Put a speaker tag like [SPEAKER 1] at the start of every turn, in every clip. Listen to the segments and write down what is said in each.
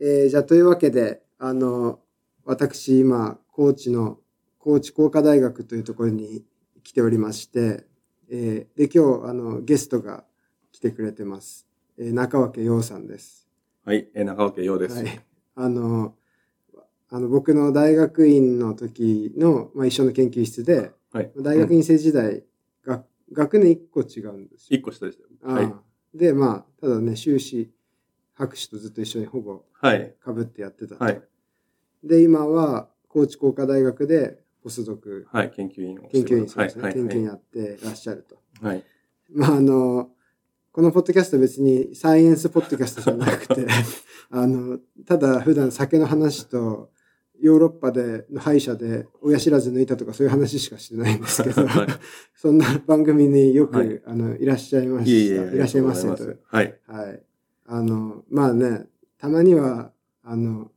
[SPEAKER 1] えーじゃあというわけで、あの、私今、高知の、高知工科大学というところに来ておりまして、えーで、今日、あの、ゲストが来てくれてます。えー中脇陽さんです。
[SPEAKER 2] はい、えー中岡洋です。
[SPEAKER 1] はい。あの、あの僕の大学院の時の、まあ、一緒の研究室で、
[SPEAKER 2] はい
[SPEAKER 1] 大学院生時代、学学年1個違うんですよ。
[SPEAKER 2] 一個下でしたよ。はい。
[SPEAKER 1] ああで、まあ、ただね、修士、博士とずっと一緒にほぼ
[SPEAKER 2] はい。
[SPEAKER 1] かぶってやってたと、
[SPEAKER 2] はい
[SPEAKER 1] で、今は高知工科大学でポスドク、
[SPEAKER 2] はい、研究員を
[SPEAKER 1] 研
[SPEAKER 2] して
[SPEAKER 1] 究
[SPEAKER 2] ま
[SPEAKER 1] 員
[SPEAKER 2] す
[SPEAKER 1] そうですね、
[SPEAKER 2] はい、
[SPEAKER 1] 研
[SPEAKER 2] は
[SPEAKER 1] 究員
[SPEAKER 2] い
[SPEAKER 1] やってらっしゃると。
[SPEAKER 2] はい。
[SPEAKER 1] まあ、あの、このポッドキャスト別にサイエンスポッドキャストじゃなくて、 あの、ただ普段酒の話と、ヨーロッパでの歯医者で親知らず抜いたとかそういう話しかしてないんですけど、
[SPEAKER 2] は
[SPEAKER 1] そんな番組によく、
[SPEAKER 2] はい
[SPEAKER 1] あのいらっしゃいま
[SPEAKER 2] い
[SPEAKER 1] した。
[SPEAKER 2] いえいえ
[SPEAKER 1] らっしゃいませ
[SPEAKER 2] ありが
[SPEAKER 1] と
[SPEAKER 2] とうございますはい。
[SPEAKER 1] はい。あの、まあね、たまには、あの、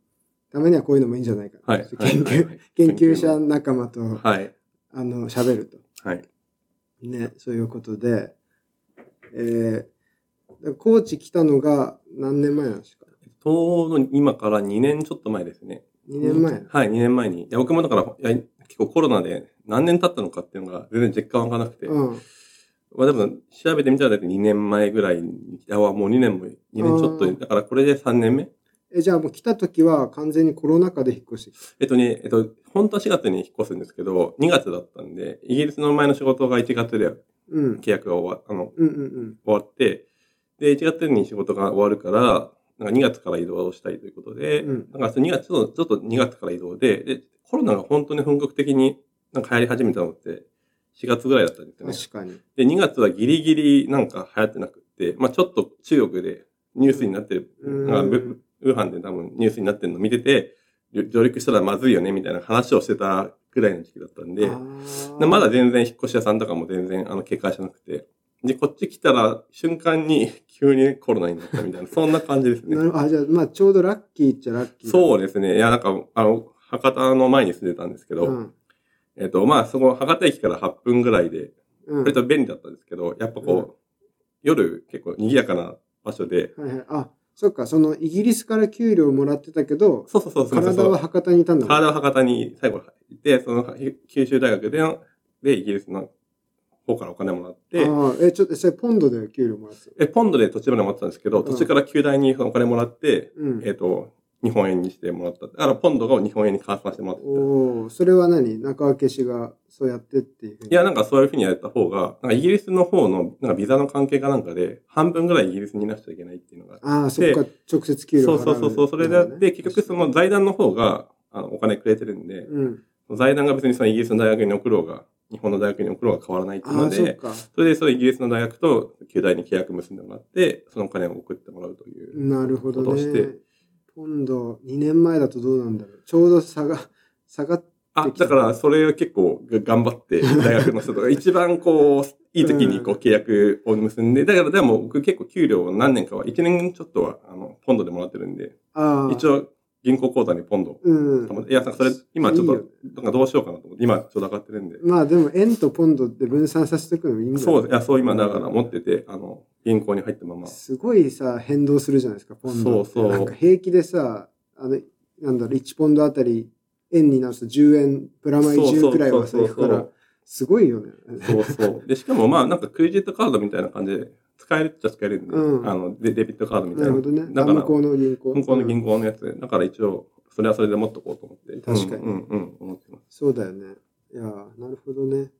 [SPEAKER 1] たまにはこういうのもいいんじゃないかな。
[SPEAKER 2] はい。
[SPEAKER 1] 研
[SPEAKER 2] はい
[SPEAKER 1] 究、
[SPEAKER 2] はい
[SPEAKER 1] 研究者仲間と、
[SPEAKER 2] はい。
[SPEAKER 1] あの、喋ると。
[SPEAKER 2] はい。
[SPEAKER 1] ね、そういうことで、えー、高知来たのが何年前なんですか
[SPEAKER 2] ちょうど今から2年ちょっと前ですね。
[SPEAKER 1] ?2 年前。
[SPEAKER 2] はい、2年前に。いや、僕もだから、いや結構コロナで何年経ったのかっていうのが全然実感わからなくて。
[SPEAKER 1] うん。
[SPEAKER 2] まあでも、調べてみたらだって2年前ぐらいに、あ、もう2年も、2年ちょっ
[SPEAKER 1] あ
[SPEAKER 2] と、
[SPEAKER 1] ー
[SPEAKER 2] だからこれで3年目
[SPEAKER 1] え、じゃあもう来た時は完全にコロナ禍で引っ越してき
[SPEAKER 2] えっとね、えっと、本当は4月に引っ越すんですけど、2月だったんで、イギリスの前の仕事が1月で
[SPEAKER 1] うん。
[SPEAKER 2] 契約が終わあの
[SPEAKER 1] うんうん
[SPEAKER 2] 終わって、で、1月に仕事が終わるから、なんか2月から移動したいということで、
[SPEAKER 1] うん
[SPEAKER 2] なんか2月、ちょっとちょっと2月から移動で、で、コロナが本当に本格的になんか流行り始めたのって4月ぐらいだったんです
[SPEAKER 1] う
[SPEAKER 2] よ
[SPEAKER 1] ん。
[SPEAKER 2] ね。
[SPEAKER 1] 確かに。
[SPEAKER 2] で、2月はギリギリなんか流行ってなくって、まあちょっと中国でニュースになってる、
[SPEAKER 1] うん
[SPEAKER 2] なんかウウーハンで多分ニュースになってるの見てて、上上陸したらまずいよねみたいな話をしてたぐらいの時期だったんで、で
[SPEAKER 1] で
[SPEAKER 2] まだ全然引っ越し屋さんとかも全然あの警戒してなくて。で、こっち来たら瞬間に 急にコロナになったみたいな、そんな感じです
[SPEAKER 1] な
[SPEAKER 2] ね。
[SPEAKER 1] るほどあ、じゃあまあちょうどラッキーっちゃラッキー。
[SPEAKER 2] そうですね。いや、なんか、あの、博多の前に住んでたんですけど、
[SPEAKER 1] うん。
[SPEAKER 2] えっと、まあ、そこ、博多駅から8分ぐらいで、
[SPEAKER 1] うん。
[SPEAKER 2] 割と便利だったんですけど、やっぱこう、
[SPEAKER 1] うん
[SPEAKER 2] 夜結構賑やかな場所で、
[SPEAKER 1] はいはい。あ、そっか、そのイギリスから給料もらってたけど、
[SPEAKER 2] そうそうそうそうそう
[SPEAKER 1] 体は博多にいたんだもん。
[SPEAKER 2] 体は博多に最後行って、そのひ九州大学での、で、イギリスの方からお金もらって、
[SPEAKER 1] ああ、え、ちょっと、それポンドで給料もらってたの
[SPEAKER 2] え、ポンドで途中までもらってたんですけど、
[SPEAKER 1] ん
[SPEAKER 2] 途中から球大にそのお金もらって、
[SPEAKER 1] うん。
[SPEAKER 2] えっ、と、日本円にしてもらった。だから、ポンドが日本円に換算してもらった。
[SPEAKER 1] おお、それは何中分け氏がそうやってっていうふうに。
[SPEAKER 2] いや、なんかそういうふうにやった方が、なんかイギリスの方の、なんかビザの関係かなんかで、半分ぐらいイギリスにいなくちゃいけないっていうのがあって
[SPEAKER 1] ああ、そっか、直接給
[SPEAKER 2] そ
[SPEAKER 1] 料
[SPEAKER 2] うそうそうそう、それであって、結局その財団の方が、あの、お金くれてるんで、
[SPEAKER 1] うん。
[SPEAKER 2] 財団が別にそのイギリスの大学に送ろうが、日本の大学に送ろうが変わらないっていう
[SPEAKER 1] あ
[SPEAKER 2] の
[SPEAKER 1] あ、そっ
[SPEAKER 2] で、
[SPEAKER 1] か。
[SPEAKER 2] それでそのイギリスの大学と旧大に契約結んでもらって、そのお金を送ってもらうという。
[SPEAKER 1] なるほど
[SPEAKER 2] ことをして
[SPEAKER 1] ね。今度、2年前だとどうなんだろう。ちょうど差が、下がっ
[SPEAKER 2] あ、だからそれを結構が頑 張って、大学の人とか、一番こう、いい時にこう契約を結んで、だからでも僕結構給料を何年かは、1年ちょっとは、あの、ポンドでもらってるんで、
[SPEAKER 1] ああ、
[SPEAKER 2] 一応銀行口座にポンドを
[SPEAKER 1] うん。
[SPEAKER 2] いや、なんかそれ、今ちょっ
[SPEAKER 1] いいよ
[SPEAKER 2] と、なんかどうしようかなと思って、今ちょっと上がってるんで。
[SPEAKER 1] まあでも、円とポンドで分散させていくのもいいんじゃな
[SPEAKER 2] そ、
[SPEAKER 1] いう
[SPEAKER 2] いや、そう今だから持ってて、あの、銀行に入ったまま。
[SPEAKER 1] すごいさ、変動するじゃないですか、ポンドって。
[SPEAKER 2] そうそう
[SPEAKER 1] なんか平気でさ、あの、なんだろう、1ポンドあたり、円に直すと10円、プラマイ10くらいはさ、
[SPEAKER 2] そう
[SPEAKER 1] い
[SPEAKER 2] そう
[SPEAKER 1] く
[SPEAKER 2] そ
[SPEAKER 1] か
[SPEAKER 2] う
[SPEAKER 1] ら、すごいよね。
[SPEAKER 2] そうそう。で、しかもまあ、なんかクレジットカードみたいな感じで、使えるっちゃ使えるんで、
[SPEAKER 1] うん
[SPEAKER 2] あの、でデビットカードみたい
[SPEAKER 1] な
[SPEAKER 2] な。
[SPEAKER 1] るほどね。
[SPEAKER 2] だ
[SPEAKER 1] あ
[SPEAKER 2] から、
[SPEAKER 1] 向こ
[SPEAKER 2] 向
[SPEAKER 1] うの銀行。
[SPEAKER 2] こうの
[SPEAKER 1] うん
[SPEAKER 2] 銀行のやつ。だから一応、それはそれで持っとこうと思って。
[SPEAKER 1] 確かに
[SPEAKER 2] うん、うん、うん思ってます。
[SPEAKER 1] そうだよね。いやー、なるほどね。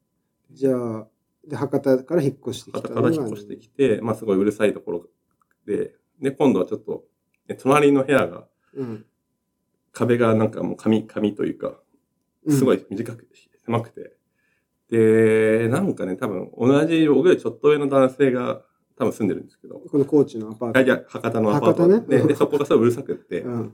[SPEAKER 1] じゃあ、で、博多から引っ越してき
[SPEAKER 2] 方
[SPEAKER 1] た
[SPEAKER 2] から引っ越してきて、まあ、すごいうるさいところで、で、今度はちょっと、ね隣の部屋が、
[SPEAKER 1] うん。
[SPEAKER 2] 壁がなんかもう紙、紙というか、
[SPEAKER 1] うん
[SPEAKER 2] すご。い短く、狭くて。で、なんかね、多分同じ、僕よりちょっと上の男性が多分住んでるんですけど、
[SPEAKER 1] この高知のアパー
[SPEAKER 2] あ
[SPEAKER 1] ト。
[SPEAKER 2] いや、博多のアパート
[SPEAKER 1] 博多ね
[SPEAKER 2] でで、そこがすごいうるさくって、
[SPEAKER 1] うん。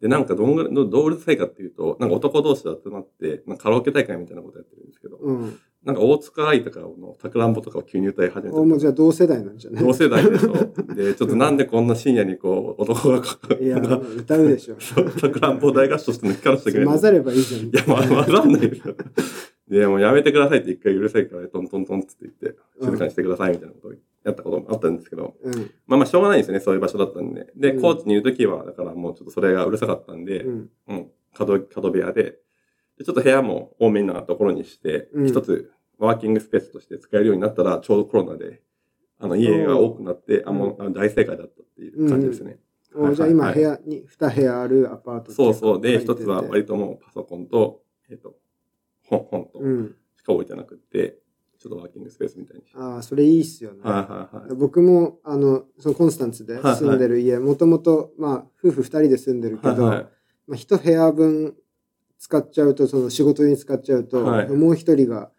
[SPEAKER 2] で、なんかどんぐらい、どどううるさいかっていうと、なんか男同士で集まって、なんかカラオケ大会みたいなことやってるんですけど、
[SPEAKER 1] うん。
[SPEAKER 2] なんか大塚愛とかのさくらんぼとかを急に歌い始め
[SPEAKER 1] おもうじ
[SPEAKER 2] て
[SPEAKER 1] ゃあ同世代なんじゃない
[SPEAKER 2] 同世代でしょ。 で、ちょっとなんでこんな深夜にこう、男が、
[SPEAKER 1] いや、
[SPEAKER 2] なんか
[SPEAKER 1] 歌うでしょ。
[SPEAKER 2] さくらんぼ大合唱してるの聞かなくちゃいけない。
[SPEAKER 1] 混ざればいいじゃん。
[SPEAKER 2] いや、ま、混ざんないですよ。で、もうやめてくださいって一回うるさいから、トントントンっつって言って、静かにしてくださいみたいなことをややったこともあったんですけど、
[SPEAKER 1] うん。
[SPEAKER 2] まあまあしょうがないんですよね、そういう場所だったんで。で、
[SPEAKER 1] うん
[SPEAKER 2] 高知にいるときは、だからもうちょっとそれがうるさかったんで、
[SPEAKER 1] うん。
[SPEAKER 2] うん、角、角部屋で、でちょっと部屋も多めなところにして
[SPEAKER 1] う、ん
[SPEAKER 2] 一、つワーキングスペースとして使えるようになったら、ちょうどコロナで、あの、家が多くなって、あ、もう、あの大正解だったっていう感じですね。
[SPEAKER 1] お
[SPEAKER 2] はい
[SPEAKER 1] じゃあ今
[SPEAKER 2] はい
[SPEAKER 1] 部屋に2部屋あるアパート
[SPEAKER 2] そうそう。で、一
[SPEAKER 1] 一
[SPEAKER 2] つは割ともうパソコンと、えっ、と、本、本と
[SPEAKER 1] うん。
[SPEAKER 2] しか置いてなくって、ちょっとワーキングスペースみたいにして。はい
[SPEAKER 1] ああ、それいいっすよね。
[SPEAKER 2] はいはい。
[SPEAKER 1] 僕も、あの、そのコンスタンツで住んでる家、もともと、まあ、夫婦2人で住んでるけど、
[SPEAKER 2] はい
[SPEAKER 1] まあ、1部屋分使っちゃうと、その仕事に使っちゃうと、
[SPEAKER 2] はい
[SPEAKER 1] もう1人が、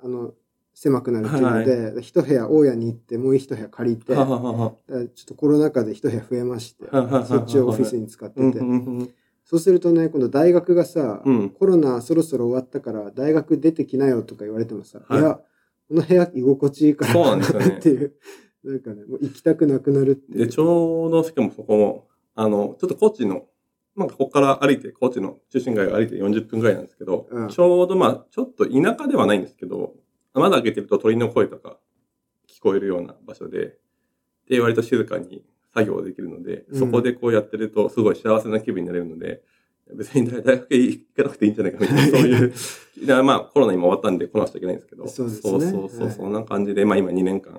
[SPEAKER 1] あの、狭くなるっていうので、1部屋大家に行って、もう1部屋借りて、
[SPEAKER 2] はい。はははは
[SPEAKER 1] だからちょっとコロナ禍で一部屋増えまして
[SPEAKER 2] はいはいはいは、い
[SPEAKER 1] そっちをオフィスに使って
[SPEAKER 2] うん
[SPEAKER 1] て
[SPEAKER 2] う。んうん
[SPEAKER 1] そうするとね、今度大学がさ、
[SPEAKER 2] うん
[SPEAKER 1] コロナそろそろ終わったから大学出てきなよとか言われてもさ、
[SPEAKER 2] はい
[SPEAKER 1] い、や、この部屋居心地いいから
[SPEAKER 2] そうなんですよね
[SPEAKER 1] っていう、なんかね、もう行きたくなくなるっていう。
[SPEAKER 2] で、ちょうど、しかもそこも、あの、ちょっと高知の、まあ、ここから歩いて、高知の中心街を歩いて40分ぐらいなんですけど、
[SPEAKER 1] うん
[SPEAKER 2] ちょうど、まあ、ちょっと田舎ではないんですけど、窓開けてると鳥の声とか聞こえるような場所で、で、割と静かに作業できるので、
[SPEAKER 1] うん
[SPEAKER 2] そこでこうやってると、すごい幸せな気分になれるので、別に大学行かなくていいんじゃないかみた いな、そういう、でまあ、コロナ今終わったんで来なくちゃいけないんですけど、
[SPEAKER 1] そうですね
[SPEAKER 2] そうそうそう、
[SPEAKER 1] はい
[SPEAKER 2] そんな感じで、まあ今2年間、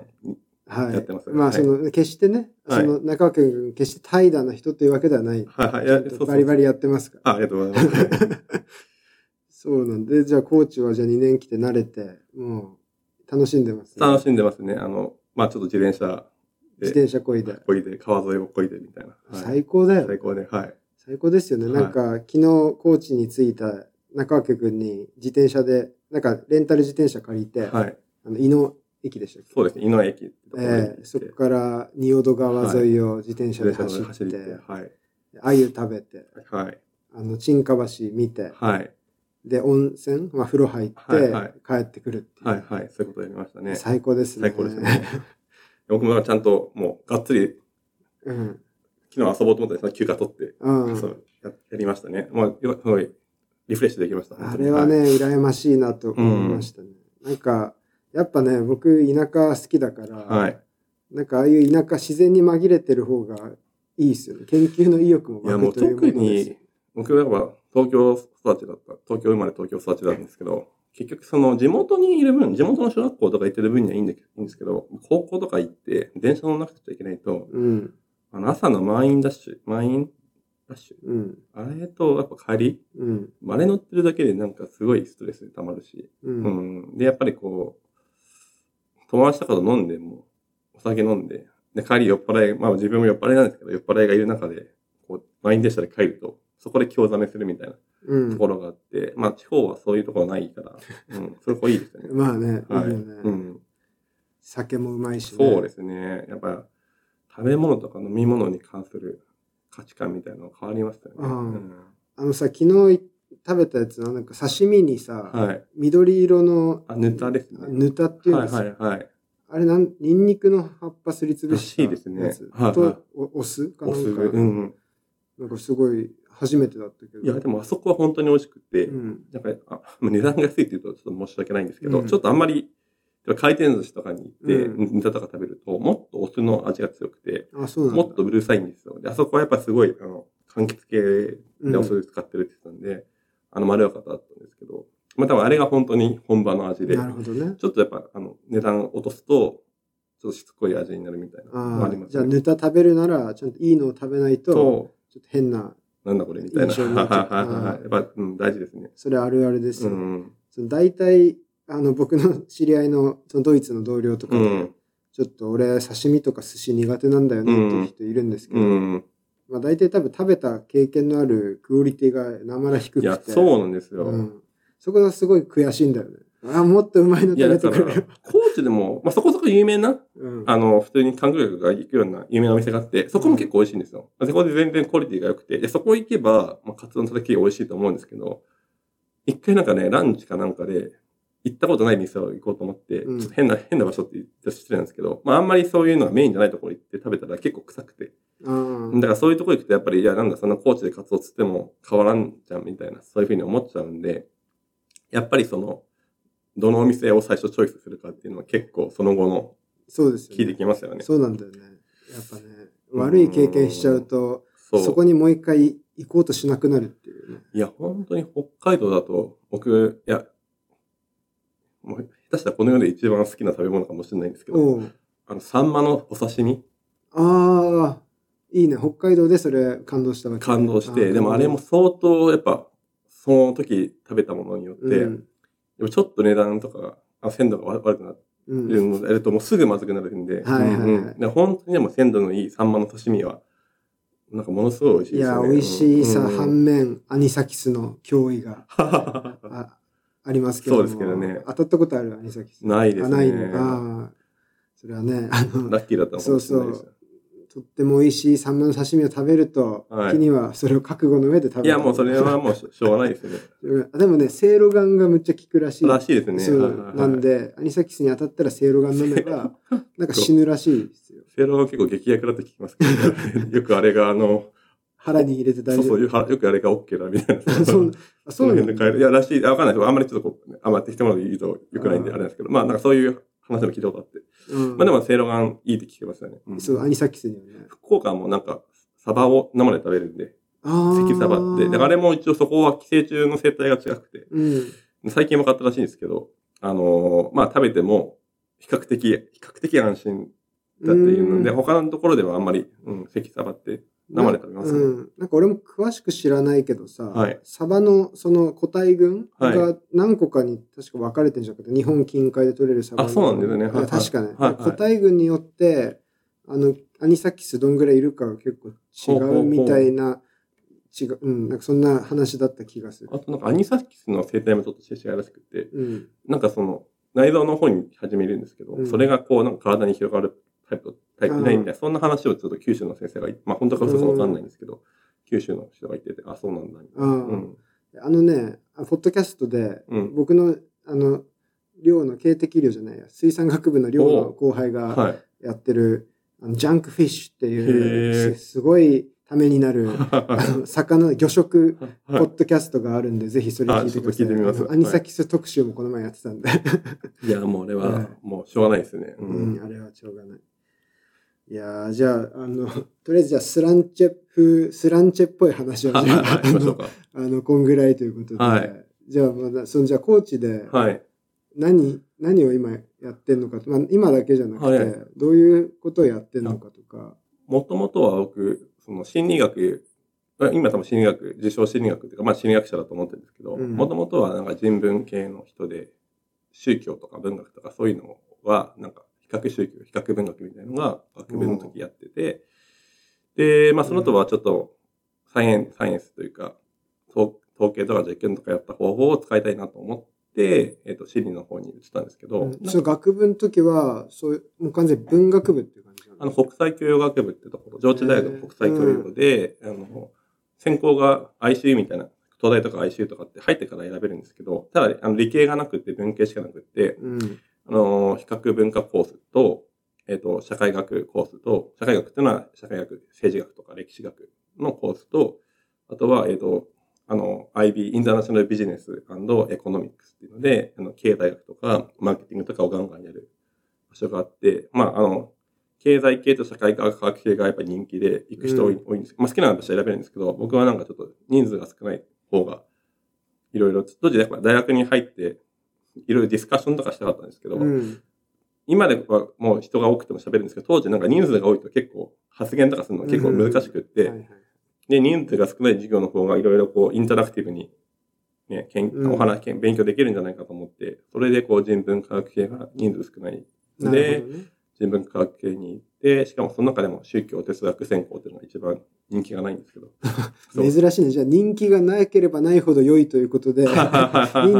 [SPEAKER 1] はい。
[SPEAKER 2] やってますね
[SPEAKER 1] ま
[SPEAKER 2] は
[SPEAKER 1] あ、
[SPEAKER 2] い
[SPEAKER 1] その、決してね、
[SPEAKER 2] はい
[SPEAKER 1] その、中川君が決して怠惰な人というわけではない。
[SPEAKER 2] はいはいいや、
[SPEAKER 1] ちょっと
[SPEAKER 2] そうそ
[SPEAKER 1] バ
[SPEAKER 2] う
[SPEAKER 1] リバリやってますから。
[SPEAKER 2] あありがとうございます。
[SPEAKER 1] そうなんで、じゃあ、コーチはじゃあ2年来て慣れて、もう、楽しんでます、
[SPEAKER 2] 楽しんでますね。あの、まあちょっと自転車で、
[SPEAKER 1] 自転車こいで。
[SPEAKER 2] こいで、川沿いをこいでみたいな。はい
[SPEAKER 1] 最高だよね
[SPEAKER 2] 最高で、はい。
[SPEAKER 1] 最高ですよね。
[SPEAKER 2] はい
[SPEAKER 1] なんか、昨日、高知に着いた中脇くんに自転車で、なんか、レンタル自転車借りて、
[SPEAKER 2] はい。
[SPEAKER 1] あの、伊野駅でしたっけ
[SPEAKER 2] そうですね、井野駅ってところに行っ
[SPEAKER 1] え
[SPEAKER 2] て
[SPEAKER 1] えそこから、仁淀川沿いを自転車
[SPEAKER 2] 自
[SPEAKER 1] で
[SPEAKER 2] 転車で
[SPEAKER 1] 走
[SPEAKER 2] 走
[SPEAKER 1] っ、
[SPEAKER 2] ってて、はい。
[SPEAKER 1] 鮎食べて、
[SPEAKER 2] はい。
[SPEAKER 1] あの、沈下橋見て、
[SPEAKER 2] はい。
[SPEAKER 1] で、温泉、まあ、風呂入って、
[SPEAKER 2] はいはい
[SPEAKER 1] 帰ってくるっていう。
[SPEAKER 2] はい。はい。そういうことやりましたね。
[SPEAKER 1] 最高ですね。
[SPEAKER 2] 最高ですね。僕もちゃんと、もう、がっつり、
[SPEAKER 1] うん。
[SPEAKER 2] 昨日遊ぼうと思ったんですけど休暇取って、
[SPEAKER 1] うん。
[SPEAKER 2] そうや、やりましたね。まあ、よすごい、リフレッシュできました。本
[SPEAKER 1] あ
[SPEAKER 2] 当に
[SPEAKER 1] れはね、
[SPEAKER 2] い
[SPEAKER 1] 羨ましいなと思いましたね。なんか、やっぱね、僕、田舎好きだから、
[SPEAKER 2] はい。
[SPEAKER 1] なんかああいう田舎自然に紛れてる方がいいですよね。研究の意欲も
[SPEAKER 2] いや、
[SPEAKER 1] 湧
[SPEAKER 2] も
[SPEAKER 1] く
[SPEAKER 2] う
[SPEAKER 1] というもの
[SPEAKER 2] 特
[SPEAKER 1] ですよ
[SPEAKER 2] に。、僕は東京育ちだった、東京生まれ東京育ちなんですけど、結局その地元にいる分、地元の小学校とか行ってる分にはいいんだけいいんですけど、高校とか行って電車乗らなくちゃいけないと、
[SPEAKER 1] うん、
[SPEAKER 2] あの朝の満員ダッシュ、満員ダッシュ、
[SPEAKER 1] うん、
[SPEAKER 2] あれとやっぱ帰り、
[SPEAKER 1] うん、
[SPEAKER 2] あれ乗ってるだけでなんかすごいストレス溜まるし、
[SPEAKER 1] う。
[SPEAKER 2] うんん。で、やっぱりこう、友達とかと飲んでも、お酒飲んで、で、帰り酔っ払い、まあ自分も酔っ払いなんですけど、酔っ払いがいる中で、こう、満員電車で帰ると、そこで興ざめするみたいな
[SPEAKER 1] うん
[SPEAKER 2] ところがあって、まあ地方はそういうところない から、うん、それこいいですよね。
[SPEAKER 1] まあね、、
[SPEAKER 2] はいい。
[SPEAKER 1] いよね。
[SPEAKER 2] うん。
[SPEAKER 1] 酒もうまいしね。
[SPEAKER 2] そうですね。やっぱ、食べ物とか飲み物に関する価値観みたいなのは変わりましたよね。
[SPEAKER 1] うん
[SPEAKER 2] うん
[SPEAKER 1] あのさ、昨日食べたやつのなんか刺身にさ、
[SPEAKER 2] はい。
[SPEAKER 1] 緑色の
[SPEAKER 2] あ、ヌタですね。
[SPEAKER 1] ぬたっていうん
[SPEAKER 2] は
[SPEAKER 1] です
[SPEAKER 2] い
[SPEAKER 1] よ。
[SPEAKER 2] はいはい。
[SPEAKER 1] あれなん、ニンニクの葉っぱすりつぶした
[SPEAKER 2] らしいですね
[SPEAKER 1] やつ
[SPEAKER 2] はいはい
[SPEAKER 1] と、おお酢かな
[SPEAKER 2] お酢。
[SPEAKER 1] んか、
[SPEAKER 2] うん。
[SPEAKER 1] なんかすごい初めてだったけど。
[SPEAKER 2] いや、でもあそこは本当に美味しくて、
[SPEAKER 1] うん、
[SPEAKER 2] なんか、あ値段が安いって言うとちょっと申し訳ないんですけど、
[SPEAKER 1] うん
[SPEAKER 2] ちょっとあんまり、例えば回転寿司とかに行って、
[SPEAKER 1] う
[SPEAKER 2] ネタとか食べると、もっとお酢の味が強くて、
[SPEAKER 1] あ、そうなんだ。
[SPEAKER 2] もっとうるさいんですよ。で、あそこはやっぱすごい、あの、柑橘系でお酢使ってるって言ってたんで、あの、まろやかだったんですけど、まあ多分あれが本当に本場の味で、
[SPEAKER 1] なるほどね。
[SPEAKER 2] ちょっとやっぱ、あの、値段落とすと、ちょっとしつこい味になるみたいなの
[SPEAKER 1] あ
[SPEAKER 2] もあ
[SPEAKER 1] あ
[SPEAKER 2] りま、す
[SPEAKER 1] じゃあ、ぬた食べるなら、ちゃんといいのを食べないと、
[SPEAKER 2] と、
[SPEAKER 1] ちょっと変な、
[SPEAKER 2] なんだこれみたいな。
[SPEAKER 1] 印象
[SPEAKER 2] は
[SPEAKER 1] に
[SPEAKER 2] い
[SPEAKER 1] な
[SPEAKER 2] は
[SPEAKER 1] っちゃっ
[SPEAKER 2] い
[SPEAKER 1] た
[SPEAKER 2] はい はい。やっぱ、うん、大事ですね。
[SPEAKER 1] それあるあるです
[SPEAKER 2] う
[SPEAKER 1] よね。
[SPEAKER 2] ん。
[SPEAKER 1] その大体、あの、僕の知り合いの、そのドイツの同僚とか
[SPEAKER 2] う
[SPEAKER 1] で、
[SPEAKER 2] ん。
[SPEAKER 1] ちょっと俺、刺身とか寿司苦手なんだよねっていう人いるんですけど、
[SPEAKER 2] うん。
[SPEAKER 1] まあ大体多分食べた経験のあるクオリティがなまら低く
[SPEAKER 2] い
[SPEAKER 1] て。
[SPEAKER 2] や、そうなんですよ。
[SPEAKER 1] うん。そこがすごい悔しいんだよね。ああ、もっとうまいの
[SPEAKER 2] いや、
[SPEAKER 1] 食べて
[SPEAKER 2] だか
[SPEAKER 1] く
[SPEAKER 2] ら
[SPEAKER 1] れよ。、
[SPEAKER 2] 高知でも、まあ、そこそこ有名な、
[SPEAKER 1] うん。
[SPEAKER 2] あの、普通に観光客が行くような有名なお店があって、そこも結構美味しいんですよ。そこで全然クオリティが良くて、で、そこ行けば、まあ、カツ丼のたたきが美味しいと思うんですけど、一回なんかね、ランチかなんかで、行ったことない店を行こうと思って、
[SPEAKER 1] うん
[SPEAKER 2] ちょっと変な、変な場所って言ったら失礼なんですけど、まあ、あんまりそういうのがメインじゃないところ行って食べたら結構臭くて。
[SPEAKER 1] うん
[SPEAKER 2] だからそういうとこ行くとやっぱり、いや、なんだ、そんな高知でカツオ釣っても変わらんじゃんみたいな、そういうふうに思っちゃうんで、やっぱりその、どのお店を最初チョイスするかっていうのは結構その後の
[SPEAKER 1] そうですよ
[SPEAKER 2] 聞いて
[SPEAKER 1] ね。
[SPEAKER 2] きますよね。
[SPEAKER 1] そうなんだよね。やっぱね、悪い経験しちゃうと、
[SPEAKER 2] そう。
[SPEAKER 1] そこにもう一回行こうとしなくなるっていうね。
[SPEAKER 2] いや、本当に北海道だと、僕、いや、もう下手したらこの世で一番好きな食べ物かもしれないんですけど、
[SPEAKER 1] おう
[SPEAKER 2] あの、サンマのお刺身
[SPEAKER 1] ああ、いいね。北海道でそれ感動したわけ。
[SPEAKER 2] 感動し
[SPEAKER 1] あ
[SPEAKER 2] て、
[SPEAKER 1] ー
[SPEAKER 2] でもあれも、相当、やっぱ、その時食べたものによって、
[SPEAKER 1] うん
[SPEAKER 2] でもちょっと値段とか、あ鮮度が悪くなって
[SPEAKER 1] うん
[SPEAKER 2] るので、やるともうすぐまずくなるんで、
[SPEAKER 1] はいはいはい
[SPEAKER 2] うんうんで本当にでも鮮度のいいサンマの刺身は、なんかものすごい美味し
[SPEAKER 1] い
[SPEAKER 2] いです
[SPEAKER 1] や、
[SPEAKER 2] よね。
[SPEAKER 1] 美味しいさ、
[SPEAKER 2] うん
[SPEAKER 1] 反面、アニサキスの脅威が
[SPEAKER 2] うん
[SPEAKER 1] あありますけども
[SPEAKER 2] そうですけどね
[SPEAKER 1] 当たったことある、アニサキス。
[SPEAKER 2] ないですね。
[SPEAKER 1] あないのか。それはね、あの、
[SPEAKER 2] ラッキーだったのかもしれないです
[SPEAKER 1] そうとっても美味しいサンマの刺身を食べると、
[SPEAKER 2] はい
[SPEAKER 1] 時にはそれを覚悟の上で食べる。
[SPEAKER 2] いや、もうそれはもうしょしょうがないですよね。
[SPEAKER 1] うん でもね、せいろがんがむっちゃ効くらしい。
[SPEAKER 2] らしいですね。
[SPEAKER 1] そ
[SPEAKER 2] はいはいは
[SPEAKER 1] う
[SPEAKER 2] い
[SPEAKER 1] なん。で、アニサキスに当たったらせいろがん飲め ば、なんか死ぬらしいですよ。
[SPEAKER 2] フェロー結構劇薬だって聞きますけど、 よくあれがあの、
[SPEAKER 1] 腹に入れて大
[SPEAKER 2] そう
[SPEAKER 1] 丈
[SPEAKER 2] そ
[SPEAKER 1] 夫。
[SPEAKER 2] う、よよくあれが OK だみたいな。
[SPEAKER 1] そうあ
[SPEAKER 2] そ
[SPEAKER 1] そ
[SPEAKER 2] の
[SPEAKER 1] うな
[SPEAKER 2] 辺
[SPEAKER 1] ん
[SPEAKER 2] で
[SPEAKER 1] だ
[SPEAKER 2] 変える。いや、らしい。あわかんないです。あんまりちょっとこう、あんま適当なこと言うと良くないんで、
[SPEAKER 1] あ
[SPEAKER 2] あ
[SPEAKER 1] ー
[SPEAKER 2] れなんですけど、まあなんかそういう話も聞いたことあって。
[SPEAKER 1] うん
[SPEAKER 2] まあでも、セイロガンいいって聞きましたね。うん
[SPEAKER 1] そう、アニサキスにはね。
[SPEAKER 2] 福岡もなんか、サバを生で食べるんで、
[SPEAKER 1] あ
[SPEAKER 2] 関サバって。だからあ
[SPEAKER 1] ら、
[SPEAKER 2] れも一応そこは寄生虫の生態が違くて、
[SPEAKER 1] うん。
[SPEAKER 2] 最近分かったらしいんですけど、あのーまあ食べても、比較的、比較的安心だっていうので、
[SPEAKER 1] ん
[SPEAKER 2] 他のところではあんまり、うん、関サバって生で食べますね。
[SPEAKER 1] うん、なんか俺も詳しく知らないけどさ、
[SPEAKER 2] はい
[SPEAKER 1] サバのその個体群
[SPEAKER 2] はい
[SPEAKER 1] が何個かに確か分かれてるんじゃなくて、日本近海で取れるサバの
[SPEAKER 2] あそうなんですよねはいはい
[SPEAKER 1] 確かね、
[SPEAKER 2] はいはい
[SPEAKER 1] 個体群によってあのアニサキスどんぐらいいるかが結構違
[SPEAKER 2] ほうほうほ
[SPEAKER 1] う
[SPEAKER 2] う
[SPEAKER 1] みたいな違う、うん、なんかそんな話だった気がする
[SPEAKER 2] あ。となんかアニサキスの生態もちょっと違うらしくて、
[SPEAKER 1] うん、
[SPEAKER 2] なんかその内臓の方に始めるんですけど、
[SPEAKER 1] うん
[SPEAKER 2] それがこうなんか体に広がるタイプタイプないみた
[SPEAKER 1] う
[SPEAKER 2] いな、そんな話をちょっと九州の先生が言って、まあ本当か嘘かわかんないんですけど、九州の人が言ってて、あ、そうなんだみたいな。
[SPEAKER 1] う
[SPEAKER 2] うんん。
[SPEAKER 1] あのね、あポッドキャストで、
[SPEAKER 2] うん。
[SPEAKER 1] 僕の、あの、寮の、警的寮じゃないや、水産学部の寮の
[SPEAKER 2] おう
[SPEAKER 1] 後輩が
[SPEAKER 2] はい。
[SPEAKER 1] やってる、あのジャンクフィッシュってい
[SPEAKER 2] へ
[SPEAKER 1] う、
[SPEAKER 2] ー
[SPEAKER 1] すすごいためにな る、あの魚、魚食、ポ
[SPEAKER 2] は
[SPEAKER 1] ッドキャストがあるんで、ぜひそれ聞いてください。
[SPEAKER 2] あちょっと聞いてみます
[SPEAKER 1] あのアニサキス特集もこの前やってたんで、
[SPEAKER 2] い。いや、もうあれ
[SPEAKER 1] はい
[SPEAKER 2] はもうしょうがないですね。う。
[SPEAKER 1] うんん、あれはしょうがない。いやーじゃあ、あの、とりあえずじゃあ、スランチェ風、スランチェっぽい話を
[SPEAKER 2] はい
[SPEAKER 1] じ
[SPEAKER 2] は
[SPEAKER 1] ゃ
[SPEAKER 2] い
[SPEAKER 1] あ
[SPEAKER 2] は、い
[SPEAKER 1] あ
[SPEAKER 2] 行きましょ
[SPEAKER 1] の
[SPEAKER 2] う、か。
[SPEAKER 1] あの、こんぐらいということで。
[SPEAKER 2] はい
[SPEAKER 1] じゃあ、まだ、その、じゃあ、高知で、
[SPEAKER 2] はい。
[SPEAKER 1] 何、何を今やってんのかと、まあ、今だけじゃなくて、
[SPEAKER 2] はい
[SPEAKER 1] どういうことをやってんのかとか。
[SPEAKER 2] もともとは僕、その心理学、あ今多分心理学、自称心理学っていうか、まあ心理学者だと思ってるんですけど、
[SPEAKER 1] うん
[SPEAKER 2] もともとはなんか人文系の人で、宗教とか文学とかそういうのは、なんか比較宗教、比較文学みたいなのが学部の時やってて、で、まあその後はちょっとサイエンサイエンスというか、統統計とか実験とかやった方法を使いたいなと思って、えっ、と、心理の方に移ったんですけど、
[SPEAKER 1] うんその学部の時は、そういう、もう完全に文学部っていう感じなの
[SPEAKER 2] あの、国際教養学部ってところ、上智大学の国際教養部で、あの、専攻が ICU みたいな、東大とか ICU とかって入ってから選べるんですけど、ただ、あの、理系がなくて文系しかなくて、
[SPEAKER 1] うん。
[SPEAKER 2] あの、比較文化コースと、えっ、と、社会学コースと、社会学っていうのは社会学、政治学とか歴史学のコースと、あとは、えっ、と、あの、IB、インターナショナルビジネスエコノミックスっていうので、あの、経済学とか、マーケティングとかをガンガンやる場所があって、まあ、あの、経済系と社会科学系がやっぱり人気で行く人多い,、、
[SPEAKER 1] うん
[SPEAKER 2] ですまあ、好きな場所選べるんですけど、僕はなんかちょっと人数が少ない方が、いろいろ、当時やっぱ大学に入って、いろいろディスカッションとかしたかったんですけど、
[SPEAKER 1] うん。
[SPEAKER 2] 今ではもう人が多くても喋るんですけど、当時なんか人数が多いと結構発言とかするのが結構難しくって、
[SPEAKER 1] はいはい
[SPEAKER 2] で、人数が少ない授業の方がいろいろこうインタラクティブに、ね、けん
[SPEAKER 1] うん
[SPEAKER 2] お話、けん勉強できるんじゃないかと思って、それでこう人文科学系が人数少ない。
[SPEAKER 1] なるほどね。
[SPEAKER 2] 人文科学系に行って、しかもその中でも宗教哲学専攻っていうのが一番人気がないんですけど。そう
[SPEAKER 1] 珍しいね。じゃあ人気がなければないほど良いということで、人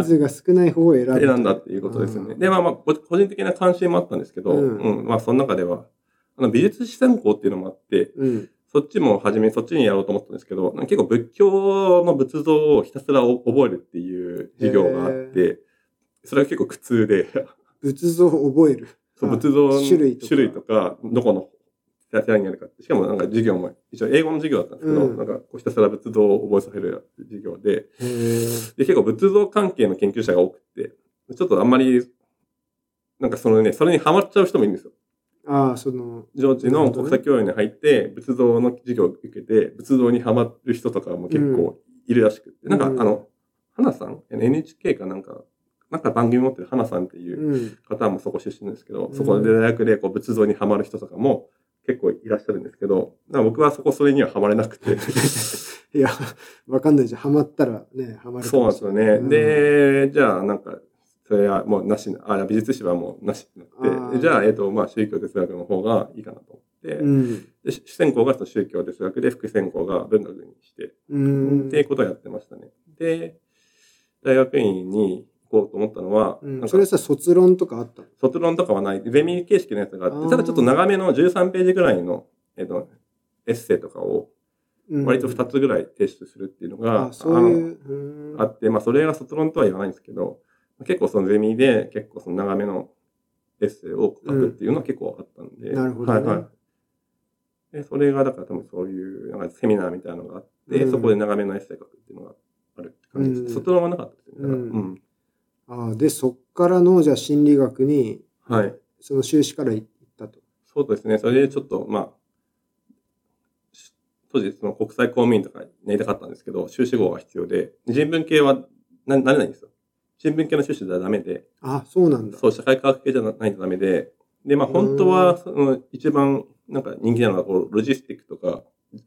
[SPEAKER 1] 数が少ない方を選ぶ。
[SPEAKER 2] 選んだっていうことですよね。
[SPEAKER 1] うん
[SPEAKER 2] で、まあまあ、個個人的な関心もあったんですけど、
[SPEAKER 1] うん
[SPEAKER 2] うん、まあその中では、あの美術史専攻っていうのもあって、
[SPEAKER 1] うん。
[SPEAKER 2] そっちも初め、そっちにやろうと思ったんですけど、なんか結構仏教の仏像をひたすら覚えるっていう授業があって、それが結構苦痛で、
[SPEAKER 1] 仏像を覚える。
[SPEAKER 2] そう
[SPEAKER 1] あ
[SPEAKER 2] 仏像の
[SPEAKER 1] 種類とか
[SPEAKER 2] かどこの寺にあるかって、しかもなんか授業も、一応英語の授業だったんですけど、
[SPEAKER 1] うん
[SPEAKER 2] なんかこうひたすら仏像を覚えさせる授業で、
[SPEAKER 1] へー
[SPEAKER 2] で、結構仏像関係の研究者が多くて、ちょっとあんまり、なんかそのね、それにハマっちゃう人もいるんですよ。
[SPEAKER 1] ああ、その、
[SPEAKER 2] ジョージの国際教養に入って、仏像の授業を受けて、仏像にハマる人とかも結構いるらしくて、
[SPEAKER 1] うん
[SPEAKER 2] なんか、
[SPEAKER 1] うん
[SPEAKER 2] あの、花さん ?NHK かなんか、なんか番組持ってる花さんっていう
[SPEAKER 1] うん。
[SPEAKER 2] 方もそこ出身なんですけど、
[SPEAKER 1] うん
[SPEAKER 2] そこで大学でこう仏像にはまる人とかも結構いらっしゃるんですけど、なんか僕はそこそれにははまれな くて。
[SPEAKER 1] いや、わかんないじゃん。ハマったらね、ハマるか
[SPEAKER 2] そうな
[SPEAKER 1] も
[SPEAKER 2] んで
[SPEAKER 1] し
[SPEAKER 2] す
[SPEAKER 1] れ
[SPEAKER 2] よ
[SPEAKER 1] な
[SPEAKER 2] ね。
[SPEAKER 1] い
[SPEAKER 2] で、じゃあなんか、それはもうなしな、あ、美術史はもうなしに
[SPEAKER 1] あ
[SPEAKER 2] なって、
[SPEAKER 1] ー
[SPEAKER 2] じゃあ、えっ、と、まあ宗教哲学の方がいいかなと思って、
[SPEAKER 1] うん。
[SPEAKER 2] で主専攻がその宗教哲学で、副専攻が文学にして、
[SPEAKER 1] うん。
[SPEAKER 2] っていうことをやってましたね。で、大学院に行こうと思ったのは、
[SPEAKER 1] うん
[SPEAKER 2] なんか
[SPEAKER 1] それさ、卒論とかあったの
[SPEAKER 2] 卒論とかはない、ゼミ形式のやつがあ
[SPEAKER 1] あ
[SPEAKER 2] っ
[SPEAKER 1] ー
[SPEAKER 2] て、ただちょっと長めの13ページぐらいの、えっと、エッセイとかを
[SPEAKER 1] うん
[SPEAKER 2] 割と2つぐらい提出するっていうのが、
[SPEAKER 1] あ、そういううん。
[SPEAKER 2] あのあって、まあそれは卒論とは言わないんですけど、結構そのゼミで結構その長めのエッセイを書くっていうのは結構あったんで。
[SPEAKER 1] うんなるほどね
[SPEAKER 2] はいはい。で、それがだから多分そういうなんかセミナーみたいなのがあって、
[SPEAKER 1] うん
[SPEAKER 2] そこで長めのエッセイ書くっていうのがあるって感じです。
[SPEAKER 1] うん
[SPEAKER 2] 卒論はなかったですね。だから
[SPEAKER 1] う
[SPEAKER 2] うんん。
[SPEAKER 1] ああ、で、そっからの、じゃあ心理学に、
[SPEAKER 2] はい。
[SPEAKER 1] その修士から行ったと。
[SPEAKER 2] そうですね。それでちょっと、まあ、し当時、その国際公務員とかになりたかったんですけど、修士号が必要で、人文系はななれないんですよ。人文系の修士ではダメで、
[SPEAKER 1] あ、そうなんだ。
[SPEAKER 2] そう、社会科学系じゃなないとダメで、で、まあ本当
[SPEAKER 1] う
[SPEAKER 2] は、
[SPEAKER 1] ん
[SPEAKER 2] その一番なんか人気なのが、こう、ロジスティックとか、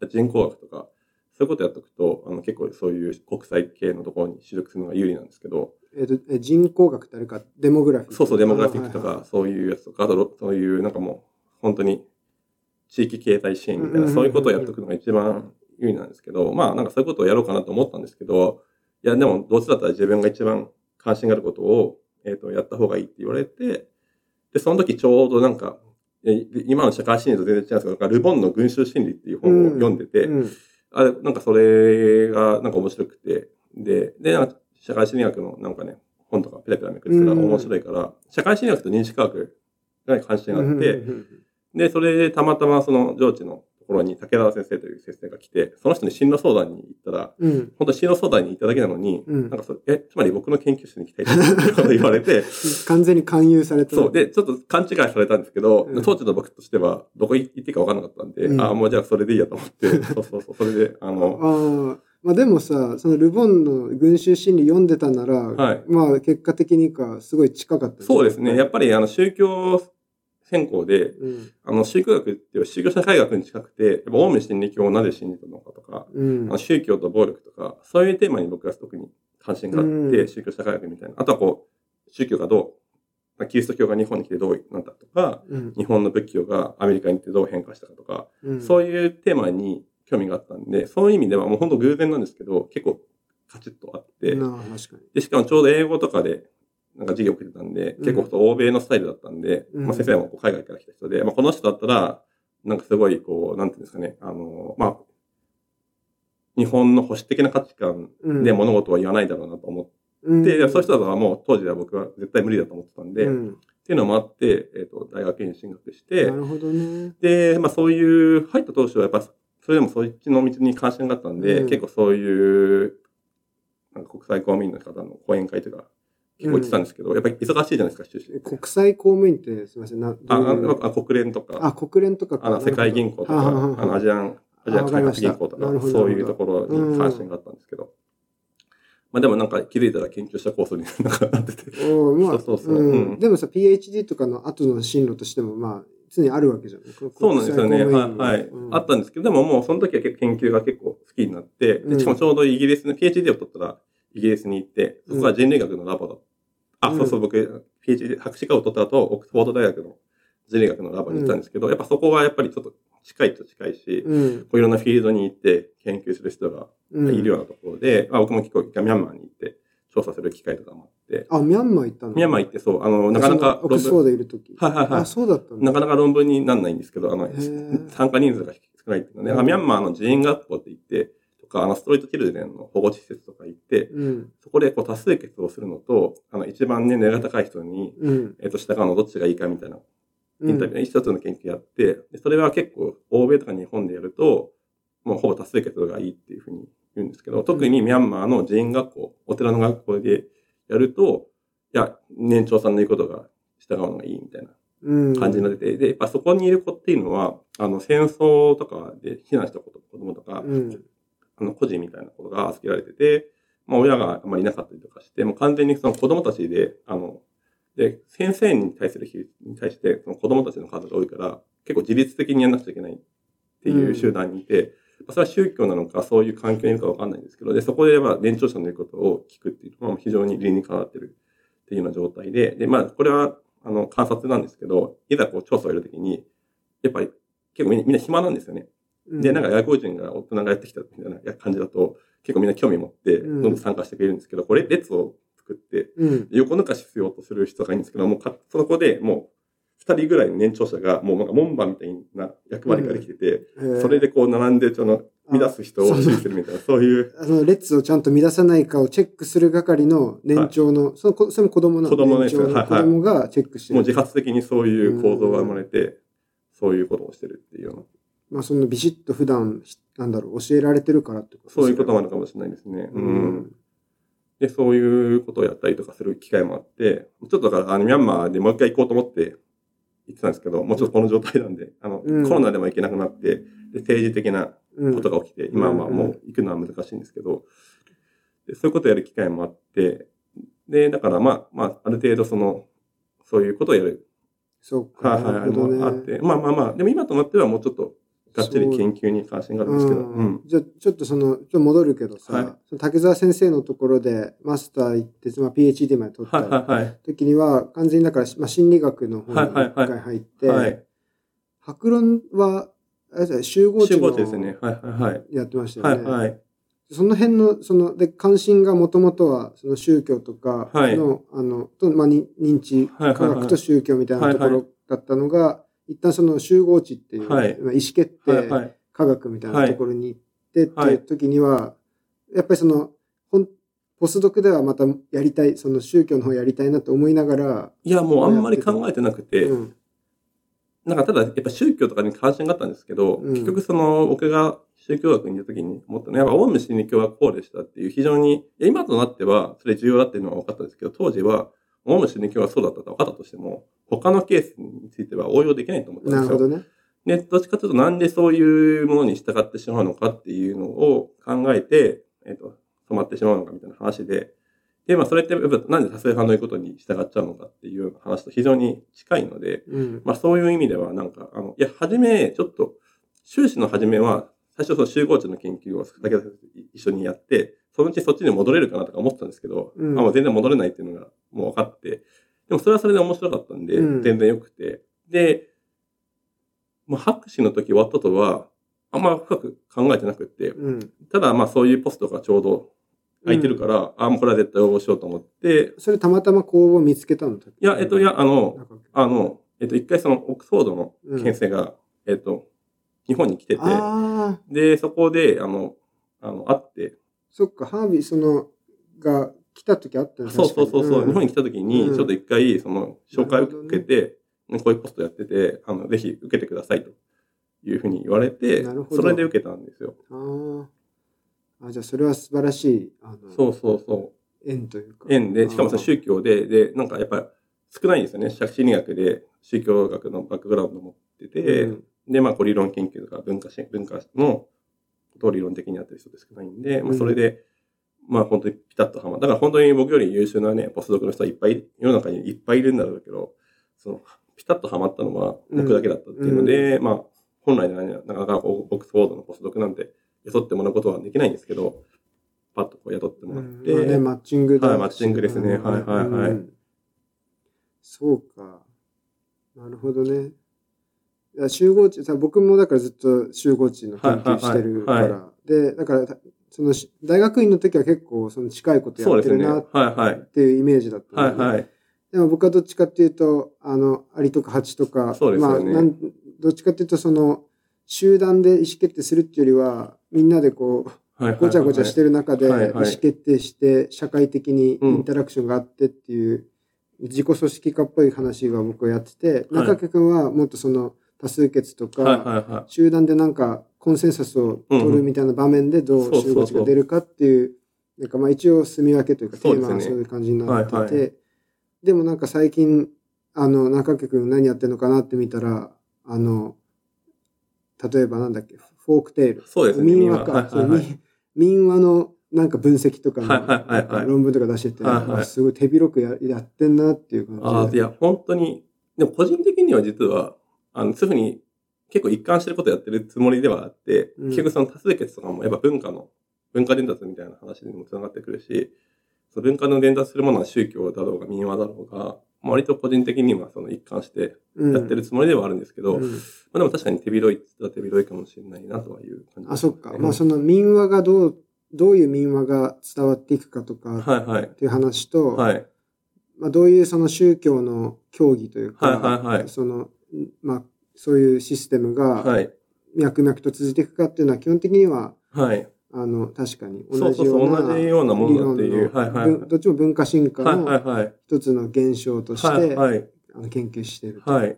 [SPEAKER 2] 人工学とか、そういうことやっておくと、あの結構そういう国際系のところに就職するのが有利なんですけど、
[SPEAKER 1] えっと、え人口学ってあれか、デモグラフィック。
[SPEAKER 2] そうそう、デモグラフィックと
[SPEAKER 1] あはいは
[SPEAKER 2] か、そういうやつとか、あとろ、そういう、なんかもう、本当に、地域経済支援み
[SPEAKER 1] う
[SPEAKER 2] た
[SPEAKER 1] ん
[SPEAKER 2] い
[SPEAKER 1] うんうんう
[SPEAKER 2] な、
[SPEAKER 1] ん
[SPEAKER 2] そういうことをやっておくのが一番有利なんですけど、まあ、なんかそういうことをやろうかなと思ったんですけど、いや、でも、どうせだったら自分が一番関心があることを、えっ、と、やった方がいいって言われて、で、その時ちょうどなんか、え今の社会心理と全然違うんですけどなんか、ル・ボンの群衆心理っていう本を読んでて、
[SPEAKER 1] うん
[SPEAKER 2] あれ、なんかそれがなんか面白くて、で、で、なんか社会心理学のなんかね、本とかペラペラめくってたら面白いから、社会心理学と認識科学が関心があって、
[SPEAKER 1] うんうんうん
[SPEAKER 2] で、それでたまたまその上智のところに武田先生という先生が来て、その人に進路相談に行ったら、
[SPEAKER 1] うんうん、
[SPEAKER 2] 本当に進路相談に行っただけなのに、
[SPEAKER 1] うん
[SPEAKER 2] なんかそれ、え、つまり僕の研究室に来たいって ことを言われて、
[SPEAKER 1] 完全に勧誘された。
[SPEAKER 2] そう。で、ちょっと勘違いされたんですけど、
[SPEAKER 1] うん
[SPEAKER 2] 当時の僕としては、どこ行っていいか分からなかったんで、
[SPEAKER 1] うん
[SPEAKER 2] ああ、もうじゃあそれでいいやと思って、そうそうそう、それで、あの、
[SPEAKER 1] ああ、まあでもさ、そのルボンの群衆心理読んでたなら、
[SPEAKER 2] はい
[SPEAKER 1] まあ結果的にか、すごい近かったね
[SPEAKER 2] そうですね。やっぱりあの宗教専攻で、
[SPEAKER 1] うん。
[SPEAKER 2] あの宗教学っていう宗教社会学に近くて、やっぱオウム真理教をなぜ信じたのかとか、
[SPEAKER 1] うん
[SPEAKER 2] あの。宗教と暴力とか、そういうテーマに僕は特に関心があって、
[SPEAKER 1] うん
[SPEAKER 2] 宗教社会学みたいな。あとはこう、宗教がどう、キリスト教が日本に来てどうなったとか、
[SPEAKER 1] うん
[SPEAKER 2] 日本の仏教がアメリカに行ってどう変化したかとか、
[SPEAKER 1] うん
[SPEAKER 2] そういうテーマに興味があったんで、そういう意味ではもう本当偶然なんですけど、結構カチッとあって、
[SPEAKER 1] なあ確かに。
[SPEAKER 2] で、しかもちょうど英語とかで、なんか授業を受けてたんで、
[SPEAKER 1] うん
[SPEAKER 2] 結構欧米のスタイルだったんで、
[SPEAKER 1] うん
[SPEAKER 2] まあ先生もこう海外から来た人で、まあこの人だったら、なんかすごいこう、なんていうんですかね、あの、まあ、日本の保守的な価値観
[SPEAKER 1] うん
[SPEAKER 2] で物事は言わないだろうなと思
[SPEAKER 1] うん
[SPEAKER 2] って、そういう人とはもう当時は僕は絶対無理だと思ってたんで、
[SPEAKER 1] う
[SPEAKER 2] っ
[SPEAKER 1] ん
[SPEAKER 2] ていうのもあって、えっ、と、大学院に進学して、
[SPEAKER 1] なるほどね。
[SPEAKER 2] で、まあそういう、入った当初はやっぱ、それでもそっちの道に関心があったんで、
[SPEAKER 1] うん
[SPEAKER 2] 結構そういう、なんか国際公務員の方の講演会とか、結構行ってたんですけど、やっぱり忙しいじゃないですか、出身。
[SPEAKER 1] 国際公務員って、すみません。な
[SPEAKER 2] あ
[SPEAKER 1] どういう
[SPEAKER 2] ああ国連とか、
[SPEAKER 1] あ、国連とかか
[SPEAKER 2] あの世界銀行とか、
[SPEAKER 1] な
[SPEAKER 2] あ
[SPEAKER 1] るほどはあはあはあ
[SPEAKER 2] のアジアン、アジア開発銀行と
[SPEAKER 1] あ
[SPEAKER 2] か
[SPEAKER 1] わかりま、した
[SPEAKER 2] そういうところに関心があったんですけど。まあでもなんか気づいたら研究者コースになんかなってて。
[SPEAKER 1] おーまあ、
[SPEAKER 2] そうそうそう
[SPEAKER 1] うん
[SPEAKER 2] うん
[SPEAKER 1] でもさ、PhD とかの後の進路としても、まあ、常にあるわけじゃん。
[SPEAKER 2] そうなんですよね。
[SPEAKER 1] 国際
[SPEAKER 2] はい、
[SPEAKER 1] 公
[SPEAKER 2] は
[SPEAKER 1] 務
[SPEAKER 2] い
[SPEAKER 1] 員うん
[SPEAKER 2] あったんですけど、でももうその時は結構研究が結構好きになって、
[SPEAKER 1] うん
[SPEAKER 2] でしかもちょうどイギリスの PhD を取ったら、イギリスに行って、そこは人類学のラボだ。あ、
[SPEAKER 1] うん
[SPEAKER 2] そうそう、僕、PhD、博士課を取った後、オックスフォード大学の人類学のラボに行ったんですけど、やっぱそこはやっぱりちょっと近いっちゃ近いし、
[SPEAKER 1] うん。
[SPEAKER 2] こういろんなフィールドに行って研究する人が
[SPEAKER 1] うん
[SPEAKER 2] いるようなところで、まあ、僕も結構ミャンマーに行って調査する機会とかもあって、
[SPEAKER 1] あ、ミャンマー行ったの
[SPEAKER 2] ミャンマー
[SPEAKER 1] ー
[SPEAKER 2] 行ってそう、あの、なかなか
[SPEAKER 1] オックスフォードいるとき。
[SPEAKER 2] はいはいはい
[SPEAKER 1] あ、そうだったんだ。
[SPEAKER 2] なかなか論文にならないんですけど、あの
[SPEAKER 1] へー、
[SPEAKER 2] 参加人数が少ないっていうので、
[SPEAKER 1] うん
[SPEAKER 2] あミャンマーの寺院学校って言って、とか、あの、ストリートチルドレンの保護施設とか行って、
[SPEAKER 1] うん。
[SPEAKER 2] そこでこう多数決をするのと、あの、一番ね、値が高い人に、
[SPEAKER 1] うん。
[SPEAKER 2] えっ、と、従うのどっちがいいかみたいな、
[SPEAKER 1] う
[SPEAKER 2] イ
[SPEAKER 1] ん
[SPEAKER 2] ンタビューの一つの研究やって、でそれは結構、欧米とか日本でやると、もうほぼ多数決がいいっていうふうに言うんですけど、特にミャンマーの寺院学校、お寺の学校でやると、いや、年長さんの言うことが従うのがいいみたいな
[SPEAKER 1] うん。
[SPEAKER 2] 感じになってて、で、やっぱそこにいる子っていうのは、あの、戦争とかで避難した子子供とか、
[SPEAKER 1] うん。
[SPEAKER 2] あの、孤児みたいなことが預けられてて、まあ、親があんまりいなかったりとかして、もう完全にその子供たちで、あの、で、先生に対する比率に対して、その子供たちの数が多いから、結構自律的にやんなくちゃいけないっていう集団にいて、まあそれは宗教なのか、そういう環境にいるかわかんないんですけど、で、そこで、まあ、年長者の言うことを聞くっていうのは非常に理にかなってるっていうような状態で、で、まあ、これは、あの、観察なんですけど、いざこう調査をやるときに、やっぱり結構みんなみんな暇なんですよね。で、なんか外国人が大人がやってきたみたいな感じだと、結構みんな興味持って、ど
[SPEAKER 1] うんん
[SPEAKER 2] どん参加してくれるんですけど、これ、列を作って、
[SPEAKER 1] うん。
[SPEAKER 2] 横抜かししようとする人がいるんですけど、もうか、そこでもう、二人ぐらいの年長者が、もうなんか門番みたいな役割ができてて、
[SPEAKER 1] うん。
[SPEAKER 2] それでこう並んで、その、
[SPEAKER 1] あ
[SPEAKER 2] 乱す人を指示するみたいな、そういう
[SPEAKER 1] あの、列をちゃんと乱さないかをチェックする係の年長の、その子、それも子供なの
[SPEAKER 2] 子供のや
[SPEAKER 1] 年
[SPEAKER 2] つ
[SPEAKER 1] 長の
[SPEAKER 2] はいはい
[SPEAKER 1] 子供がチェックして
[SPEAKER 2] もう
[SPEAKER 1] る。
[SPEAKER 2] 自発的にそういう構造が生まれて、そういうことをしてるっていうような、
[SPEAKER 1] まあ、そのビシッと普段、しなんだろう、教えられてるからってこと
[SPEAKER 2] そういうこともあ
[SPEAKER 1] な
[SPEAKER 2] るかもしれないですね。
[SPEAKER 1] う
[SPEAKER 2] うん
[SPEAKER 1] ん。
[SPEAKER 2] で、そういうことをやったりとかする機会もあって、ちょっとだから、あの、ミャンマーでもう一回行こうと思って行ってたんですけど、もうちょっとこの状態なんで、あの、
[SPEAKER 1] うん
[SPEAKER 2] コロナでも行けなくなって、で、政治的な
[SPEAKER 1] うん。
[SPEAKER 2] ことが起きて、今はまあ
[SPEAKER 1] うん
[SPEAKER 2] もう行くのは難しいんですけど、でそういうことをやる機会もあって、で、だからまあ、まあ、ある程度その、そういうことをやる、
[SPEAKER 1] そうか。
[SPEAKER 2] はいはい、
[SPEAKER 1] な
[SPEAKER 2] あ
[SPEAKER 1] る
[SPEAKER 2] れ
[SPEAKER 1] ほどね
[SPEAKER 2] もあって、まあまあまあ、でも今となってはもうちょっと、がっちり
[SPEAKER 1] そう
[SPEAKER 2] 研究に関心があるんですけど、う
[SPEAKER 1] うんん。じゃあちょっとそのちょっと戻るけどさ、
[SPEAKER 2] はい
[SPEAKER 1] その竹澤先生のところでマスター行って、まあ、PhD まで取っ
[SPEAKER 2] は
[SPEAKER 1] た
[SPEAKER 2] いはいはい。
[SPEAKER 1] 時には完全にだから、まあ、心理学の方に
[SPEAKER 2] はいはい
[SPEAKER 1] 一
[SPEAKER 2] はい
[SPEAKER 1] 回入って、
[SPEAKER 2] はい。
[SPEAKER 1] 白論はあれだよね集合知
[SPEAKER 2] 集合
[SPEAKER 1] の
[SPEAKER 2] 値ですね。はいはいはい。
[SPEAKER 1] やってました
[SPEAKER 2] は
[SPEAKER 1] よ
[SPEAKER 2] い
[SPEAKER 1] ね。
[SPEAKER 2] はい。
[SPEAKER 1] その辺のそので関心がもともとはその宗教とかの,、
[SPEAKER 2] はい
[SPEAKER 1] あのと、まあ、に認知
[SPEAKER 2] はいはいはい
[SPEAKER 1] 科学と宗教みたいなとこ
[SPEAKER 2] はいは
[SPEAKER 1] ろだったのが、一旦その集合値っていう、
[SPEAKER 2] はい
[SPEAKER 1] まあ意思決定、
[SPEAKER 2] はいはい。
[SPEAKER 1] 科学みたいなところに行ってって
[SPEAKER 2] はい
[SPEAKER 1] いう時には、やっぱりそのほんポスドクではまたやりたいその宗教の方やりたいなと思いながら、
[SPEAKER 2] いや、もうあんまり考えてなくて、
[SPEAKER 1] うん
[SPEAKER 2] なんかただやっぱ宗教とかに関心があったんですけど、
[SPEAKER 1] うん
[SPEAKER 2] 結局その僕が宗教学にいた時に思ったのは、やっぱオウム真理教はこうでしたっていう非常に、いや今となってはそれ重要だっていうのは分かったんですけど、当時はオウム真理教はそうだったと分かったとしても、他のケースについては応用できないと思ったん
[SPEAKER 1] な
[SPEAKER 2] で
[SPEAKER 1] る
[SPEAKER 2] す
[SPEAKER 1] ほ
[SPEAKER 2] よ。
[SPEAKER 1] どね。
[SPEAKER 2] で、どっちかというとなんでそういうものに従ってしまうのかっていうのを考えて、えっ、と、止まってしまうのかみたいな話で、で、まあそれってやっぱなんで多数派の言うことに従っちゃうのかっていう話と非常に近いので、
[SPEAKER 1] うん
[SPEAKER 2] まあそういう意味では、なんか、あの、いや、初め、ちょっと、修士の初めは、最初その集合値の研究を竹田先生と一緒にやって、そのうちそっちに戻れるかなとか思ってたんですけど、
[SPEAKER 1] うん
[SPEAKER 2] まあもう全然戻れないっていうのがもう分かって、でもそれはそれで面白かったんで、
[SPEAKER 1] うん
[SPEAKER 2] 全然良くて。で、もう博士の時終わったとは、あんま深く考えてなくって、
[SPEAKER 1] うん、
[SPEAKER 2] ただまあそういうポストがちょうど空いてるから、あ、もうこれは絶対応募しようと思って、
[SPEAKER 1] それたまたま公募を見つけたのい
[SPEAKER 2] いや、えっと、いや、あの、あの、えっと、一回その、オックスフォードの
[SPEAKER 1] うん
[SPEAKER 2] 先生が、えっと、日本に来てて、
[SPEAKER 1] ああ
[SPEAKER 2] で、そこで、あの、あの、会って、
[SPEAKER 1] そっかハービーそのが来た時あったん
[SPEAKER 2] そうそうそうそう、日本に来た時に、
[SPEAKER 1] うん
[SPEAKER 2] ちょっと一回、その、紹介
[SPEAKER 1] なる
[SPEAKER 2] を
[SPEAKER 1] ほど
[SPEAKER 2] 受
[SPEAKER 1] ね
[SPEAKER 2] けて、こういうポストやってて、あの、ぜひ受けてくださいというふうに言われて
[SPEAKER 1] なる、ほ
[SPEAKER 2] そ
[SPEAKER 1] ど
[SPEAKER 2] れで受けたんですよ。
[SPEAKER 1] にあーあじゃあそれは素晴らしいあの
[SPEAKER 2] そうそうそ
[SPEAKER 1] 縁というか
[SPEAKER 2] う。縁で、しかもその
[SPEAKER 1] あー
[SPEAKER 2] 宗教で、で、なんかやっぱ少ないんですよね。心理学で宗教学のバックグラウンド持ってて、
[SPEAKER 1] うん
[SPEAKER 2] で、まあ、こう理論研究とか文化し、文化のことを理論的にやってる人って少ないんで、ま
[SPEAKER 1] う
[SPEAKER 2] あ、
[SPEAKER 1] ん
[SPEAKER 2] それで、まあ、本当にピタッとはまだから本当に僕より優秀なね、ポスドクの人はいっぱい、世の中にいっぱいいるんだろうけど、その、ピタッとはまったのは僕だけだったっていうので、まあ、本来ならね、なかなかこうオックスフォードのポスドクなんて雇ってもらうことはできないんですけど、パッとこう雇ってもらって、
[SPEAKER 1] うんまあね、マッチングだ
[SPEAKER 2] はいマッチングですね
[SPEAKER 1] うん
[SPEAKER 2] はいはいはい
[SPEAKER 1] うんそうか。なるほどね。いや集合地、さ僕もだからずっと集合地の研究してるから。
[SPEAKER 2] はいはいは
[SPEAKER 1] で、だから、そのし大学院の時は結構その近いことや
[SPEAKER 2] そう
[SPEAKER 1] っ
[SPEAKER 2] で
[SPEAKER 1] て
[SPEAKER 2] す
[SPEAKER 1] る
[SPEAKER 2] ね。は
[SPEAKER 1] ないっ
[SPEAKER 2] はい。
[SPEAKER 1] ていうイメージだったんだ
[SPEAKER 2] は
[SPEAKER 1] よ
[SPEAKER 2] い
[SPEAKER 1] ね、
[SPEAKER 2] はい。
[SPEAKER 1] でも僕はどっちかっていうと、あの、アリとかハチとか、
[SPEAKER 2] そうですよね
[SPEAKER 1] まあなん、どっちかっていうとその、集団で意思決定するっていうよりは、みんなでこう、
[SPEAKER 2] はい
[SPEAKER 1] ごちゃごちゃしてる中で意
[SPEAKER 2] はいはい
[SPEAKER 1] 思決定して社会的にインタラクションがあってっていう自己組織化っぽい話は僕はやってて
[SPEAKER 2] はい
[SPEAKER 1] 中家君はもっとその多数決と
[SPEAKER 2] はいはい
[SPEAKER 1] か
[SPEAKER 2] はい。
[SPEAKER 1] 集団でなんかコンセンサスを取るみたいな場面でどう集合値が出るかっていうなんかまあ一応住み分けというかテ
[SPEAKER 2] そう
[SPEAKER 1] ー
[SPEAKER 2] ですね
[SPEAKER 1] マはそういう感じになって
[SPEAKER 2] はいは
[SPEAKER 1] てでもなんか最近あの、中家くん何やってんのかなって見たら、あの、例えばなんだっけ、フォークテール。
[SPEAKER 2] そうですね。
[SPEAKER 1] 民話か。
[SPEAKER 2] は
[SPEAKER 1] そう
[SPEAKER 2] いはいはい
[SPEAKER 1] 民民話のなんか分析とかの
[SPEAKER 2] はいはいはいはい
[SPEAKER 1] なんか論文とか出してて、
[SPEAKER 2] はいはい
[SPEAKER 1] あすごい手広くややってんなっていう
[SPEAKER 2] あ
[SPEAKER 1] 感
[SPEAKER 2] あ、
[SPEAKER 1] じ
[SPEAKER 2] い
[SPEAKER 1] で。
[SPEAKER 2] や、本当に、でも個人的には実は、あの、すぐに結構一貫してることやってるつもりではあって、
[SPEAKER 1] うん
[SPEAKER 2] 結局その多数決とかもやっぱ文化の、文化伝達みたいな話にもつながってくるし、その文化の伝達するものは宗教だろうが民話だろうが、まあ割と個人的にはその一貫して
[SPEAKER 1] うん
[SPEAKER 2] やってるつもりではあるんですけど、
[SPEAKER 1] う
[SPEAKER 2] ま
[SPEAKER 1] ん
[SPEAKER 2] あでも確かに手広いって言ったら手広いかもしれないなとはいう感じ
[SPEAKER 1] あ、
[SPEAKER 2] です
[SPEAKER 1] そ
[SPEAKER 2] ね、
[SPEAKER 1] っか。まあその民話がどう、どういう民話が伝わっていくかとか
[SPEAKER 2] はいはい
[SPEAKER 1] っ。ていう話と、
[SPEAKER 2] はい。
[SPEAKER 1] まあ、どういうその宗教の教義というか、
[SPEAKER 2] はいはいはい
[SPEAKER 1] その、まあ、そういうシステムが
[SPEAKER 2] はい。
[SPEAKER 1] 脈々と続いていくかっていうのは基本的には、
[SPEAKER 2] はい。
[SPEAKER 1] あの、確かに
[SPEAKER 2] そ
[SPEAKER 1] 同
[SPEAKER 2] うそ
[SPEAKER 1] じよ
[SPEAKER 2] うそう
[SPEAKER 1] な
[SPEAKER 2] う、同じようなも
[SPEAKER 1] 理
[SPEAKER 2] のだ
[SPEAKER 1] 論
[SPEAKER 2] っ
[SPEAKER 1] の
[SPEAKER 2] ていう。はいはい。
[SPEAKER 1] ぶんどっちも文化進化
[SPEAKER 2] はいは
[SPEAKER 1] の
[SPEAKER 2] いはい。
[SPEAKER 1] 一つの現象として、
[SPEAKER 2] はいはい。
[SPEAKER 1] あの研究していると。
[SPEAKER 2] はい。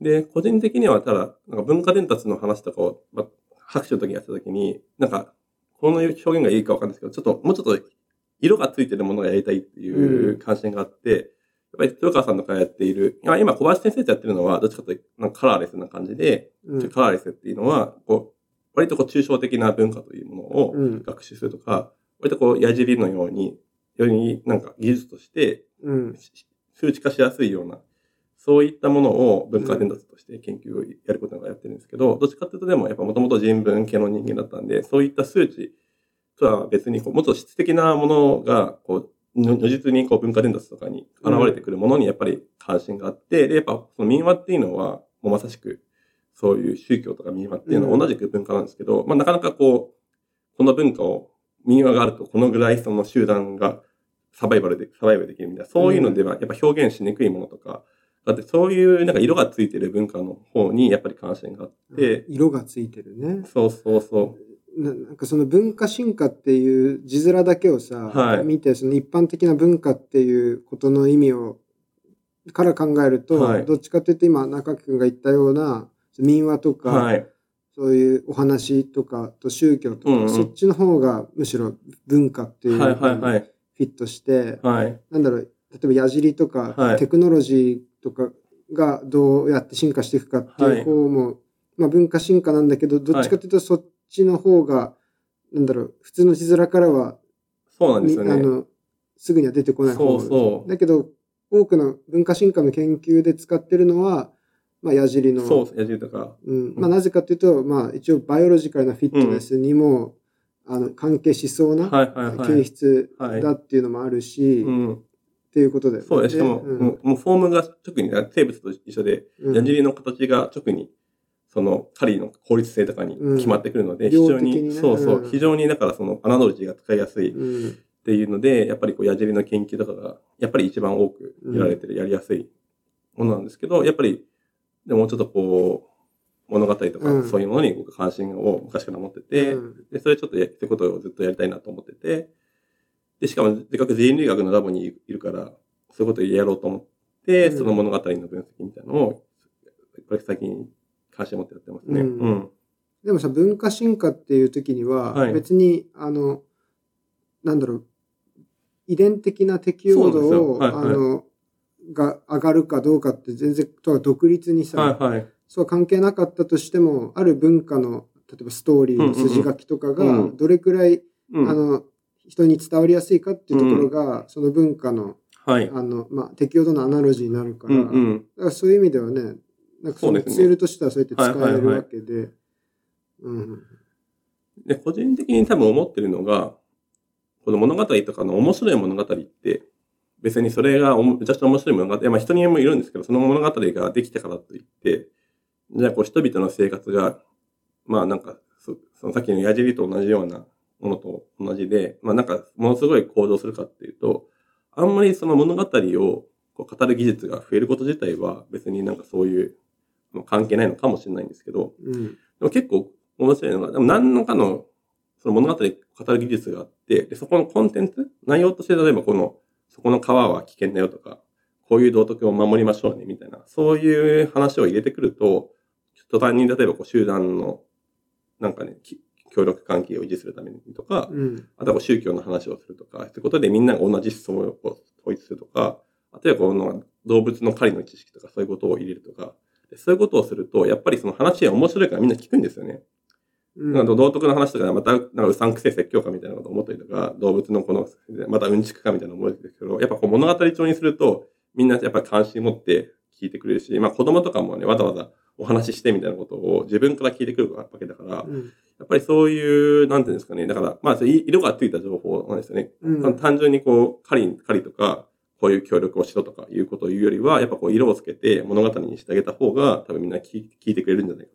[SPEAKER 2] で、個人的にはただ、なんか文化伝達の話とかを、まあ、拍手の時にやった時に、なんか、この表現がいいかわかんないですけど、ちょっと、もうちょっと色がついてるものがやりたいっていううん関心があって、やっぱり豊川さんとかやっている、まあ今小林先生とやってるのは、どっちかというとなんかカラーレスな感じで、
[SPEAKER 1] うん
[SPEAKER 2] カラーレスっていうのは、こう、割とこう抽象的な文化というものを
[SPEAKER 1] うん
[SPEAKER 2] 学習するとか、割とこう矢尻のように、よりなんか技術として
[SPEAKER 1] うん
[SPEAKER 2] 数値化しやすいような、そういったものを文化伝達として研究をやることがやってるんですけど、どっちかっていうとでもやっぱもともと人文系の人間だったんで、そういった数値とは別にこう、もっと質的なものが、こう、如如実にこう文化伝達とかに現れてくるものにやっぱり関心があって、で、やっぱその民話っていうのは、もうまさしく、そういう宗教とか民話っていうのは同じく文化なんですけど、まあなかなかこう、この文化を、民話があるとこのぐらいその集団がサバイバルで、サバイバルできるみたいな、そういうのではやっぱ表現しにくいものとか、だってそういうなんか色がついてる文化の方にやっぱり関心があって、
[SPEAKER 1] 色がついてるね。
[SPEAKER 2] そうそうそう。
[SPEAKER 1] ななんかその文化進化っていう字面だけをさ、
[SPEAKER 2] はい
[SPEAKER 1] 見てその一般的な文化っていうことの意味をから考えると、
[SPEAKER 2] はい
[SPEAKER 1] どっちかというと今中木君が言ったような民話とか、
[SPEAKER 2] はい。
[SPEAKER 1] そういうお話とかと宗教とか、
[SPEAKER 2] うんうん
[SPEAKER 1] そっちの方がむしろ文化っていうの
[SPEAKER 2] はいはい
[SPEAKER 1] に
[SPEAKER 2] はい。
[SPEAKER 1] フィットして、
[SPEAKER 2] はい。
[SPEAKER 1] なんだろう例えば矢尻とか、
[SPEAKER 2] はい
[SPEAKER 1] テクノロジーとかがどうやって進化していくかって
[SPEAKER 2] はいいう
[SPEAKER 1] 方も、まあ、文化進化なんだけどどっちかというとそっちの方が、なんだろう普通の字面からは、
[SPEAKER 2] そうなんですよ
[SPEAKER 1] みあ
[SPEAKER 2] ね。
[SPEAKER 1] のすぐには出てこない方
[SPEAKER 2] そうそう
[SPEAKER 1] だけど多くの文化進化の研究で使ってるのは、まあ、矢尻の
[SPEAKER 2] そう、野獣とか。
[SPEAKER 1] うんまあ、なぜかというと、まあ、一応バイオロジカルなフィットネスにも、あの関係しそうな
[SPEAKER 2] はいはいは
[SPEAKER 1] 形
[SPEAKER 2] い。
[SPEAKER 1] 質
[SPEAKER 2] はい
[SPEAKER 1] だっていうのもあるし、
[SPEAKER 2] う
[SPEAKER 1] っ
[SPEAKER 2] ん。
[SPEAKER 1] ていうことだよね。
[SPEAKER 2] そうです。しかも、
[SPEAKER 1] うん
[SPEAKER 2] もうもうフォームが特に生物と一緒で、
[SPEAKER 1] うん
[SPEAKER 2] 矢尻の形が特に、その狩りの効率性とかに決まってくるので、
[SPEAKER 1] うん
[SPEAKER 2] 非常
[SPEAKER 1] 量的
[SPEAKER 2] に、
[SPEAKER 1] にね
[SPEAKER 2] そうそうう、
[SPEAKER 1] ん
[SPEAKER 2] 非常にだからそのアナロジーが使いやすいっ
[SPEAKER 1] うん
[SPEAKER 2] ていうので、やっぱりこう矢尻の研究とかが、やっぱり一番多くやられてる、やりやすいものなんですけど、やっぱり、でもうちょっとこう、物語と
[SPEAKER 1] う
[SPEAKER 2] か
[SPEAKER 1] ん
[SPEAKER 2] そういうものに僕関心を昔から持ってて、
[SPEAKER 1] うん
[SPEAKER 2] で、それちょっとやってことをずっとやりたいなと思ってて、で、しかも、せっかく人類学のラボにいるから、そういうことをやろうと思って、
[SPEAKER 1] うん
[SPEAKER 2] その物語の分析みたいなのを、これ最近関心を持ってやってますね。う。
[SPEAKER 1] うんんでもさ文化進化っていう時には、
[SPEAKER 2] はい
[SPEAKER 1] 別にあのなんだろう遺伝的な適応度を、
[SPEAKER 2] そうなんですよはいはい
[SPEAKER 1] あのが上がるかどうかって全然とは独立にさ、
[SPEAKER 2] はいはい。
[SPEAKER 1] そう関係なかったとしてもある文化の例えばストーリーの筋書きとか
[SPEAKER 2] うんうんう
[SPEAKER 1] が
[SPEAKER 2] ん
[SPEAKER 1] どれくらい、
[SPEAKER 2] うん
[SPEAKER 1] あの人に伝わりやすいかっていうところが、その文化の
[SPEAKER 2] はい。
[SPEAKER 1] あの、まあ、適応度のアナロジーになるから,、
[SPEAKER 2] うんうん。
[SPEAKER 1] だからそういう意味ではねなんかそ
[SPEAKER 2] そう
[SPEAKER 1] の
[SPEAKER 2] ですね
[SPEAKER 1] ツールとしてはそうやって使
[SPEAKER 2] はい
[SPEAKER 1] え
[SPEAKER 2] はいは
[SPEAKER 1] る
[SPEAKER 2] い
[SPEAKER 1] わけで。うん
[SPEAKER 2] で、個人的に多分思ってるのが、この物語とかの面白い物語って、別にそれがおもめちゃくちゃ面白い物語、いやまあ人にもいるんですけど、その物語ができたからといって、じゃあこう人々の生活が、まあなんか、そそのさっきの矢尻と同じようなものと同じで、まあなんかものすごい行動するかっていうと、あんまりその物語をこう語る技術が増えること自体は別になんかそういう、まあ関係ないのかもしれないんですけど、
[SPEAKER 1] うん
[SPEAKER 2] でも結構面白いのが、でも何らかのその物語を語る技術があって、でそこのコンテンツ、内容として例えばこの、そこの川は危険だよとか、こういう道徳を守りましょうねみたいな、そういう話を入れてくると、途端に例えばこう集団の、なんかね、き協力関係を維持するためにとか、
[SPEAKER 1] うん
[SPEAKER 2] あとはこう宗教の話をするとか、ということでみんなが同じ思想を統一するとか、あとはこの動物の狩りの知識とかそういうことを入れるとか、でそういうことをすると、やっぱりその話が面白いからみんな聞くんですよね。
[SPEAKER 1] うん
[SPEAKER 2] なんか道徳の話とかでまた、なんかうさんくせえ説教かみたいなこと思ったりとか、動物のこの、またうんちくかみたいなの思うんですけど、やっぱこう物語調にすると、みんなやっぱ関心持って聞いてくれるし、まあ子供とかもね、わざわざお話ししてみたいなことを自分から聞いてくるわけだから、
[SPEAKER 1] うん
[SPEAKER 2] やっぱりそういう、なんていうんですかね、だから、まあ、い色がついた情報なんですよね。
[SPEAKER 1] うん
[SPEAKER 2] 単純にこう、狩り、狩りとか、こういう協力をしろとかいうことを言うよりは、やっぱこう、色をつけて物語にしてあげた方が、多分みんな聞い聞いてくれるんじゃないか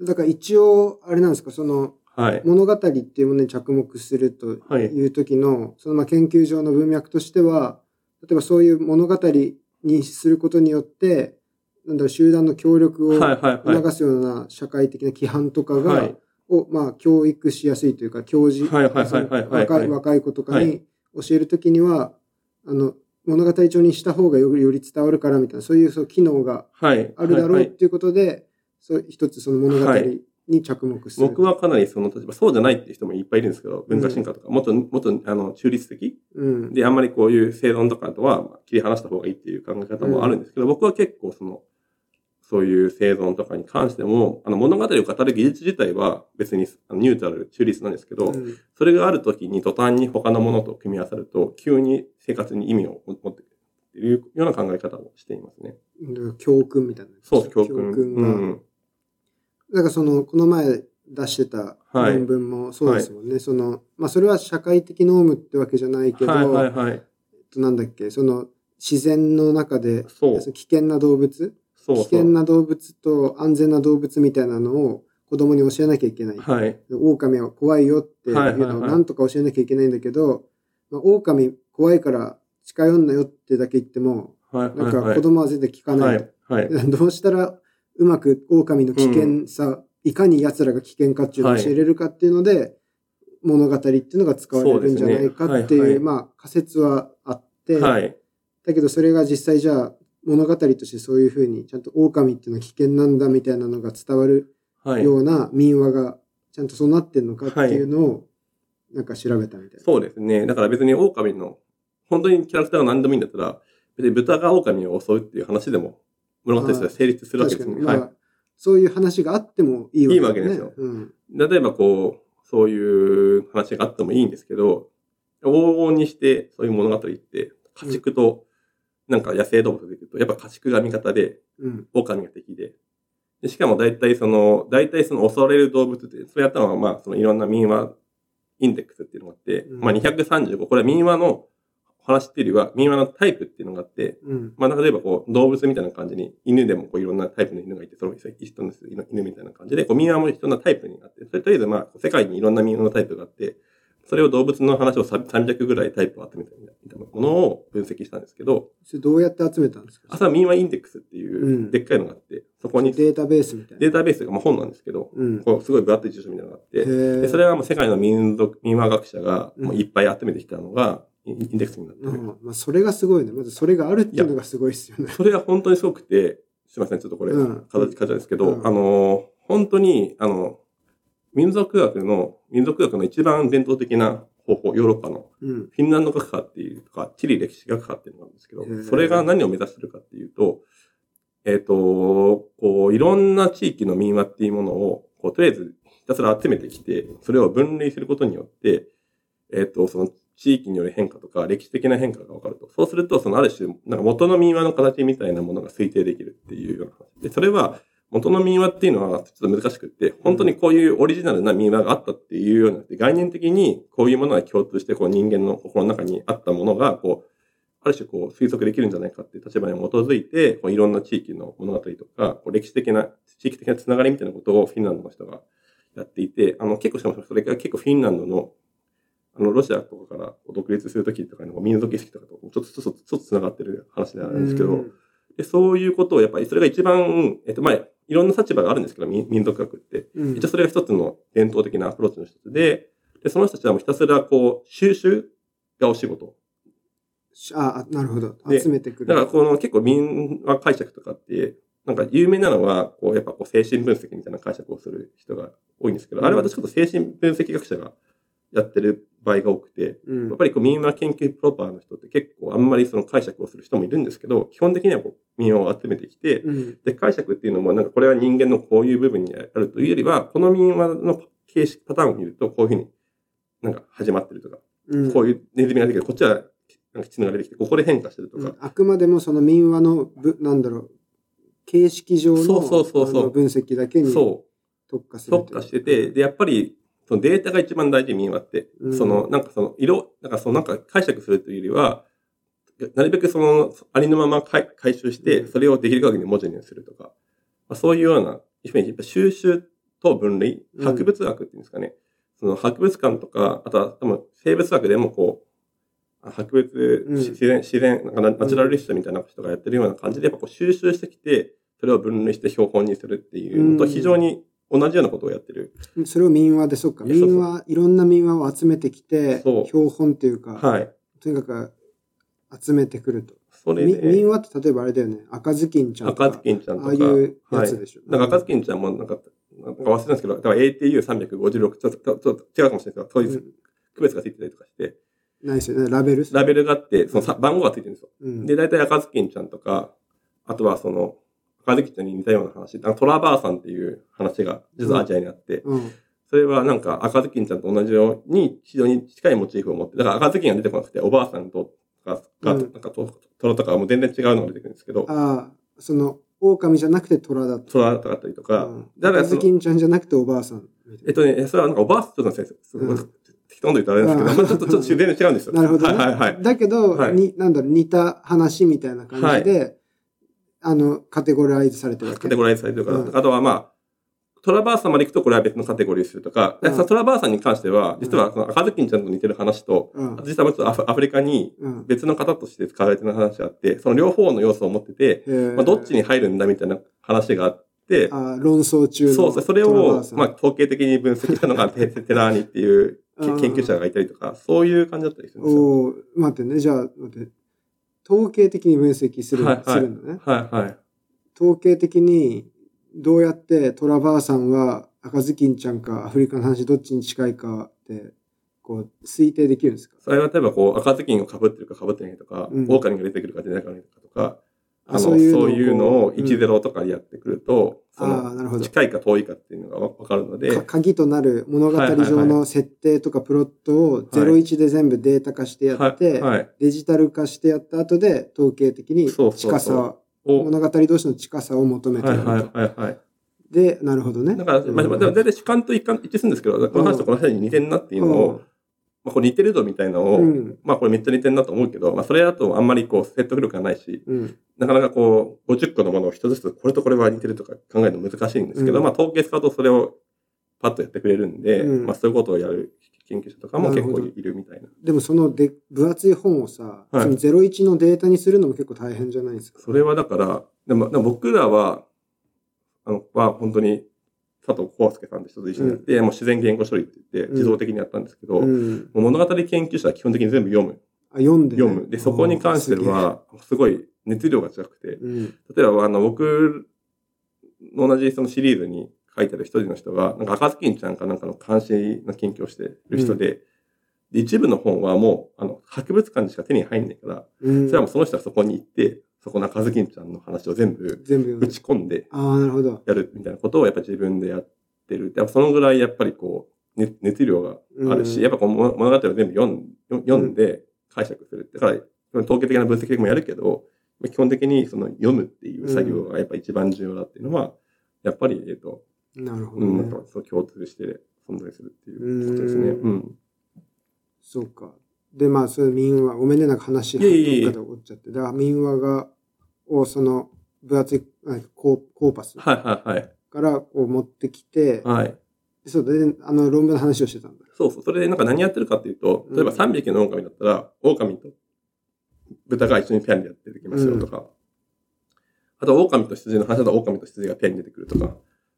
[SPEAKER 1] だから一応、あれなんですか、その
[SPEAKER 2] と。はい。
[SPEAKER 1] 物語っていうものに着目すると
[SPEAKER 2] はい。
[SPEAKER 1] いう時の、そのまあ研究上の文脈としては、例えばそういう物語にすることによって、なんだろう、集団の協力を
[SPEAKER 2] はいはいはい。
[SPEAKER 1] 促すような社会的な規範とかが、
[SPEAKER 2] はい。
[SPEAKER 1] を、まあ、教育しやすいというか、教授、
[SPEAKER 2] はいはいはいはいはい
[SPEAKER 1] その若
[SPEAKER 2] はい
[SPEAKER 1] い、若い子とか
[SPEAKER 2] は
[SPEAKER 1] に教えるときには、あの、物語帳にした方がよりより伝わるからみたいな、そういうそう機能が
[SPEAKER 2] はい。
[SPEAKER 1] あるだ
[SPEAKER 2] は
[SPEAKER 1] ろう
[SPEAKER 2] い
[SPEAKER 1] っ
[SPEAKER 2] はい
[SPEAKER 1] ていうことで、そう一つその物語
[SPEAKER 2] はい
[SPEAKER 1] に着目する。
[SPEAKER 2] 僕はかなりその立場、そうじゃないっていう人もいっぱいいるんですけど、文化進化とか、もっと、もっと、あの、中立的
[SPEAKER 1] うん、
[SPEAKER 2] で、あんまりこういう正論とかとはまあ切り離した方がいいっていう考え方もあるんですけど、僕は結構その、そういう生存とかに関しても、あの物語を語る技術自体は別にあのニュートラル、中立なんですけど、
[SPEAKER 1] うん
[SPEAKER 2] それがある時に途端に他のものと組み合わさると、急に生活に意味を持ってくるっていうような考え方をしていますね。
[SPEAKER 1] うん教訓みたいな。
[SPEAKER 2] そうです、教訓。
[SPEAKER 1] が。
[SPEAKER 2] うん。
[SPEAKER 1] だからその、この前出してた
[SPEAKER 2] はい
[SPEAKER 1] 論文もそうですもんね。その、まあ、それは社会的ノームってわけじゃないけど、
[SPEAKER 2] はいはいはい。
[SPEAKER 1] えっとなんだっけ、その、自然の中で、
[SPEAKER 2] そう。
[SPEAKER 1] そ
[SPEAKER 2] そう
[SPEAKER 1] の危険な動物
[SPEAKER 2] そう。
[SPEAKER 1] 危険な動物と安全な動物みたいなのを子供に教えなきゃいけない。
[SPEAKER 2] はい。
[SPEAKER 1] 狼は怖いよっていう
[SPEAKER 2] はいはい
[SPEAKER 1] のを
[SPEAKER 2] はい
[SPEAKER 1] なんとか教えなきゃいけないんだけど、まあ、狼怖いから近寄んなよってだけ言っても、
[SPEAKER 2] はい
[SPEAKER 1] なん
[SPEAKER 2] はい
[SPEAKER 1] か
[SPEAKER 2] はい
[SPEAKER 1] 子。供は全然聞かないと。
[SPEAKER 2] はいはい。
[SPEAKER 1] どうしたらうまく狼の危険さ、いかに奴らが危険かっていうのを教えれるかっていうので、物語っていうのが使われるんじゃないかっていう、
[SPEAKER 2] そうですねはいはい
[SPEAKER 1] まあ仮説はあって、
[SPEAKER 2] はい。
[SPEAKER 1] だけどそれが実際じゃあ物語としてそういうふうにちゃんと狼っていうのは危険なんだみたいなのが伝わる
[SPEAKER 2] はい。
[SPEAKER 1] ような民話がちゃんとそうなってんのかっていうのをなんか調べたみたいな。
[SPEAKER 2] そうですね。だから別に狼の、本当にキャラクターが何でもいいんだったら、別に豚が狼を襲うっていう話でも、物語としては成立するわけ
[SPEAKER 1] 確
[SPEAKER 2] で
[SPEAKER 1] か
[SPEAKER 2] す
[SPEAKER 1] に、
[SPEAKER 2] ね。
[SPEAKER 1] ま
[SPEAKER 2] は
[SPEAKER 1] あ、
[SPEAKER 2] い。
[SPEAKER 1] そういう話があってもいいわけです
[SPEAKER 2] いい
[SPEAKER 1] ね
[SPEAKER 2] わ。け
[SPEAKER 1] うん
[SPEAKER 2] 例えばこう、そういう話があってもいいんですけど、往々にしてそういう物語って、家畜と、なんか野生動物でいうと、やっぱ家畜が味方で、
[SPEAKER 1] うん
[SPEAKER 2] 狼が敵で。でしかも大体その、大体その襲われる動物って、それやったのはまあそのいろんな民話インデックスっていうのがあって、
[SPEAKER 1] うん
[SPEAKER 2] まあ235、これは民話の話っていうよりは民話のタイプっていうのがあって、
[SPEAKER 1] うん
[SPEAKER 2] まあ例えばこう動物みたいな感じに犬でもこういろんなタイプの犬がいて、その人の犬みたいな感じで、こう民話もいろんなタイプにあって、それとりあえずまあ世界にいろんな民話のタイプがあって、それを動物の話を300ぐらいタイプを集めたみたいなものを分析したんですけど、
[SPEAKER 1] それどうやって集めたんですか
[SPEAKER 2] 朝民話インデックスって
[SPEAKER 1] う
[SPEAKER 2] い
[SPEAKER 1] ん
[SPEAKER 2] うでっかいのがあって、そこ
[SPEAKER 1] デ
[SPEAKER 2] に
[SPEAKER 1] ータベースみたいな。
[SPEAKER 2] データベースがまあ本なんですけど、
[SPEAKER 1] うん、
[SPEAKER 2] こうすごい分厚い辞書みたいなのがあって、でそれ
[SPEAKER 1] は、
[SPEAKER 2] はもう世界の民族、民話学者が
[SPEAKER 1] うん
[SPEAKER 2] もういっぱい集めてきたのが、インインデックスになって
[SPEAKER 1] う
[SPEAKER 2] る。
[SPEAKER 1] んまあ、それがすごいね。まずそれがあるっていうのがすごいですよね。
[SPEAKER 2] それが本当にすごくて、すいません、ちょっとこれ、
[SPEAKER 1] うん
[SPEAKER 2] 形形ですけど、
[SPEAKER 1] うん
[SPEAKER 2] あの、本当に、あの、民族学の、民族学の一番伝統的な方法、ヨーロッパの、
[SPEAKER 1] うん
[SPEAKER 2] フィンランド学科っていうとか、地理歴史学科っていうのがあるんですけど
[SPEAKER 1] へー、
[SPEAKER 2] それが何を目指してるかっていうと、えっ、と、こう、いろんな地域の民話っていうものを、こう、とりあえずひたすら集めてきて、それを分類することによって、えっ、と、その地域による変化とか、歴史的な変化が分かると。そうすると、そのある種、なんか元の民話の形みたいなものが推定できるっていうような話。で、それは、元の民話っていうのはちょっと難しくって、本当にこういうオリジナルな民話があったっていうようになって、概念的にこういうものが共通して、こう人間の心の中にあったものが、こう、ある種こう推測できるんじゃないかっていう立場に基づいて、こういろんな地域の物語とか、こう歴史的な、地域的なつながりみたいなことをフィンランドの人がやっていて、あの結構しかもそれが結構フィンランドの、あのロシアとかから独立するときとかの民族意識とかとちょっと、ちょっと、ちょっとつながってる話ではあるんですけど、で、そういうことを、やっぱり、それが一番、えっと、まあ、いろんな立場があるんですけど、民民族学って。
[SPEAKER 1] うん
[SPEAKER 2] 一応それが一つの伝統的なアプローチの一つで、で、その人たちはもうひたすら、こう、収集がお仕事。
[SPEAKER 1] ああ、なるほど。
[SPEAKER 2] で
[SPEAKER 1] 集めてくる。
[SPEAKER 2] だから、この結構民話解釈とかって、なんか有名なのは、こう、やっぱこう、精神分析みたいな解釈をする人が多いんですけど、あれは私ちょっと精神分析学者がやってる場合が多くて、
[SPEAKER 1] うん
[SPEAKER 2] やっぱりこう民話研究プロパーの人って結構あんまりその解釈をする人もいるんですけど、基本的にはこう民話を集めてきて、
[SPEAKER 1] うん
[SPEAKER 2] で、解釈っていうのもなんかこれは人間のこういう部分にあるというよりは、この民話の形式、パターンを見るとこういうふうになんか始まってるとか、
[SPEAKER 1] うん
[SPEAKER 2] こういうネズミが出てきて、こっちはなんか血のが出てきて、ここで変化してると
[SPEAKER 1] うん
[SPEAKER 2] か、
[SPEAKER 1] あくまでもその民話のぶ、なんだろう、形式上の
[SPEAKER 2] そうそうそうそう
[SPEAKER 1] あの分析だけに
[SPEAKER 2] そう、
[SPEAKER 1] 特化するという。
[SPEAKER 2] 特化してて、で、やっぱり、そのデータが一番大事、民話って。
[SPEAKER 1] うん
[SPEAKER 2] その、なんかその、色、なんかその、なんか解釈するというよりは、なるべくその、ありのまま回回収し
[SPEAKER 1] う
[SPEAKER 2] て、
[SPEAKER 1] ん
[SPEAKER 2] それをできる限り文字にするとか、まあ、そういうような、やっぱ収集と分類、
[SPEAKER 1] うん
[SPEAKER 2] 博物学っていうんですかね。その博物館とか、あとは多分生物学でもこう、あ博物、
[SPEAKER 1] うん
[SPEAKER 2] 自然、自然、なんかナナチュラリストみたいな人がやってるような感じで、やっぱこう収集してきて、それを分類して標本にするっていうのと、
[SPEAKER 1] うん
[SPEAKER 2] 非常に同じようなことをやってる。
[SPEAKER 1] それを民話で、そっか、
[SPEAKER 2] いやそうそう
[SPEAKER 1] 民話、いろんな民話を集めてきて、
[SPEAKER 2] そう
[SPEAKER 1] 標本というか、
[SPEAKER 2] はい。
[SPEAKER 1] とにかく集めてくると。
[SPEAKER 2] それ
[SPEAKER 1] み民
[SPEAKER 2] で、
[SPEAKER 1] 話って例えばあれだよね、赤ずきんちゃんとか。
[SPEAKER 2] 赤ずきんちゃんとか、
[SPEAKER 1] ああいうや
[SPEAKER 2] はい
[SPEAKER 1] つ。でしょ。
[SPEAKER 2] なんか赤ずきんちゃんもなんか、なんか忘れたんですけど、だから ATU356、ちょっとちょっと違うかもしれないですけど、そういう区別がついてたりとかして、
[SPEAKER 1] ないですよね、ラベル。
[SPEAKER 2] ラベルがあって、そのさ番号がついてるんですよ。
[SPEAKER 1] うん
[SPEAKER 2] で、大体赤ずきんちゃんとか、あとはその、赤ずきんちゃんに似たような話、なんかトラバーさんっていう話が実はアジアにあって、
[SPEAKER 1] うん
[SPEAKER 2] それはなんか赤ずきんちゃんと同じように非常に近いモチーフを持って、だから赤ずきんが出てこなくて、おばあさんとか、が
[SPEAKER 1] うん
[SPEAKER 2] なんかとトロとかもう全然違うのが出てくるんですけど、
[SPEAKER 1] ああ、その、狼じゃなくて虎だった。
[SPEAKER 2] トラとかだったりとか、
[SPEAKER 1] うん
[SPEAKER 2] だから
[SPEAKER 1] 赤
[SPEAKER 2] そ
[SPEAKER 1] ず
[SPEAKER 2] の
[SPEAKER 1] きんちゃんじゃなくておばあさんみた
[SPEAKER 2] えっ
[SPEAKER 1] いな。
[SPEAKER 2] とね、それはなんかおばあさん、ちょっと先生、すご
[SPEAKER 1] う
[SPEAKER 2] い
[SPEAKER 1] ん
[SPEAKER 2] 適当なこと言ったらあれですけ
[SPEAKER 1] うん
[SPEAKER 2] ど、まあちょっと、ちょっと自然に違うんですよ。
[SPEAKER 1] なるほどね。
[SPEAKER 2] はいはいはい。
[SPEAKER 1] だけど、
[SPEAKER 2] はい
[SPEAKER 1] に、なんだろう、似た話みたいな感じで、あの、カテゴライズされてるわけ。
[SPEAKER 2] カテゴライズされてるから、
[SPEAKER 1] うん
[SPEAKER 2] あとはまあ、トラバーサまで行くとこれは別のカテゴリーするとか、
[SPEAKER 1] うん
[SPEAKER 2] でそのトラバーサに関しては、実はその赤ずきんちゃんと似てる話と、
[SPEAKER 1] うん
[SPEAKER 2] あと実はもうちょっとアフアフリカに
[SPEAKER 1] うん。
[SPEAKER 2] 別の方として使われてる話があって、その両方の要素を持ってて、
[SPEAKER 1] ま
[SPEAKER 2] まあ、どっちに入るんだみたいな話があって、
[SPEAKER 1] あ論争中の
[SPEAKER 2] そうそう、それ
[SPEAKER 1] トラバ
[SPEAKER 2] を
[SPEAKER 1] ー、さん
[SPEAKER 2] まあ、統計的に分析したの が、テテラーニっていうけ
[SPEAKER 1] うん
[SPEAKER 2] 研究者がいたりとか、そういう感じだったりするんですよ。
[SPEAKER 1] おー待ってね、じゃあ、待って。統計的に分析する、
[SPEAKER 2] はいはい
[SPEAKER 1] するのね。
[SPEAKER 2] はいはい。
[SPEAKER 1] 統計的に、どうやってトラバーさんは赤ずきんちゃんかアフリカの話どっちに近いかって、こう、推定できるんですか
[SPEAKER 2] それは例えばこう赤ずきんをかぶってるかかぶってないとか、
[SPEAKER 1] うん
[SPEAKER 2] 狼が出てくるか出ないかとか、
[SPEAKER 1] あ
[SPEAKER 2] あの
[SPEAKER 1] そ
[SPEAKER 2] そうう
[SPEAKER 1] い
[SPEAKER 2] いうう
[SPEAKER 1] のを
[SPEAKER 2] の
[SPEAKER 1] こ
[SPEAKER 2] を
[SPEAKER 1] ううん
[SPEAKER 2] 10とかでやってくると、そ
[SPEAKER 1] ああ、
[SPEAKER 2] の
[SPEAKER 1] なるほど。
[SPEAKER 2] 近いか遠いかっていうのがわわかるので、
[SPEAKER 1] か鍵となる物語上の設定とかプロットを01で全部データ化してやっ
[SPEAKER 2] はい、
[SPEAKER 1] て、
[SPEAKER 2] はい、
[SPEAKER 1] デジタル化してやった後で統計的に
[SPEAKER 2] そうそうそう
[SPEAKER 1] 近さ、
[SPEAKER 2] を
[SPEAKER 1] 物語同士の近さを求めて
[SPEAKER 2] はい
[SPEAKER 1] ると。
[SPEAKER 2] はいはいはい。
[SPEAKER 1] で、なるほどね。
[SPEAKER 2] だから、まあ、まあでも大体主観と一貫一致するんですけど、この話とこの話に似てんなっていうのを、まあ、これ似てるぞみたいなのを、
[SPEAKER 1] うん
[SPEAKER 2] まあこれめっちゃ似てんなと思うけど、まあそれだとあんまりこう説得力がないし、
[SPEAKER 1] うん
[SPEAKER 2] なかなかこう、50個のものを一つずつ、これとこれは似てるとか考えるの難しいんですけど、
[SPEAKER 1] うん
[SPEAKER 2] まあ統計使うとそれをパッとやってくれるんで、
[SPEAKER 1] うん
[SPEAKER 2] まあそういうことをやる研究者とかも結
[SPEAKER 1] な
[SPEAKER 2] 構
[SPEAKER 1] るほど
[SPEAKER 2] いるみたいな。
[SPEAKER 1] でもそので分厚い本をさ、
[SPEAKER 2] はい
[SPEAKER 1] その01のデータにするのも結構大変じゃないですか。
[SPEAKER 2] それはだから、でもでも僕らは、あの、は本当に佐藤康介さんと一つ一緒にやって、もう自然言語処理って言って
[SPEAKER 1] うん
[SPEAKER 2] 自動的にやったんですけど、
[SPEAKER 1] う
[SPEAKER 2] も
[SPEAKER 1] ん、
[SPEAKER 2] う物語研究者は基本的に全部読む。
[SPEAKER 1] あ読んで、ね、
[SPEAKER 2] 読む。で、そこに関しては、すごい熱量が違くて、
[SPEAKER 1] あー、すげえうん
[SPEAKER 2] 例えば、あの、僕の同じそのシリーズに書いてある一人の人が、なんか赤ずきんちゃんかなんかの監視の研究をしてる人で、で一部の本はもう、あの、博物館にしか手に入んないから、
[SPEAKER 1] うん、
[SPEAKER 2] それはもうその人はそこに行って、そこの赤ずきんちゃんの話を全部
[SPEAKER 1] 全部読ん
[SPEAKER 2] 打
[SPEAKER 1] で
[SPEAKER 2] ち込んで
[SPEAKER 1] ああなるほど、
[SPEAKER 2] やるみたいなことをやっぱ自分でやってる。やっぱそのぐらいやっぱりこう、ね熱量があるし、
[SPEAKER 1] うん
[SPEAKER 2] やっぱこの物物語を全部読ん読んで解釈するって、だから統計的な分析もやるけど、基本的にその読むっていう作業がやっぱ一番重要だっていうのは、やっぱり、えっと、
[SPEAKER 1] なるほ
[SPEAKER 2] う
[SPEAKER 1] ど、ね
[SPEAKER 2] ん、なんかそう共通して存在するっていうことですね。
[SPEAKER 1] う
[SPEAKER 2] うん。
[SPEAKER 1] そうか。で、まあ、その民話、ごめんね、なんか話、
[SPEAKER 2] いえいえい
[SPEAKER 1] ど
[SPEAKER 2] え
[SPEAKER 1] っかで折っちゃって。だから民話が、をその、分厚い、なんかコーコーパス
[SPEAKER 2] はいはいはい。
[SPEAKER 1] からこう持ってきて、
[SPEAKER 2] はい。
[SPEAKER 1] そうだね、あの論文の話をしてたんだ。
[SPEAKER 2] そうそう。それでなんか何やってるかっていうと、
[SPEAKER 1] うん
[SPEAKER 2] 例えば3匹の狼だったら、狼と豚が一緒にペアにやってきますよとか、あと狼と羊の話だと狼と羊がペアに出てくるとか、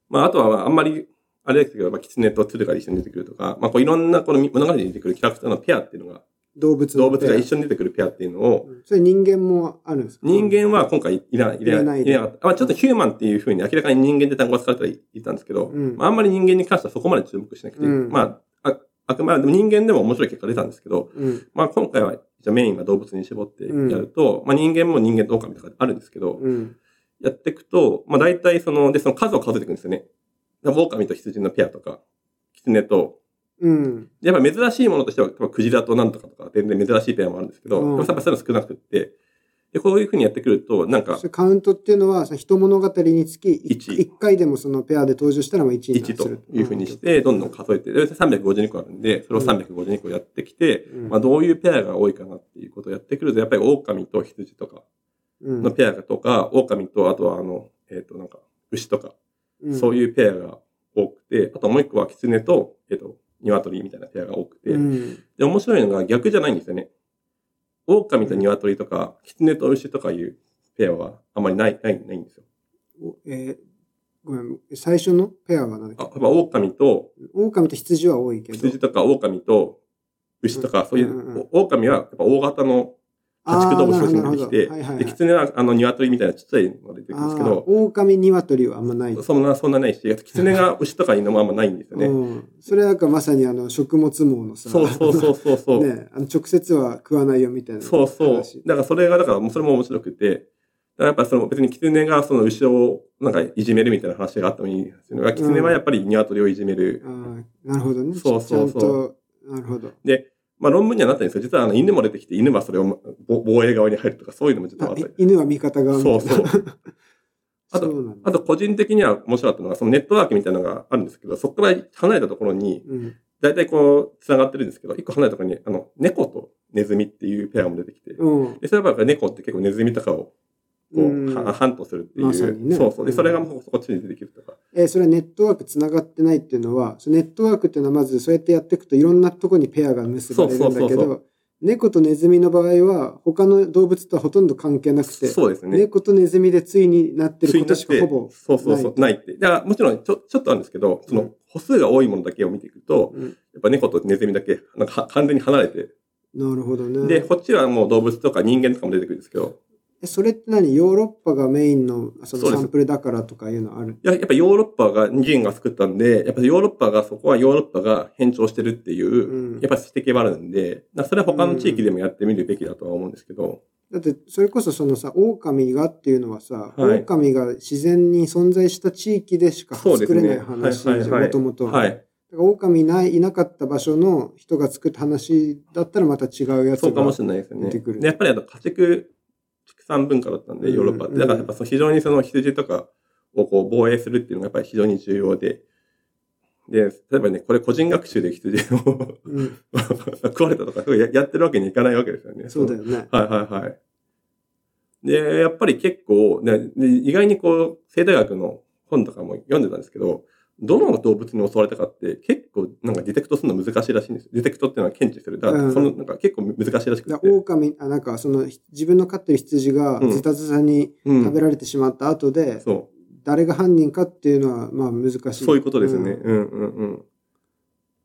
[SPEAKER 2] まああとはまああんまり、あれですけど、まあ狐と鶴が一緒に出てくるとか、まあこういろんなこの物語に出てくるキャラクターのペアっていうのが、
[SPEAKER 1] 動物の
[SPEAKER 2] 動物が一
[SPEAKER 1] 緒。
[SPEAKER 2] 緒に出てくるペアっていうのを、
[SPEAKER 1] うんそれ人間もあるんですか
[SPEAKER 2] 人間は今回いら、い
[SPEAKER 1] いら
[SPEAKER 2] ら
[SPEAKER 1] ない
[SPEAKER 2] いらなかった。まあちょっとヒューマンっていうふうに明らかに人間で単語が使われてはいたんですけど、
[SPEAKER 1] うん
[SPEAKER 2] まああんまり人間に関してはそこまで注目しなくていい、
[SPEAKER 1] うん
[SPEAKER 2] まあ、ああくまでも人間でも面白い結果出たんですけど、
[SPEAKER 1] うん。
[SPEAKER 2] まあ今回はじゃあメインが動物に絞ってやると、まあ人間も人間と狼とかあるんですけど、
[SPEAKER 1] うん。
[SPEAKER 2] やっていくと、まあ大体その、で、その数を数えていくんですよね。だから狼と羊のペアとか、狐と、
[SPEAKER 1] うん。
[SPEAKER 2] やっぱ珍しいものとしては、多分クジラとなんとかとか、全然珍しいペアもあるんですけ
[SPEAKER 1] う
[SPEAKER 2] ど、
[SPEAKER 1] ん
[SPEAKER 2] でもやっぱそういうの少なくって、で、こういうふうにやってくると、なんか
[SPEAKER 1] そ、れカウントっていうのは、その人物語につき
[SPEAKER 2] 一
[SPEAKER 1] 1, 回でもそのペアで登場したらもう1位に
[SPEAKER 2] 1というふうにして、どんどん数えて、で352個あるんで、それを352個やってきて、
[SPEAKER 1] うん
[SPEAKER 2] まあどういうペアが多いかなっていうことをやってくると、やっぱり狼と羊とか
[SPEAKER 1] うん
[SPEAKER 2] のペアとか、狼と、あとはあの、えっ、と、なんか、牛とか、
[SPEAKER 1] うん
[SPEAKER 2] そういうペアが多くて、あともう一個は狐と、えっ、と、鶏みたいなペアが多くて、
[SPEAKER 1] うん
[SPEAKER 2] で、面白いのが逆じゃないんですよね。狼と鶏とか、狐と牛とかいうペアはあまりない、ない、ないんですよ。
[SPEAKER 1] おえーごめん、最初のペアは何
[SPEAKER 2] あ、
[SPEAKER 1] だ
[SPEAKER 2] や
[SPEAKER 1] っ
[SPEAKER 2] っ
[SPEAKER 1] け
[SPEAKER 2] ぱ狼と、
[SPEAKER 1] 狼と羊は多いけど。
[SPEAKER 2] 羊とか狼と牛とか、そうい
[SPEAKER 1] う
[SPEAKER 2] う、
[SPEAKER 1] んうんうん
[SPEAKER 2] お狼はやっぱ大型の家
[SPEAKER 1] あ
[SPEAKER 2] 畜
[SPEAKER 1] ー
[SPEAKER 2] 動物として出てきて、
[SPEAKER 1] なるほどなるほどはいはいはい
[SPEAKER 2] で、狐はあの鶏みたいなちっちゃいのが出てくるんですけ
[SPEAKER 1] あー
[SPEAKER 2] ど、
[SPEAKER 1] 狼、鶏はあんまない。
[SPEAKER 2] そんな、そんなないし、狐が牛とかいうのもあんまないんですよね。
[SPEAKER 1] うん。それなんかまさにあの食物網のさ、
[SPEAKER 2] そうそうそうそうそう。
[SPEAKER 1] ね、あの直接は食わないよみたいな話。
[SPEAKER 2] そうそう。だからそれが、だからもうそれも面白くて、だからやっぱその別に狐がその牛をなんかいじめるみたいな話があってもいいんですよね。狐はやっぱり鶏をいじめる。
[SPEAKER 1] あーなるほどね。
[SPEAKER 2] そうそうそう
[SPEAKER 1] ちゃんと、なるほど。
[SPEAKER 2] まあ論文にはなったんですけど、実はあの犬も出てきて、犬はそれをぼ防衛側に入るとか、そういうのもちょっとあ
[SPEAKER 1] あ
[SPEAKER 2] ったり。
[SPEAKER 1] い犬は味方側みたい
[SPEAKER 2] そ
[SPEAKER 1] な
[SPEAKER 2] うそう。 あと
[SPEAKER 1] そうなんだ
[SPEAKER 2] あと個人的には面白かったのが、そのネットワークみたいなのがあるんですけど、そこから離れたところに、
[SPEAKER 1] うん。
[SPEAKER 2] だいたいこう、繋がってるんですけど、一個離れたところに、あの、猫とネズミっていうペアも出てきて、
[SPEAKER 1] うん。
[SPEAKER 2] で、それはやっぱ猫って結構ネズミとかをこう、
[SPEAKER 1] うん
[SPEAKER 2] はハントするっていう。
[SPEAKER 1] まさにね
[SPEAKER 2] そうそう。で、
[SPEAKER 1] うん
[SPEAKER 2] それがもうこっちに出てきるとか。
[SPEAKER 1] えーそれはネットワークつながってないっていうのは、そのネットワークっていうのはまずそうやってやっていくといろんなとこにペアが結ばれるんだ
[SPEAKER 2] そうそ
[SPEAKER 1] け
[SPEAKER 2] うそうそ
[SPEAKER 1] ど、猫とネズミの場合は他の動物とはほとんど関係なくて、
[SPEAKER 2] そうですね。
[SPEAKER 1] 猫とネズミでついになってる
[SPEAKER 2] つい
[SPEAKER 1] ことしかほぼ。
[SPEAKER 2] そうそうそう、ないって。だから、もちろんちょ、ちょっとあるんですけど、そ
[SPEAKER 1] うん
[SPEAKER 2] の、歩数が多いものだけを見ていくと、
[SPEAKER 1] うん
[SPEAKER 2] やっぱ猫とネズミだけ、なんかは完全に離れて。
[SPEAKER 1] なるほどね。
[SPEAKER 2] で、こっちはもう動物とか人間とかも出てくるんですけど、
[SPEAKER 1] えそれって何ヨーロッパがメインのそ
[SPEAKER 2] そ
[SPEAKER 1] の
[SPEAKER 2] うで
[SPEAKER 1] サ
[SPEAKER 2] す
[SPEAKER 1] ンプルだからとかいうのある
[SPEAKER 2] ややっぱヨーロッパが、人が作ったんで、やっぱヨーロッパが、そこはヨーロッパが変調してるっていう、
[SPEAKER 1] うん
[SPEAKER 2] やっぱ指摘はあるんで、だからそれは他の地域でもやってみるべきだとは思うんですけど、
[SPEAKER 1] だってそれこそそのさ狼がっていうのはさ、
[SPEAKER 2] はい
[SPEAKER 1] 狼が自然に存在した地域でしか
[SPEAKER 2] そうです
[SPEAKER 1] 作
[SPEAKER 2] ね
[SPEAKER 1] れない話じゃん、
[SPEAKER 2] はいはいはい
[SPEAKER 1] もともとは
[SPEAKER 2] はい。
[SPEAKER 1] だから狼いないいなかった場所の人が作った話だったらまた違うやつ
[SPEAKER 2] そうか
[SPEAKER 1] が
[SPEAKER 2] もしれないですよね。
[SPEAKER 1] 出てくる
[SPEAKER 2] でやっぱりあと家畜、畜産文化だったん
[SPEAKER 1] う
[SPEAKER 2] で、
[SPEAKER 1] ん
[SPEAKER 2] ヨーロッパって。だからやっぱその非常にその羊とかをこう防衛するっていうのがやっぱり非常に重要で、で、例えばね、これ個人学習で羊を
[SPEAKER 1] うん、
[SPEAKER 2] 食われたとか、そういうややってるわけにいかないわけですよね。
[SPEAKER 1] そうだよね
[SPEAKER 2] はいはいはい。で、やっぱり結構、ね、で意外にこう、生態学の本とかも読んでたんですけど、どの動物に襲われたかって結構なんかディテクトするの難しいらしいんですよ。ディテクトっていうのは検知する。だか
[SPEAKER 1] うん
[SPEAKER 2] らそのなんか結構難しいらしく
[SPEAKER 1] だ
[SPEAKER 2] て。
[SPEAKER 1] 狼あなんかそのひ自分の飼ってる羊が
[SPEAKER 2] うん
[SPEAKER 1] ズタズタに
[SPEAKER 2] うん
[SPEAKER 1] 食べられてしまった後で、
[SPEAKER 2] そ。
[SPEAKER 1] 誰が犯人かっていうのはまあ難しいう
[SPEAKER 2] そういうことですね。
[SPEAKER 1] ん
[SPEAKER 2] うんうん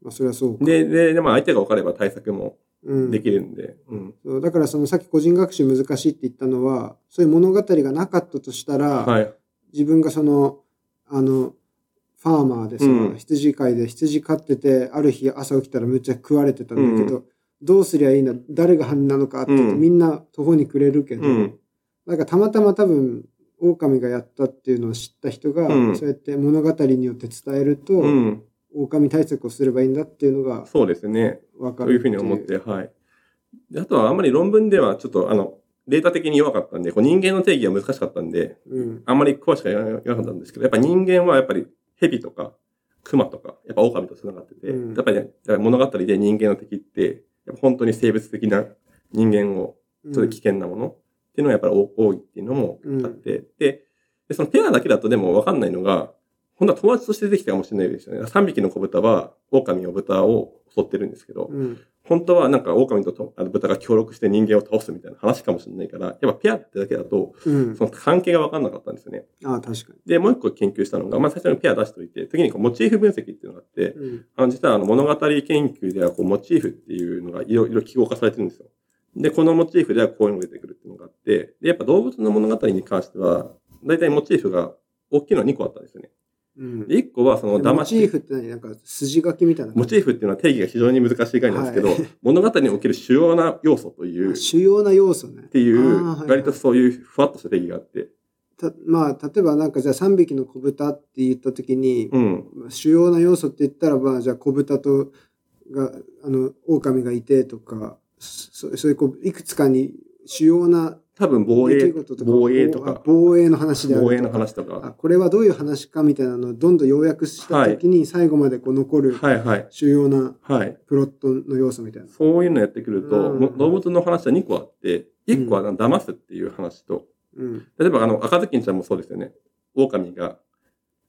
[SPEAKER 1] まあ、それはそう
[SPEAKER 2] うん。
[SPEAKER 1] か、
[SPEAKER 2] で、で、でまあ相手が分かれば対策も
[SPEAKER 1] うん、
[SPEAKER 2] できるんで。うん。
[SPEAKER 1] そうだからそのさっき個人学習難しいって言ったのはそういう物語がなかったとしたら、
[SPEAKER 2] はい。
[SPEAKER 1] 自分がそのあのファーマーでさ、
[SPEAKER 2] うん
[SPEAKER 1] 羊飼いで羊飼っててある日朝起きたらむっちゃ食われてたんだけど、どうすりゃいいんだ誰が犯人なのかって言って、
[SPEAKER 2] うん
[SPEAKER 1] みんな途方に暮れるけど、
[SPEAKER 2] うん。
[SPEAKER 1] なんかたまたま多分狼がやったっていうのを知った人が、
[SPEAKER 2] うん
[SPEAKER 1] そうやって物語によって伝えると、
[SPEAKER 2] うん。
[SPEAKER 1] 狼対策をすればいいんだっていうのが
[SPEAKER 2] そうですね。
[SPEAKER 1] 分か
[SPEAKER 2] と
[SPEAKER 1] る
[SPEAKER 2] いうふうに思って、はい。であとはあんまり論文ではちょっとあの、データ的に弱かったんで、こう人間の定義が難しかったんで、
[SPEAKER 1] うん
[SPEAKER 2] あんまり詳しくは言わなかったんですけど、やっぱ人間はやっぱり蛇とか熊とか、やっぱ狼と繋がってて、
[SPEAKER 1] うん
[SPEAKER 2] やっぱり、ね、だから物語で人間の敵って、やっぱ本当に生物的な人間を、
[SPEAKER 1] うん
[SPEAKER 2] ちょっと危険なものっていうのがやっぱり多多いっていうのもあって、で、でそのペアだけだとでもわかんないのが、本当は友達としてできたかもしれないですよね。3匹の子豚は狼の豚を襲ってるんですけど、
[SPEAKER 1] うん
[SPEAKER 2] 本当はなんか狼ととあの豚が協力して人間を倒すみたいな話かもしれないから、やっぱペアってだけだと、
[SPEAKER 1] うん
[SPEAKER 2] その関係が分かんなかったんですよね。
[SPEAKER 1] ああ確かに、
[SPEAKER 2] で、もう一個研究したのが、まあ最初にペア出しておいて、次にこうモチーフ分析っていうのがあって、
[SPEAKER 1] うん
[SPEAKER 2] あの実はあの物語研究ではこうモチーフっていうのがいろいろ記号化されてるんですよ。で、このモチーフではこういうのが出てくるっていうのがあって、で、やっぱ動物の物語に関しては、大体モチーフが大きいのは2個あったんですよね。
[SPEAKER 1] うん。
[SPEAKER 2] で、一個はその
[SPEAKER 1] モ
[SPEAKER 2] 騙
[SPEAKER 1] チー
[SPEAKER 2] し
[SPEAKER 1] フって何なんか筋書きみたいな。
[SPEAKER 2] モチーフっていうのは定義が非常に難しい概念なんですけど、
[SPEAKER 1] は
[SPEAKER 2] 物語における主要な要素という、
[SPEAKER 1] あ
[SPEAKER 2] っ
[SPEAKER 1] 主要な要素ね。
[SPEAKER 2] てい
[SPEAKER 1] あーはいは
[SPEAKER 2] う、
[SPEAKER 1] い
[SPEAKER 2] 割とそういうふわっとした定義があって、
[SPEAKER 1] たまあ、例えばなんかじゃあ3匹の子豚って言った時に、
[SPEAKER 2] うん。
[SPEAKER 1] 主要な要素って言ったらば、じゃあ小豚と、が、あの、狼がいてとか、そそういうこう、いくつかに主要な
[SPEAKER 2] 多分防
[SPEAKER 1] 出
[SPEAKER 2] 衛
[SPEAKER 1] 来事と、か、
[SPEAKER 2] 防衛と
[SPEAKER 1] あ
[SPEAKER 2] か、
[SPEAKER 1] 防衛の話であると
[SPEAKER 2] 防
[SPEAKER 1] か
[SPEAKER 2] 衛の話と
[SPEAKER 1] あ
[SPEAKER 2] か。
[SPEAKER 1] これはどういう話かみたいなのをどんどん要約した時に最後までこう残る
[SPEAKER 2] はいはい。
[SPEAKER 1] 主要な
[SPEAKER 2] はい。
[SPEAKER 1] プロットの要素みたいな。
[SPEAKER 2] そういうのやってくると、
[SPEAKER 1] うん
[SPEAKER 2] も動物の話は2個あって、1個はな騙すっていう話と、
[SPEAKER 1] うん。
[SPEAKER 2] 例えばあの、赤ずきんちゃんもそうですよね。狼が、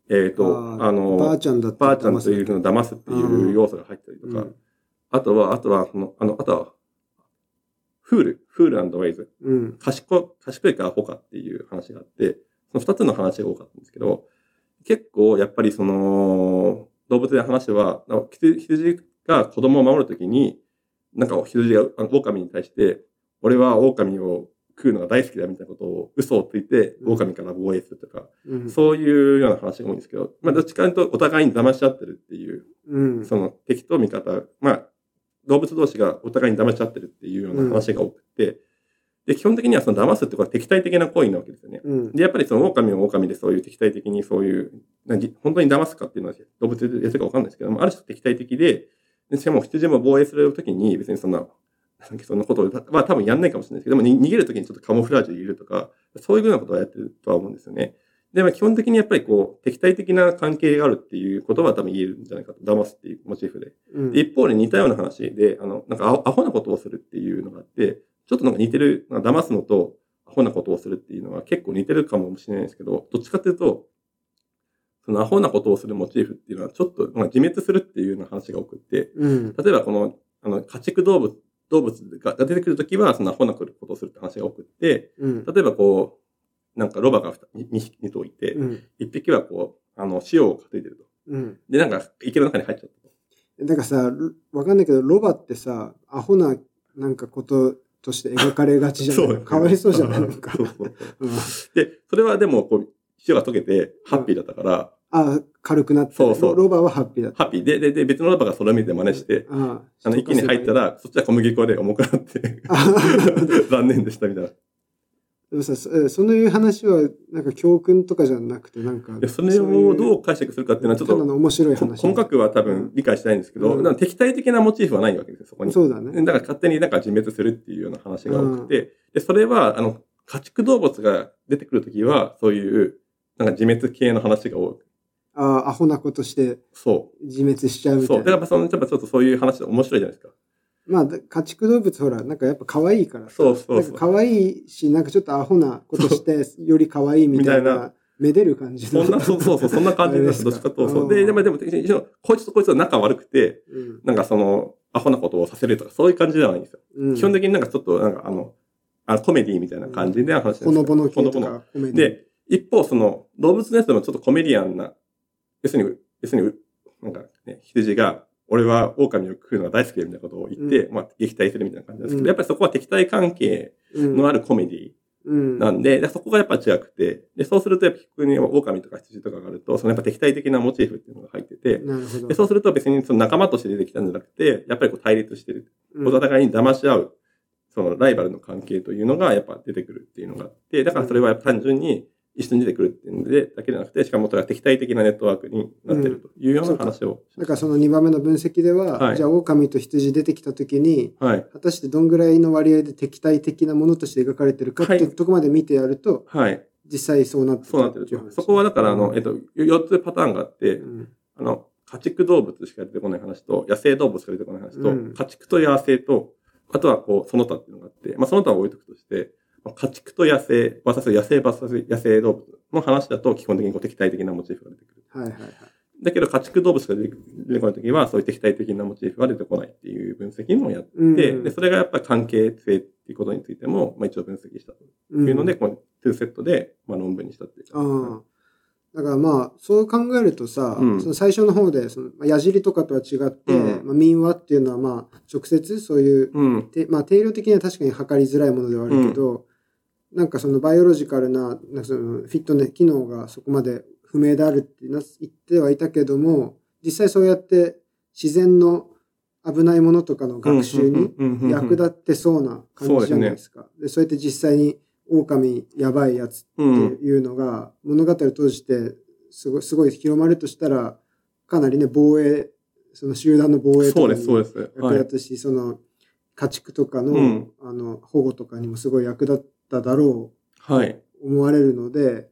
[SPEAKER 2] えっ、と、あ
[SPEAKER 1] ばあ
[SPEAKER 2] の、
[SPEAKER 1] ちゃんだった
[SPEAKER 2] ばあちゃんというのを騙すっていう要素が入ったりと
[SPEAKER 1] う
[SPEAKER 2] か、
[SPEAKER 1] ん。
[SPEAKER 2] あとは、あとは、その、あの、あとは、フール、フールウェイズ。
[SPEAKER 1] うん。
[SPEAKER 2] 賢い、賢いかアホかっていう話があって、その二つの話が多かったんですけど、結構、やっぱりその、動物の話は、なんか羊羊が子供を守るときに、なんか羊があの狼に対して、俺は狼を食うのが大好きだみたいなことを嘘をついて、
[SPEAKER 1] うん
[SPEAKER 2] 狼から防衛するとか、
[SPEAKER 1] うん。
[SPEAKER 2] そういうような話が多いんですけど、まあ、どっちかというとお互いに騙し合ってるっていう
[SPEAKER 1] うん。
[SPEAKER 2] その敵と味方、まあ、動物同士がお互いに騙し合ってるっていうような話が多くて、で、基本的にはその騙すってことは敵対的な行為なわけですよね。
[SPEAKER 1] うん。
[SPEAKER 2] で、やっぱりその狼は狼でそういう敵対的にそういう、なぎ本当に騙すかっていうのは動物でやってるかわかんないですけども、ある種敵対的で、でしかも羊も防衛するときに別にそんな、なんかそんなことを、まあ多分やんないかもしれないですけども、に逃げるときにちょっとカモフラージュ入れるとか、そういうようなことをやってるとは思うんですよね。で、まあ基本的にやっぱりこう、敵対的な関係があるっていうことは多分言えるんじゃないかと。騙すっていうモチーフで。
[SPEAKER 1] うん
[SPEAKER 2] で一方で似たような話で、あの、なんかアホアホなことをするっていうのがあって、ちょっとなんか似てる、なんか騙すのとアホなことをするっていうのは結構似てるかもしれないですけど、どっちかっていうと、そのアホなことをするモチーフっていうのはちょっと、まあ、自滅するっていうような話が多くて、
[SPEAKER 1] うん。
[SPEAKER 2] 例えばこの、あの、家畜動物、動物がが出てくるときは、そのアホなことをするって話が多くて、
[SPEAKER 1] うん。
[SPEAKER 2] 例えばこう、なんかロバが 2, 2, 2頭いて、
[SPEAKER 1] うん。
[SPEAKER 2] 1匹はこう、あの、塩を担いでると。
[SPEAKER 1] うん。
[SPEAKER 2] で、なんか池の中に入っちゃったと。
[SPEAKER 1] だからさ、わかんないけど、ロバってさ、アホな、なんかこととして描かれがちじゃないかわいそうじゃないなんか。
[SPEAKER 2] そうそうそう
[SPEAKER 1] うん
[SPEAKER 2] で、それはでも、こう、塩が溶けて、ハッピーだったから、
[SPEAKER 1] あ、軽くなって、
[SPEAKER 2] そうそう
[SPEAKER 1] ロロバはハッピーだった。
[SPEAKER 2] ハッピーで、で、で、別のラバがそれを見て真似して、
[SPEAKER 1] あ
[SPEAKER 2] あの、池に入った
[SPEAKER 1] ら。
[SPEAKER 2] ら、そっちは小麦粉で重く なって、
[SPEAKER 1] あ
[SPEAKER 2] 残念でしたみたいな。い
[SPEAKER 1] でもさ、そえそういう話は、なんか教訓とかじゃなくて、なんか。
[SPEAKER 2] やそれをどう解釈するかっていうのは、ちょった
[SPEAKER 1] だ
[SPEAKER 2] と、
[SPEAKER 1] の面白い
[SPEAKER 2] こ
[SPEAKER 1] 話。
[SPEAKER 2] 細かくは多分理解してないんですけど、
[SPEAKER 1] うん
[SPEAKER 2] なんか敵対的なモチーフはないわけですよ、そこに。
[SPEAKER 1] そうだね。
[SPEAKER 2] だから勝手になんか自滅するっていうような話が多くて、で、それは、あの、家畜動物が出てくるときは、そういう、なんか自滅系の話が多い。
[SPEAKER 1] ああ、アホなことして
[SPEAKER 2] そう。
[SPEAKER 1] 自滅しちゃうみた
[SPEAKER 2] そう。
[SPEAKER 1] い
[SPEAKER 2] だからやっ
[SPEAKER 1] な。
[SPEAKER 2] ぱその、やっぱちょっとそういう話面白いじゃないですか。
[SPEAKER 1] まあ、だ家畜動物ほら、なんかやっぱ可愛いからさ。
[SPEAKER 2] そうそうそう
[SPEAKER 1] なんか可愛いし、なんかちょっとアホなことして、より可愛いみたい
[SPEAKER 2] みたい
[SPEAKER 1] な、めでる感じ
[SPEAKER 2] そんな、そうそうそう、そんな感じ
[SPEAKER 1] あれ
[SPEAKER 2] で、
[SPEAKER 1] ですす
[SPEAKER 2] ど
[SPEAKER 1] か
[SPEAKER 2] っちかと。
[SPEAKER 1] う
[SPEAKER 2] そ
[SPEAKER 1] ん
[SPEAKER 2] う。で、でも、でも、一応、こいつとこいつは仲悪くて、
[SPEAKER 1] うん
[SPEAKER 2] なんかその、アホなことをさせるとか、そういう感じではないんですよ。
[SPEAKER 1] うん
[SPEAKER 2] 基本的になんかちょっと、なんかあの、あコメディみたいな感じで話して
[SPEAKER 1] ほのぼの系
[SPEAKER 2] ほの
[SPEAKER 1] と
[SPEAKER 2] ぼの。
[SPEAKER 1] かコメディ。
[SPEAKER 2] で、一方、その、動物のやつでもちょっとコメディアンな、要するに、要するに、なんかね、羊が、俺は狼を食うのが大好きだみたいなことを言って、まあ、撃退するみたいな感じなんですけど、
[SPEAKER 1] うん
[SPEAKER 2] やっぱりそこは敵対関係
[SPEAKER 1] うん
[SPEAKER 2] のあるコメディ
[SPEAKER 1] うん
[SPEAKER 2] なんで、でそこがやっぱ違くて、で、そうするとやっぱ結局に狼とか羊とかがあると、そのやっぱ敵対的なモチーフっていうのが入ってて、
[SPEAKER 1] なるほど
[SPEAKER 2] で、。そうすると別にその仲間として出てきたんじゃなくて、やっぱりこう対立してる。
[SPEAKER 1] うん
[SPEAKER 2] お互いに騙し合う、そのライバルの関係というのがやっぱ出てくるっていうのがあって、だからそれはやっぱ単純に一緒に出てくるっていうので、だけじゃなくて、しかもそれは敵対的なネットワークになってるというような話を。
[SPEAKER 1] だからその2番目の分析では、
[SPEAKER 2] はい
[SPEAKER 1] じゃあ狼と羊出てきた時に
[SPEAKER 2] はい。
[SPEAKER 1] 果たしてどんぐらいの割合で敵対的なものとして描かれてるかって
[SPEAKER 2] はい
[SPEAKER 1] いうとこまで見てやると、
[SPEAKER 2] はい。
[SPEAKER 1] 実際そうなってた
[SPEAKER 2] そうなって
[SPEAKER 1] っていう
[SPEAKER 2] る。
[SPEAKER 1] 話
[SPEAKER 2] そこはだから、あの、えっと、4つパターンがあって
[SPEAKER 1] う、ん
[SPEAKER 2] あの、家畜動物しか出てこない話と、野生動物しか出てこない話と、
[SPEAKER 1] うん
[SPEAKER 2] 家畜と野生と、あとはこう、その他っていうのがあって、まあその他は置いとくとして、まあ家畜と野生、バサス野生バサス野生動物の話だと基本的にこう敵対的なモチーフが出てくる。
[SPEAKER 1] はいはいはい
[SPEAKER 2] だけど家畜動物しか出て出てこないときは、そういう敵対的なモチーフは出てこないっていう分析もやって、
[SPEAKER 1] うん
[SPEAKER 2] で、それがやっぱり関係性っていうことについても、まあ一応分析したと
[SPEAKER 1] うん
[SPEAKER 2] いうので、この2セットで、まあ論文にしたっていう。
[SPEAKER 1] ああだからまあそう考えるとさ、
[SPEAKER 2] うん
[SPEAKER 1] その最初の方でそのまあ矢尻とかとは違って、
[SPEAKER 2] うん
[SPEAKER 1] まあ、民話っていうのはまあ直接そういう
[SPEAKER 2] うん。
[SPEAKER 1] てまあ、定量的には確かに測りづらいものではあるけど、なんかそのバイオロジカルななんかそのフィットの機能がそこまで不明であるってな言ってはいたけども、実際そうやって自然の危ないものとかの学習に役立ってそうな感じじゃないですか。でそうやって実際に狼やばいやつっていうのが物語を通してすごいすごい広まるとしたら、かなりね、防衛、その集団の防衛と
[SPEAKER 2] そう
[SPEAKER 1] かに
[SPEAKER 2] です、そうです。
[SPEAKER 1] 役
[SPEAKER 2] はい
[SPEAKER 1] 立つし、その家畜とかの,、
[SPEAKER 2] うん
[SPEAKER 1] あの保護とかにもすごい役立っただろ
[SPEAKER 2] はい。
[SPEAKER 1] う思われるので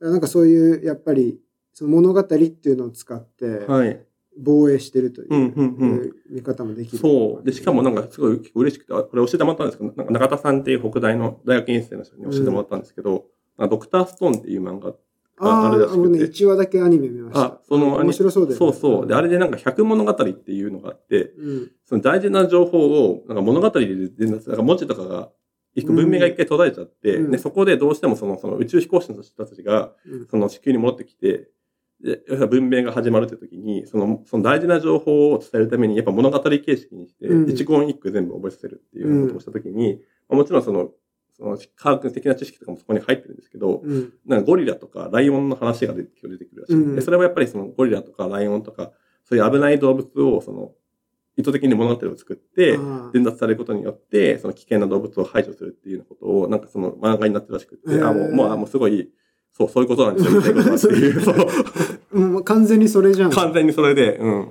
[SPEAKER 1] なんかそういうやっぱりその物語っていうのを使って
[SPEAKER 2] はい。
[SPEAKER 1] 防衛してるという,、
[SPEAKER 2] うんうんうん
[SPEAKER 1] 見方もできる
[SPEAKER 2] そう。で、しかもなんかすごい嬉しくて、あこれ教えてもらったんですけど、なんか中田さんっていう北大の大学院生の人に教えてもらったんですけど、なんかドクターストーンっていう漫画
[SPEAKER 1] あ
[SPEAKER 2] あ
[SPEAKER 1] あ
[SPEAKER 2] あれらしくて
[SPEAKER 1] 僕ね1話だけアニメ見ました
[SPEAKER 2] あそのアニ
[SPEAKER 1] 面白そうだよね
[SPEAKER 2] そうそう。で、あれでなんか百物語っていうのがあって、
[SPEAKER 1] うん
[SPEAKER 2] その大事な情報を、なんか物語で伝達、なんか文字とかが、一個文明が一回途絶えちゃって、
[SPEAKER 1] うん
[SPEAKER 2] で、そこでどうしてもその、その宇宙飛行士の人たちが、
[SPEAKER 1] うん
[SPEAKER 2] その地球に戻ってきて、で、要するに文明が始まるって時に、その、その大事な情報を伝えるために、やっぱ物語形式にして、
[SPEAKER 1] うん
[SPEAKER 2] 一言一句全部覚えさせるっていうようなことをした時に、まあもちろんその、その科学的な知識とかもそこに入ってるんですけど、
[SPEAKER 1] うん
[SPEAKER 2] なんかゴリラとかライオンの話が出てくるらしい、
[SPEAKER 1] うん
[SPEAKER 2] で。それはやっぱりそのゴリラとかライオンとか、そういう危ない動物をその意図的に物語を作って
[SPEAKER 1] あ、ー
[SPEAKER 2] 伝達されることによって、その危険な動物を排除するっていうようなことを、なんかその漫画になってるらしく
[SPEAKER 1] へ
[SPEAKER 2] て、
[SPEAKER 1] ー
[SPEAKER 2] あ、もう、まあ、もうすごい、そう、そういうことなんですよ、みたいなことだって いう、そう、
[SPEAKER 1] もう完全にそれじゃん
[SPEAKER 2] 完全にそれで、うん。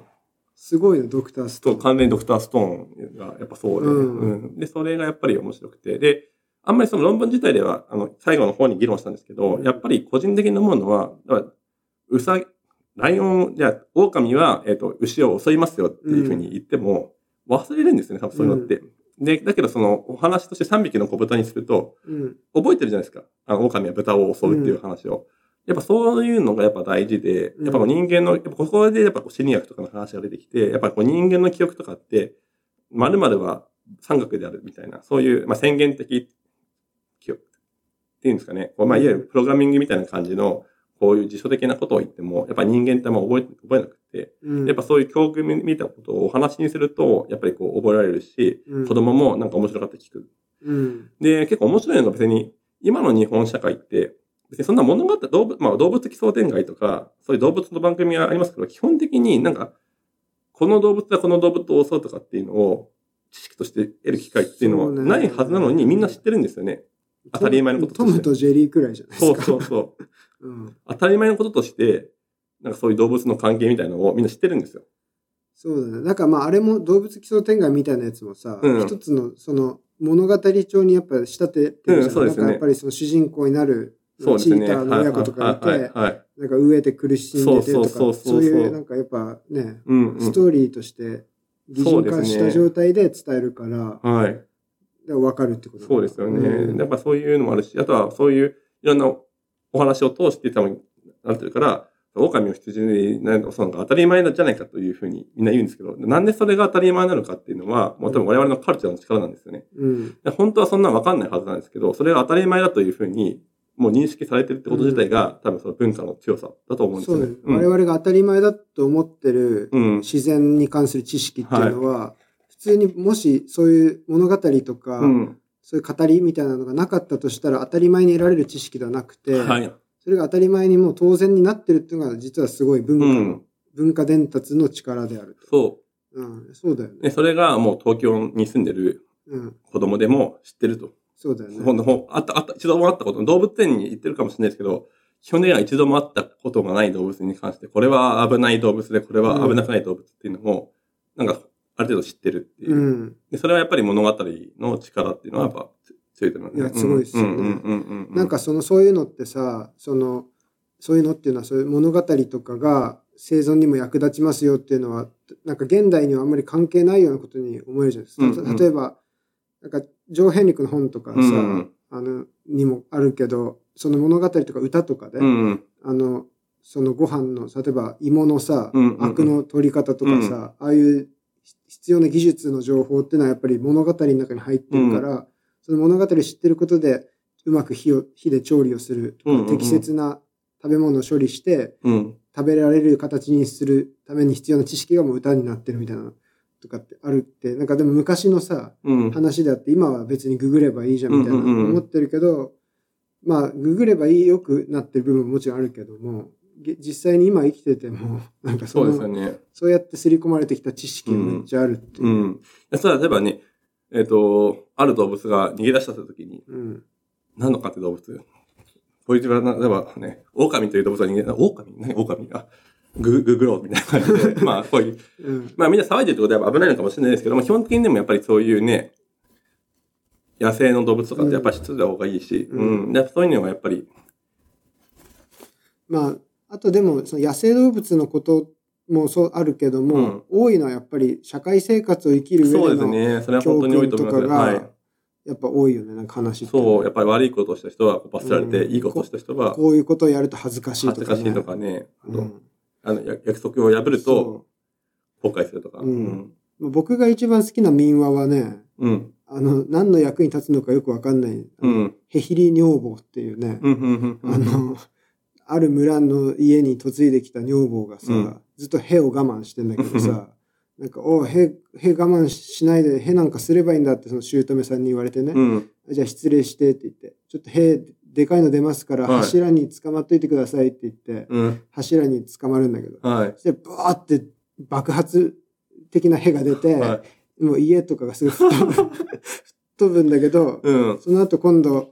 [SPEAKER 1] すごいのドクタース
[SPEAKER 2] そ
[SPEAKER 1] ト
[SPEAKER 2] う、
[SPEAKER 1] ーン
[SPEAKER 2] 完全にドクターストーンがやっぱそうで、
[SPEAKER 1] うん
[SPEAKER 2] うんで、それがやっぱり面白くて、で、あんまりその論文自体では、あの、最後の方に議論したんですけど、やっぱり個人的に思うのは、だからうさぎ、ライオン、じゃあ、狼は、えっ、と、牛を襲いますよっていうふうに言っても、忘れるんですよね、多分そういうのって。で、だけどその、お話として3匹の子豚にすると、
[SPEAKER 1] うん
[SPEAKER 2] 覚えてるじゃないですか。あの、狼は豚を襲うっていう話を。やっぱそういうのがやっぱ大事で、
[SPEAKER 1] うん
[SPEAKER 2] やっぱこう人間の、やっぱここでやっぱこう心理学とかの話が出てきて、やっぱこう人間の記憶とかって、〇〇は三角であるみたいな、そういう、まあ、宣言的記憶っていうんですかね。こうまあ、いわゆるプログラミングみたいな感じの、こういう辞書的なことを言っても、やっぱ人間ってあんま覚え、覚えなくて、
[SPEAKER 1] うん
[SPEAKER 2] やっぱそういう教訓みたいなことをお話にすると、やっぱりこう覚えられるし、
[SPEAKER 1] うん
[SPEAKER 2] 子供もなんか面白かった聞く
[SPEAKER 1] うん
[SPEAKER 2] で、結構面白いのが別に、今の日本社会って、別にそんな物語、動物、まあ動物的想定外とか、そういう動物の番組がありますけど、基本的になんか、この動物はこの動物を襲うとかっていうのを、知識として得る機会っていうのは
[SPEAKER 1] そうね
[SPEAKER 2] ないはずなのに、みんな知ってるんですよね。当たり前のことと
[SPEAKER 1] ト
[SPEAKER 2] して
[SPEAKER 1] ムとジェリーくらいじゃないです
[SPEAKER 2] そう
[SPEAKER 1] か
[SPEAKER 2] そうそ
[SPEAKER 1] う
[SPEAKER 2] う。
[SPEAKER 1] ん
[SPEAKER 2] 当たり前のこととして、なんかそういう動物の関係みたいなのをみんな知ってるんですよ。
[SPEAKER 1] そうだね。なんかまああれも動物奇想天外みたいなやつもさ、
[SPEAKER 2] うん
[SPEAKER 1] 一つのその物語調にやっぱ仕立ててるじゃん。
[SPEAKER 2] うんそうですよ
[SPEAKER 1] なんか
[SPEAKER 2] ね
[SPEAKER 1] やっぱりその主人公になる
[SPEAKER 2] そうで
[SPEAKER 1] チ
[SPEAKER 2] す
[SPEAKER 1] ー
[SPEAKER 2] ね。
[SPEAKER 1] ターの親子とかい
[SPEAKER 2] はいはい
[SPEAKER 1] て、
[SPEAKER 2] はいはい。
[SPEAKER 1] なんか飢えて苦しんでてとか、
[SPEAKER 2] そうそ
[SPEAKER 1] そ
[SPEAKER 2] うそうそう
[SPEAKER 1] ういうなんかやっぱね、
[SPEAKER 2] うん、うん。
[SPEAKER 1] ストーリーとして擬人化し
[SPEAKER 2] そうです
[SPEAKER 1] た
[SPEAKER 2] ね
[SPEAKER 1] 状態で伝えるから、
[SPEAKER 2] はい。
[SPEAKER 1] で分かるってこと
[SPEAKER 2] そうですよね。
[SPEAKER 1] うん
[SPEAKER 2] やっぱそういうのもあるし、あとはそういういろんなお話を通して多分なってるから、狼を羊になるのが当たり前じゃないかというふうにみんな言うんですけど、なんでそれが当たり前なのかっていうのは、もう多分我々のカルチャーの力なんですよね。
[SPEAKER 1] うん。
[SPEAKER 2] で本当はそんなのわかんないはずなんですけど、それが当たり前だというふうに、もう認識されてるってこと自体が、多分その文化の強さだと思うんです
[SPEAKER 1] そう
[SPEAKER 2] よ
[SPEAKER 1] だ
[SPEAKER 2] ね。
[SPEAKER 1] ね。
[SPEAKER 2] う
[SPEAKER 1] 我
[SPEAKER 2] ん
[SPEAKER 1] 々が当たり前だと思ってる
[SPEAKER 2] うん。
[SPEAKER 1] 自然に関する知識っていうのは、普通にもしそういう物語とか、
[SPEAKER 2] うん。
[SPEAKER 1] そういう語りみたいなのがなかったとしたら当たり前に得られる知識ではなくて、
[SPEAKER 2] はい。
[SPEAKER 1] それが当たり前にもう当然になってるっていうのが実はすごい文化
[SPEAKER 2] う
[SPEAKER 1] の、
[SPEAKER 2] ん。
[SPEAKER 1] 文化伝達の力であると。
[SPEAKER 2] そ
[SPEAKER 1] うん、そうだよ
[SPEAKER 2] う。
[SPEAKER 1] ね。
[SPEAKER 2] で、それがもう東京に住んでる
[SPEAKER 1] うん、
[SPEAKER 2] 子供でも知ってると。
[SPEAKER 1] そうだよ
[SPEAKER 2] ほん
[SPEAKER 1] ね。
[SPEAKER 2] とほんあった、あった、一度もあったこと、動物園に行ってるかもしれないですけど、基本的には一度もあったことがない動物に関して、これは危ない動物で、これは危なくない動物っていうのも、なんか、ある程度知ってるっていうう、
[SPEAKER 1] ん。
[SPEAKER 2] で。それはやっぱり物語の力っていうのはやっぱ強いと思いますね。
[SPEAKER 1] いやすごいですよね
[SPEAKER 2] うんうんうんうんうん。
[SPEAKER 1] なんかそのそういうのってさ、そのそういうのっていうのはそういう物語とかが生存にも役立ちますよっていうのはなんか現代にはあんまり関係ないようなことに思えるじゃないですか。
[SPEAKER 2] うんうん
[SPEAKER 1] 例えばなんか上辺陸の本とかさ、
[SPEAKER 2] うん
[SPEAKER 1] あのにもあるけどその物語とか歌とかで、
[SPEAKER 2] うんうん、
[SPEAKER 1] あの、そのご飯の、例えば芋のさ、
[SPEAKER 2] うんうんうん
[SPEAKER 1] アクの取り方とかさ、ああいうひ必要な技術の情報ってのはやっぱり物語の中に入ってるから、その物語を知ってることで、うまく火を、火で調理をするとか、
[SPEAKER 2] うんうんうん
[SPEAKER 1] 適切な食べ物を処理して、
[SPEAKER 2] うん。
[SPEAKER 1] 食べられる形にするために必要な知識がもう歌になってるみたいなのとかってあるって、なんかでも昔のさ、
[SPEAKER 2] うん。
[SPEAKER 1] 話であって、今は別にググればいいじゃんみたいな
[SPEAKER 2] うんうんうん
[SPEAKER 1] 思ってるけど、まあ、ググればいいよくなってる部分ももちろんあるけども、げ実際に今生きてても、 なんかそ
[SPEAKER 2] そう
[SPEAKER 1] の
[SPEAKER 2] で
[SPEAKER 1] そ
[SPEAKER 2] すよね。
[SPEAKER 1] うやって刷り込まれてきた知識がめっちゃあるっていうう。
[SPEAKER 2] ん。いや例えばね、えっ、と、ある動物が逃げ出したときに、
[SPEAKER 1] うん。
[SPEAKER 2] 何のかって動物こいつはな、例えばね、狼という動物は逃げ出狼何狼あ、グググローみたいな感じ で、まあ、こういう、
[SPEAKER 1] うん。
[SPEAKER 2] まあみんな騒いでるってことはやっぱ危ないのかもしれないですけども、基本的にでもやっぱりそういうね、野生の動物とかってやっぱり知ってた方がいいし、
[SPEAKER 1] う
[SPEAKER 2] うんん。でそういうのはやっぱり、
[SPEAKER 1] まあ、あとでも、その野生動物のこともそうあるけども、多いのはやっぱり社会生活を生きる
[SPEAKER 2] そ
[SPEAKER 1] 上で
[SPEAKER 2] うです
[SPEAKER 1] の、
[SPEAKER 2] ね。それは本当に多いと思い
[SPEAKER 1] 教訓と
[SPEAKER 2] ますよ。
[SPEAKER 1] かが
[SPEAKER 2] はい。
[SPEAKER 1] やっぱ多いよね、なんか話って。
[SPEAKER 2] そう、やっぱり悪いことをした人はこう罰せられて、
[SPEAKER 1] うん
[SPEAKER 2] いいことをした人は
[SPEAKER 1] こういうことをやると恥ずかしい
[SPEAKER 2] 恥
[SPEAKER 1] と
[SPEAKER 2] ず
[SPEAKER 1] か
[SPEAKER 2] か
[SPEAKER 1] ね、
[SPEAKER 2] しいとかね、あ
[SPEAKER 1] う
[SPEAKER 2] と
[SPEAKER 1] ん。
[SPEAKER 2] あのや約束を破ると
[SPEAKER 1] そ
[SPEAKER 2] 後悔するとか。
[SPEAKER 1] う
[SPEAKER 2] うんん。
[SPEAKER 1] う僕が一番好きな民話はね、
[SPEAKER 2] うん。
[SPEAKER 1] あの、何の役に立つのかよくわかんない、あ
[SPEAKER 2] う
[SPEAKER 1] の
[SPEAKER 2] ん。
[SPEAKER 1] ヘヒリ女房っていうね、
[SPEAKER 2] うん。うん。う
[SPEAKER 1] あ
[SPEAKER 2] ん。
[SPEAKER 1] の、ある村の家に嫁いできた女房がさ、
[SPEAKER 2] うん
[SPEAKER 1] ずっと屁を我慢してんだけどさ、なんか、おう、屁、屁我慢しないで、屁なんかすればいいんだってその姑さんに言われてね、
[SPEAKER 2] うん。
[SPEAKER 1] じゃあ失礼してって言って、ちょっと屁でかいの出ますから、
[SPEAKER 2] はい
[SPEAKER 1] 柱に捕まっといてくださいって言って、
[SPEAKER 2] うん。
[SPEAKER 1] 柱に捕まるんだけど、
[SPEAKER 2] はい。
[SPEAKER 1] そしてバーって爆発的な屁が出て、
[SPEAKER 2] はい。
[SPEAKER 1] もう家とかがすごい吹っ飛ぶ吹っ飛ぶんだけど、
[SPEAKER 2] うん。
[SPEAKER 1] その後今度、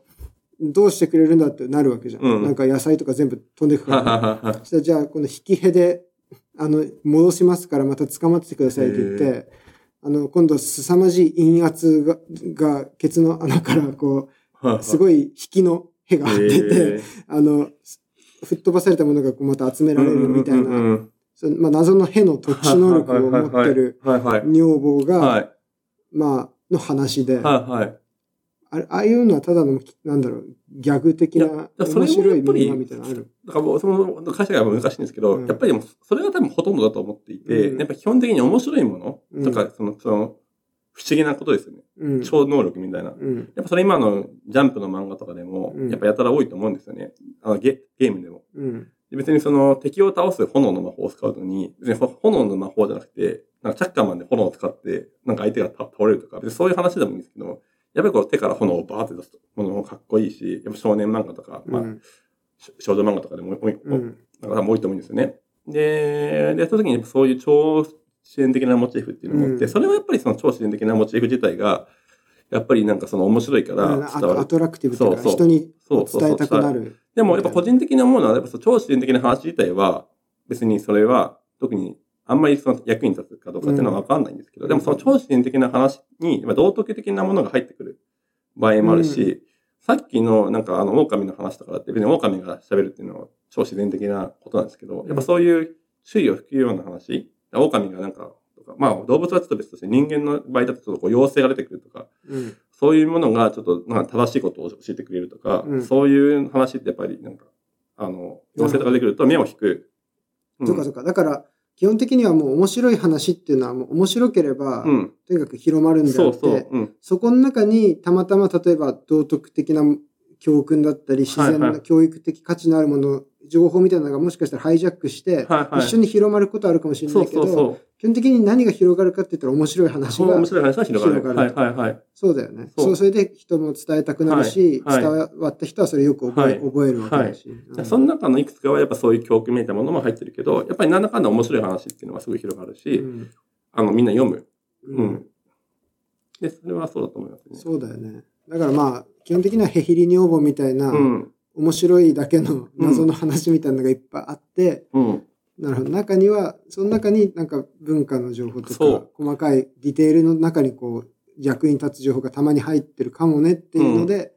[SPEAKER 1] どうしてくれるんだってなるわけじゃん。
[SPEAKER 2] うん
[SPEAKER 1] なんか野菜とか全部飛んでく
[SPEAKER 2] はは
[SPEAKER 1] か
[SPEAKER 2] は
[SPEAKER 1] ら。
[SPEAKER 2] は。
[SPEAKER 1] そしたらじゃあ、この引きへで、あの、戻しますからまた捕まっててくださいって言っ
[SPEAKER 2] へ
[SPEAKER 1] て、あの、今度、凄まじい陰圧が、が、ケツの穴から、こ う、す
[SPEAKER 2] い。
[SPEAKER 1] ごい引きのへが出て、
[SPEAKER 2] えー
[SPEAKER 1] あの、吹っ飛ばされたものがこうまた集められるみたい
[SPEAKER 2] うんうん
[SPEAKER 1] な、
[SPEAKER 2] うんうん
[SPEAKER 1] そのまあ、謎のへの特殊能力を持ってる
[SPEAKER 2] はいはいはい。
[SPEAKER 1] 女房
[SPEAKER 2] は
[SPEAKER 1] が、
[SPEAKER 2] い。
[SPEAKER 1] まあ、の話で、
[SPEAKER 2] はいはい。
[SPEAKER 1] あれああいうのはただの、なんだろう、ギャグ的
[SPEAKER 2] いや
[SPEAKER 1] な、面
[SPEAKER 2] それも
[SPEAKER 1] 白
[SPEAKER 2] や
[SPEAKER 1] い
[SPEAKER 2] っぱり
[SPEAKER 1] 漫画みたいなのある。
[SPEAKER 2] だからもう、その、会社が難しいんですけど、
[SPEAKER 1] うん
[SPEAKER 2] やっぱりでも、それが多分ほとんどだと思っていて、
[SPEAKER 1] うん
[SPEAKER 2] やっぱ基本的に面白いものとか、
[SPEAKER 1] う
[SPEAKER 2] その、その、不思議なことですよね。
[SPEAKER 1] うん。
[SPEAKER 2] 超能力みたいな。
[SPEAKER 1] うん。
[SPEAKER 2] やっぱそれ今のジャンプの漫画とかでも
[SPEAKER 1] うん、
[SPEAKER 2] やっぱやたら多いと思うんですよね。あのゲゲームでも。
[SPEAKER 1] うん。
[SPEAKER 2] で別にその敵を倒す炎の魔法を使うのに、別にほ炎の魔法じゃなくて、なんかチャッカーマンで炎を使って、なんか相手が倒倒れるとか、別にそういう話でもいいんですけど、やっぱりこう手から炎をバーって出すものもかっこいいし、やっぱ少年漫画とか、
[SPEAKER 1] う
[SPEAKER 2] まあ、
[SPEAKER 1] ん。
[SPEAKER 2] し少女漫画とかでも多い、
[SPEAKER 1] うん。
[SPEAKER 2] なんか多いと思うんですよね。で、で、その時にやっぱそういう超自然的なモチーフっていうのもあって、
[SPEAKER 1] うん
[SPEAKER 2] それはやっぱりその超自然的なモチーフ自体が、やっぱりなんかその面白いから伝わ
[SPEAKER 1] あと
[SPEAKER 2] る
[SPEAKER 1] アトラクティブというか、
[SPEAKER 2] そうそう
[SPEAKER 1] 人に
[SPEAKER 2] そうそうそう
[SPEAKER 1] 伝えたくなる。
[SPEAKER 2] でもやっぱ個人的に思うのは、やっぱその超自然的な話自体は、別にそれは特にあんまりその役に立つかどうかっていうのはわかんないんですけ
[SPEAKER 1] う
[SPEAKER 2] ど、
[SPEAKER 1] ん
[SPEAKER 2] でもその超自然的な話に、まあ道徳的なものが入ってくる場合もあるし、
[SPEAKER 1] う
[SPEAKER 2] さっきのなんかあの狼の話とかだって別に狼が喋るっていうのは超自然的なことなんですけど、やっぱそういう注意を引くような話、狼がなんか、とかまあ動物はちょっと別として人間の場合だとちょっとこう妖精が出てくるとか、
[SPEAKER 1] うん。
[SPEAKER 2] そういうものがちょっとなんか正しいことを教えてくれるとか、
[SPEAKER 1] うん
[SPEAKER 2] そういう話ってやっぱりなんか、あの、妖精とかできると目を引く。うん
[SPEAKER 1] そうかそうか。だから、基本的にはもう面白い話っていうのはもう面白ければ、
[SPEAKER 2] うん。
[SPEAKER 1] とにかく広まるんであ
[SPEAKER 2] そ
[SPEAKER 1] っ
[SPEAKER 2] うそう
[SPEAKER 1] て。、
[SPEAKER 2] うん。
[SPEAKER 1] そこの中にたまたま例えば道徳的な教訓だったり、自然
[SPEAKER 2] はいは
[SPEAKER 1] ない教育的価値のあるもの、情報みたいなのがもしかしたらハイジャックして、
[SPEAKER 2] はいはい。
[SPEAKER 1] 一緒に広まることはあるかもしれな
[SPEAKER 2] そう
[SPEAKER 1] いけ
[SPEAKER 2] そう
[SPEAKER 1] ど、
[SPEAKER 2] そ。
[SPEAKER 1] 基本的に何が広がるかって言ったら面白いう話
[SPEAKER 2] そう
[SPEAKER 1] が
[SPEAKER 2] 面白い話は広がる。
[SPEAKER 1] 広が
[SPEAKER 2] は
[SPEAKER 1] る
[SPEAKER 2] いはいはい。
[SPEAKER 1] そうだよね。
[SPEAKER 2] そう
[SPEAKER 1] そう、それで人も伝えたくなるし、
[SPEAKER 2] はいはい
[SPEAKER 1] 伝わった人はそれよく覚え,、
[SPEAKER 2] はい
[SPEAKER 1] 覚えるわけだし。うん
[SPEAKER 2] その中のいくつかはやっぱそういう教訓めいたものも入ってるけど、やっぱり何らかの面白い話っていうのはすごい広がるし、
[SPEAKER 1] うん
[SPEAKER 2] あの、みんな読む。
[SPEAKER 1] う
[SPEAKER 2] うんん。で、それはそうだと思いますね。
[SPEAKER 1] そうだよね。だからまあ、基本的にはヘヒリ女房みたいな、
[SPEAKER 2] うん。
[SPEAKER 1] 面白いだけの謎の話みたいなのがいっぱいあって、
[SPEAKER 2] うん。
[SPEAKER 1] なるほど。中には、その中になんか文化の情報と
[SPEAKER 2] そ
[SPEAKER 1] か
[SPEAKER 2] う、
[SPEAKER 1] 細かいディテールの中にこう、役に立つ情報がたまに入ってるかもねっていうので、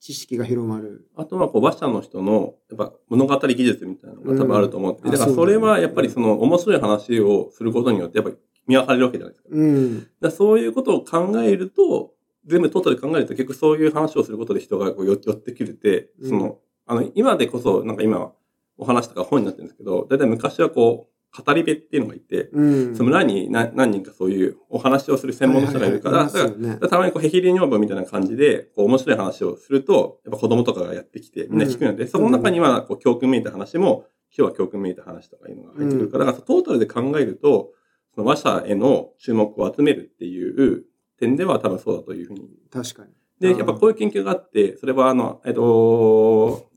[SPEAKER 1] 知識が広まる。
[SPEAKER 2] あとは、こう、話者の人の、やっぱ、物語技術みたいなのが多分あると思って、
[SPEAKER 1] うん
[SPEAKER 2] だか
[SPEAKER 1] あ
[SPEAKER 2] ら
[SPEAKER 1] そう
[SPEAKER 2] そ
[SPEAKER 1] だね
[SPEAKER 2] れは、やっぱりその、面白い話をすることによって、やっぱり、見分かれるわけじゃないですか。だか
[SPEAKER 1] うん。
[SPEAKER 2] らそういうことを考えると、全部トータルで考えると、結局そういう話をすることで人がこうよ寄ってくれて、
[SPEAKER 1] うん
[SPEAKER 2] その、あの、今でこそ、なんか今は、お話とか本になってるんですけど、だいたい昔はこう、語り部っていうのがいて、
[SPEAKER 1] うん。
[SPEAKER 2] その村に何何人かそういうお話をする専門の人がいるから、
[SPEAKER 1] はい
[SPEAKER 2] だ
[SPEAKER 1] はい
[SPEAKER 2] か
[SPEAKER 1] はいいます
[SPEAKER 2] ら
[SPEAKER 1] よね
[SPEAKER 2] だからたまにこう、ヘヒリ女房みたいな感じで、こう、面白い話をすると、やっぱ子供とかがやってきて、みんな聞くので、その中には、こう、教訓めいた話も、今日は教訓めいた話とかいうのが入ってくるから、だからトータルで考えると、その話者への注目を集めるっていう点では多分そうだというふうに。
[SPEAKER 1] 確かに。
[SPEAKER 2] で、
[SPEAKER 1] あー
[SPEAKER 2] やっぱこういう研究があって、それはあの、えっと、